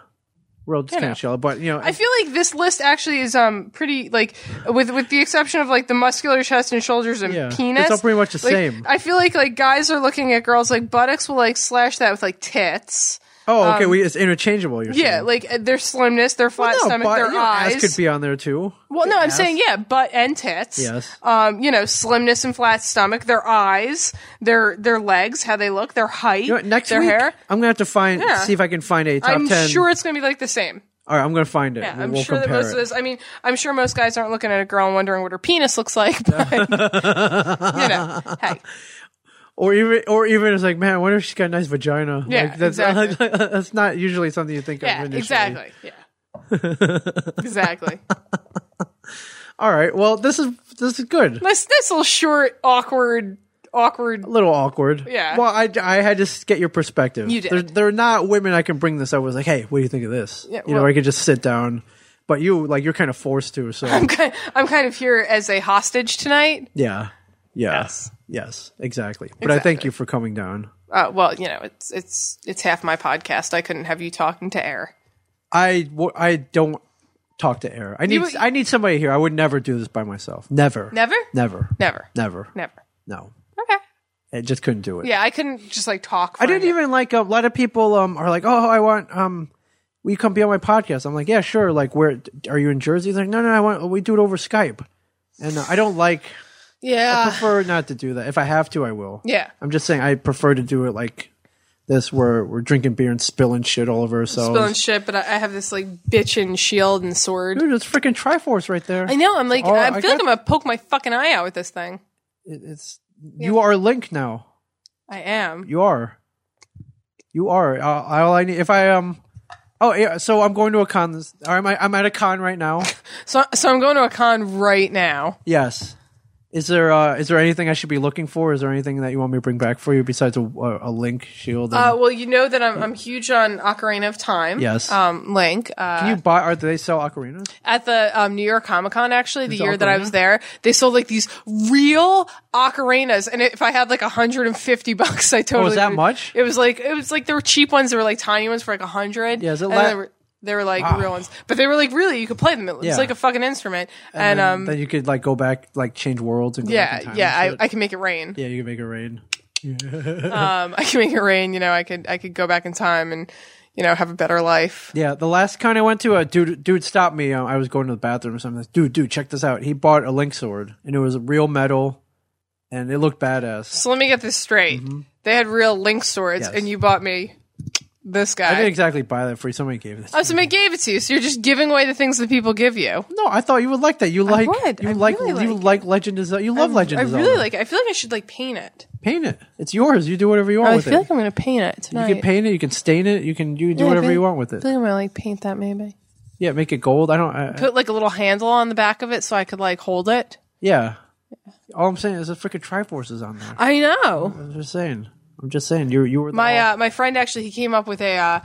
Speaker 5: We're all just
Speaker 6: You
Speaker 5: kind
Speaker 6: know.
Speaker 5: of shallow, but you know,
Speaker 6: I feel like this list actually is um pretty like with with the exception of like the muscular chest and shoulders and
Speaker 5: Yeah.
Speaker 6: penis.
Speaker 5: It's all pretty much the
Speaker 6: like,
Speaker 5: same.
Speaker 6: I feel like like guys are looking at girls like buttocks will like slash that with like tits.
Speaker 5: oh, okay. we it's interchangeable. You're
Speaker 6: um, Yeah,
Speaker 5: saying.
Speaker 6: like uh, their slimness, their flat
Speaker 5: No,
Speaker 6: stomach,
Speaker 5: but,
Speaker 6: their
Speaker 5: you know,
Speaker 6: eyes.
Speaker 5: Ass could be on there too.
Speaker 6: well, no, I'm
Speaker 5: ass.
Speaker 6: saying yeah, butt and tits.
Speaker 5: Yes.
Speaker 6: Um, you know, slimness and flat stomach, their eyes, their their legs, how they look, their height,
Speaker 5: You know what, next
Speaker 6: their
Speaker 5: week,
Speaker 6: hair.
Speaker 5: I'm gonna have to find
Speaker 6: Yeah.
Speaker 5: see if I can find a top
Speaker 6: I'm
Speaker 5: ten.
Speaker 6: sure it's going to be like the same.
Speaker 5: All right, I'm gonna find it.
Speaker 6: Yeah,
Speaker 5: We'll-
Speaker 6: I'm
Speaker 5: we'll
Speaker 6: sure that
Speaker 5: compare
Speaker 6: most of
Speaker 5: it.
Speaker 6: those. I mean, I'm sure most guys aren't looking at a girl and wondering what her penis looks like. But, you know, hey,
Speaker 5: Or even, or even it's like, man, I wonder if she's got a nice vagina.
Speaker 6: Yeah,
Speaker 5: like, that's,
Speaker 6: exactly.
Speaker 5: that's not usually something you think
Speaker 6: Yeah,
Speaker 5: of initially.
Speaker 6: exactly. Yeah. exactly.
Speaker 5: All right. Well, this is this is good.
Speaker 6: This this little short, awkward, awkward.
Speaker 5: A little awkward.
Speaker 6: Yeah.
Speaker 5: Well, I, I had to s- get your perspective.
Speaker 6: You did.
Speaker 5: There, there are not women I can bring this up. with like, hey, what do you think of this?
Speaker 6: Yeah,
Speaker 5: you know,
Speaker 6: well-
Speaker 5: I could just sit down. But you, like, you're kind of forced to. So
Speaker 6: I'm kind of here as a hostage tonight.
Speaker 5: yeah, yeah,
Speaker 6: Yes.
Speaker 5: yes, exactly. But I thank
Speaker 6: Exactly.
Speaker 5: you for coming down.
Speaker 6: Uh, well, you know, it's it's it's half my podcast. I couldn't have you talking to air.
Speaker 5: I, w- I don't talk to air. I need
Speaker 6: You-
Speaker 5: I need somebody here. I would never do this by myself. Never.
Speaker 6: Never?
Speaker 5: Never.
Speaker 6: Never.
Speaker 5: Never.
Speaker 6: Never.
Speaker 5: No.
Speaker 6: Okay.
Speaker 5: I just couldn't do it.
Speaker 6: Yeah, I couldn't just like talk. For
Speaker 5: I didn't
Speaker 6: a-
Speaker 5: even like a lot of people um are like, oh, I want um, will you come be on my podcast? I'm like, yeah, sure. Like, where are you in Jersey? He's like, no, no, I want we do it over Skype, and uh, I don't like
Speaker 6: Yeah.
Speaker 5: prefer not to do that. If I have to, I will.
Speaker 6: Uh. Yeah.
Speaker 5: I'm just saying I prefer to do it like this, where we're drinking beer and spilling shit all over ourselves.
Speaker 6: Spilling shit, but I, I have this like bitchin' shield and sword.
Speaker 5: Dude, it's freaking Triforce right there.
Speaker 6: I know. I'm like,
Speaker 5: Oh,
Speaker 6: I
Speaker 5: I
Speaker 6: feel
Speaker 5: got-
Speaker 6: like I'm gonna poke my fucking eye out with this thing.
Speaker 5: It- It's you are Link now.
Speaker 6: I am.
Speaker 5: You are. You are. Uh, all I need if I um. Oh yeah, so I'm going to a con. This, or I'm, I'm at a con right now.
Speaker 6: So, so I'm going to a con right now.
Speaker 5: Yes. Is there uh, is there anything I should be looking for? Is there anything that you want me to bring back for you besides a, a, a link shield? and-
Speaker 6: Uh, well, you know that I'm I'm huge on Ocarina of Time.
Speaker 5: Yes.
Speaker 6: Um, Link. Uh,
Speaker 5: Can you buy? Are do they sell ocarinas?
Speaker 6: at the um, New York Comic Con actually the
Speaker 5: Is it
Speaker 6: year that I
Speaker 5: ocarina?
Speaker 6: was there. They sold like these real ocarinas, and if I had like 150 bucks, I totally
Speaker 5: that
Speaker 6: would-
Speaker 5: much?
Speaker 6: It was like it was like there were cheap ones. There were like tiny ones for like a hundred.
Speaker 5: Yeah, is it
Speaker 6: and
Speaker 5: la-
Speaker 6: they were they were like real ones, but they were like really you could play them. It was
Speaker 5: Yeah.
Speaker 6: like a fucking instrument, and, um
Speaker 5: then you could like go back, like change worlds and go back in
Speaker 6: yeah
Speaker 5: time and
Speaker 6: yeah I,
Speaker 5: shit.
Speaker 6: I can make it rain.
Speaker 5: yeah, you can make a raid.
Speaker 6: Um, I can make it rain. You know, I could I could go back in time and you know have a better life.
Speaker 5: Yeah, the last con I went to, a dude dude stopped me. Um, I was going to the bathroom or something. Like, dude, dude, check this out. He bought a link sword, and it was real metal, and it looked badass.
Speaker 6: So let me get this straight. They had real link swords,
Speaker 5: Mm-hmm. Yes.
Speaker 6: and you bought me this guy.
Speaker 5: I didn't exactly buy that for you. Somebody gave it. to
Speaker 6: Oh, somebody gave it to you, so you're just giving away the things that people give you.
Speaker 5: No, I thought you would like that. You like
Speaker 6: would.
Speaker 5: you
Speaker 6: I
Speaker 5: like,
Speaker 6: really
Speaker 5: you
Speaker 6: like-
Speaker 5: like Legend of Zelda. You love Legend
Speaker 6: I
Speaker 5: of Zelda.
Speaker 6: really like. It. I feel like I should like paint it.
Speaker 5: paint it. It's yours. You do whatever you want
Speaker 6: Oh, I
Speaker 5: with
Speaker 6: feel
Speaker 5: it.
Speaker 6: like I'm gonna paint it tonight.
Speaker 5: you can paint it. You can stain it. You can you can do
Speaker 6: Yeah, I
Speaker 5: whatever
Speaker 6: feel-
Speaker 5: you want with it.
Speaker 6: I feel like I'm gonna like paint that maybe.
Speaker 5: Yeah, make it gold. I don't. I, I-
Speaker 6: Put like a little handle on the back of it so I could like hold it.
Speaker 5: yeah. All I'm saying is the freaking Triforce is on there.
Speaker 6: I know.
Speaker 5: I'm just saying. I'm just saying. You you were the
Speaker 6: My
Speaker 5: all-
Speaker 6: uh, my friend actually he came up with a uh,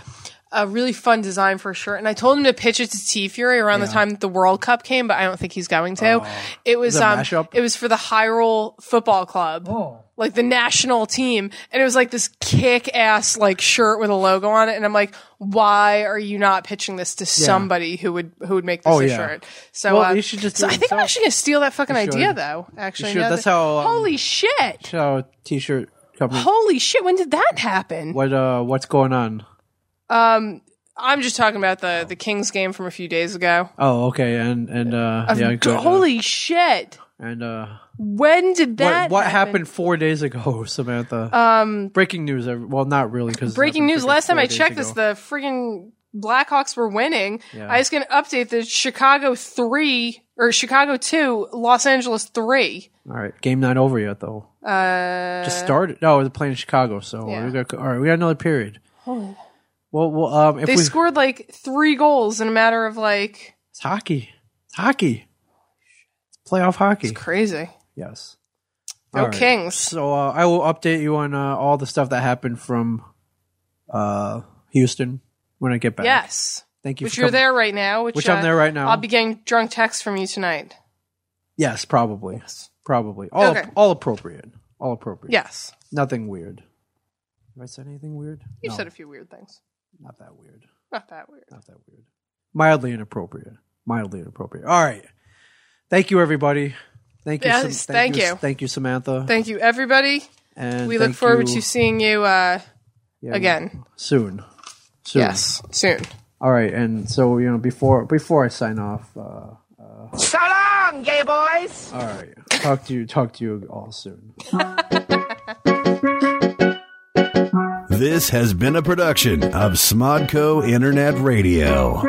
Speaker 6: a really fun design for a shirt, and I told him to pitch it to T Fury around the time that the World Cup came, but I don't think he's going to. it
Speaker 5: Oh. Is
Speaker 6: was
Speaker 5: it a
Speaker 6: um
Speaker 5: mashup? Oh.
Speaker 6: it was for the Hyrule Football Club. Like the national team, and it was like this kick ass like shirt with a logo on it, and I'm like, why are you not pitching this to somebody who would who would make this
Speaker 5: Oh,
Speaker 6: a
Speaker 5: yeah.
Speaker 6: shirt? So
Speaker 5: Well,
Speaker 6: uh,
Speaker 5: you should just
Speaker 6: so
Speaker 5: do
Speaker 6: I
Speaker 5: it
Speaker 6: think I'm
Speaker 5: yourself.
Speaker 6: actually gonna steal that fucking
Speaker 5: You should.
Speaker 6: idea though. Actually,
Speaker 5: should.
Speaker 6: now
Speaker 5: That's
Speaker 6: that-
Speaker 5: how, um,
Speaker 6: holy shit!
Speaker 5: uh, t-shirt company.
Speaker 6: Holy shit! When did that happen?
Speaker 5: What uh what's going on?
Speaker 6: I'm just talking about the the Kings game from a few days ago.
Speaker 5: Oh, okay. And and uh yeah, good, uh,
Speaker 6: Holy shit!
Speaker 5: and uh
Speaker 6: When did that?
Speaker 5: what, what
Speaker 6: happen?
Speaker 5: happened 4 days ago, Samantha? Um breaking news. every- Well, not really cuz
Speaker 6: Breaking news! Last time I checked this, the freaking Blackhawks were winning. I was going to update the Chicago three or Chicago two, Los Angeles three.
Speaker 5: All right, game not over yet though.
Speaker 6: Uh,
Speaker 5: Just started. No, they're playing Chicago, so
Speaker 6: Yeah.
Speaker 5: we got all right. We got another period. Well, well, um, if
Speaker 6: they
Speaker 5: we
Speaker 6: scored like three goals in a matter of like
Speaker 5: it's hockey, it's hockey, it's playoff hockey.
Speaker 6: crazy.
Speaker 5: yes.
Speaker 6: No
Speaker 5: All right.
Speaker 6: Kings.
Speaker 5: So uh, I will update you on uh, all the stuff that happened from uh, Houston when I get back.
Speaker 6: Yes,
Speaker 5: Thank you.
Speaker 6: which
Speaker 5: for
Speaker 6: you're
Speaker 5: coming-
Speaker 6: there right now. Which,
Speaker 5: Which I'm
Speaker 6: uh,
Speaker 5: there right now.
Speaker 6: I'll be getting drunk texts from you tonight.
Speaker 5: Yes, probably. Probably. All
Speaker 6: Okay.
Speaker 5: all appropriate. All appropriate.
Speaker 6: Yes,
Speaker 5: Nothing weird. Have I said anything weird?
Speaker 6: you
Speaker 5: no,
Speaker 6: said a few weird things.
Speaker 5: not that weird.
Speaker 6: Not that weird.
Speaker 5: Not that weird. Mildly inappropriate. Mildly inappropriate. All right. Thank you, everybody. Thank you.
Speaker 6: Yes,
Speaker 5: Sam-
Speaker 6: thank you.
Speaker 5: Thank you, Samantha.
Speaker 6: Thank you, everybody.
Speaker 5: and
Speaker 6: We look
Speaker 5: thank
Speaker 6: forward
Speaker 5: you-
Speaker 6: to seeing you uh,
Speaker 5: yeah,
Speaker 6: again.
Speaker 5: soon. Soon.
Speaker 6: Yes, soon.
Speaker 5: All right. And so you know, before before I sign off, uh,
Speaker 4: So long, gay boys!
Speaker 5: all right. Talk to you. Talk to you all soon.
Speaker 1: This has been a production of Smodco Internet Radio.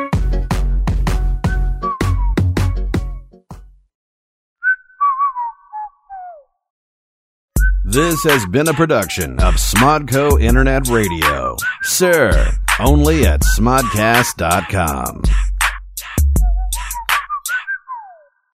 Speaker 1: This has been a production of Smodco Internet Radio. Sir, only at smodcast.com.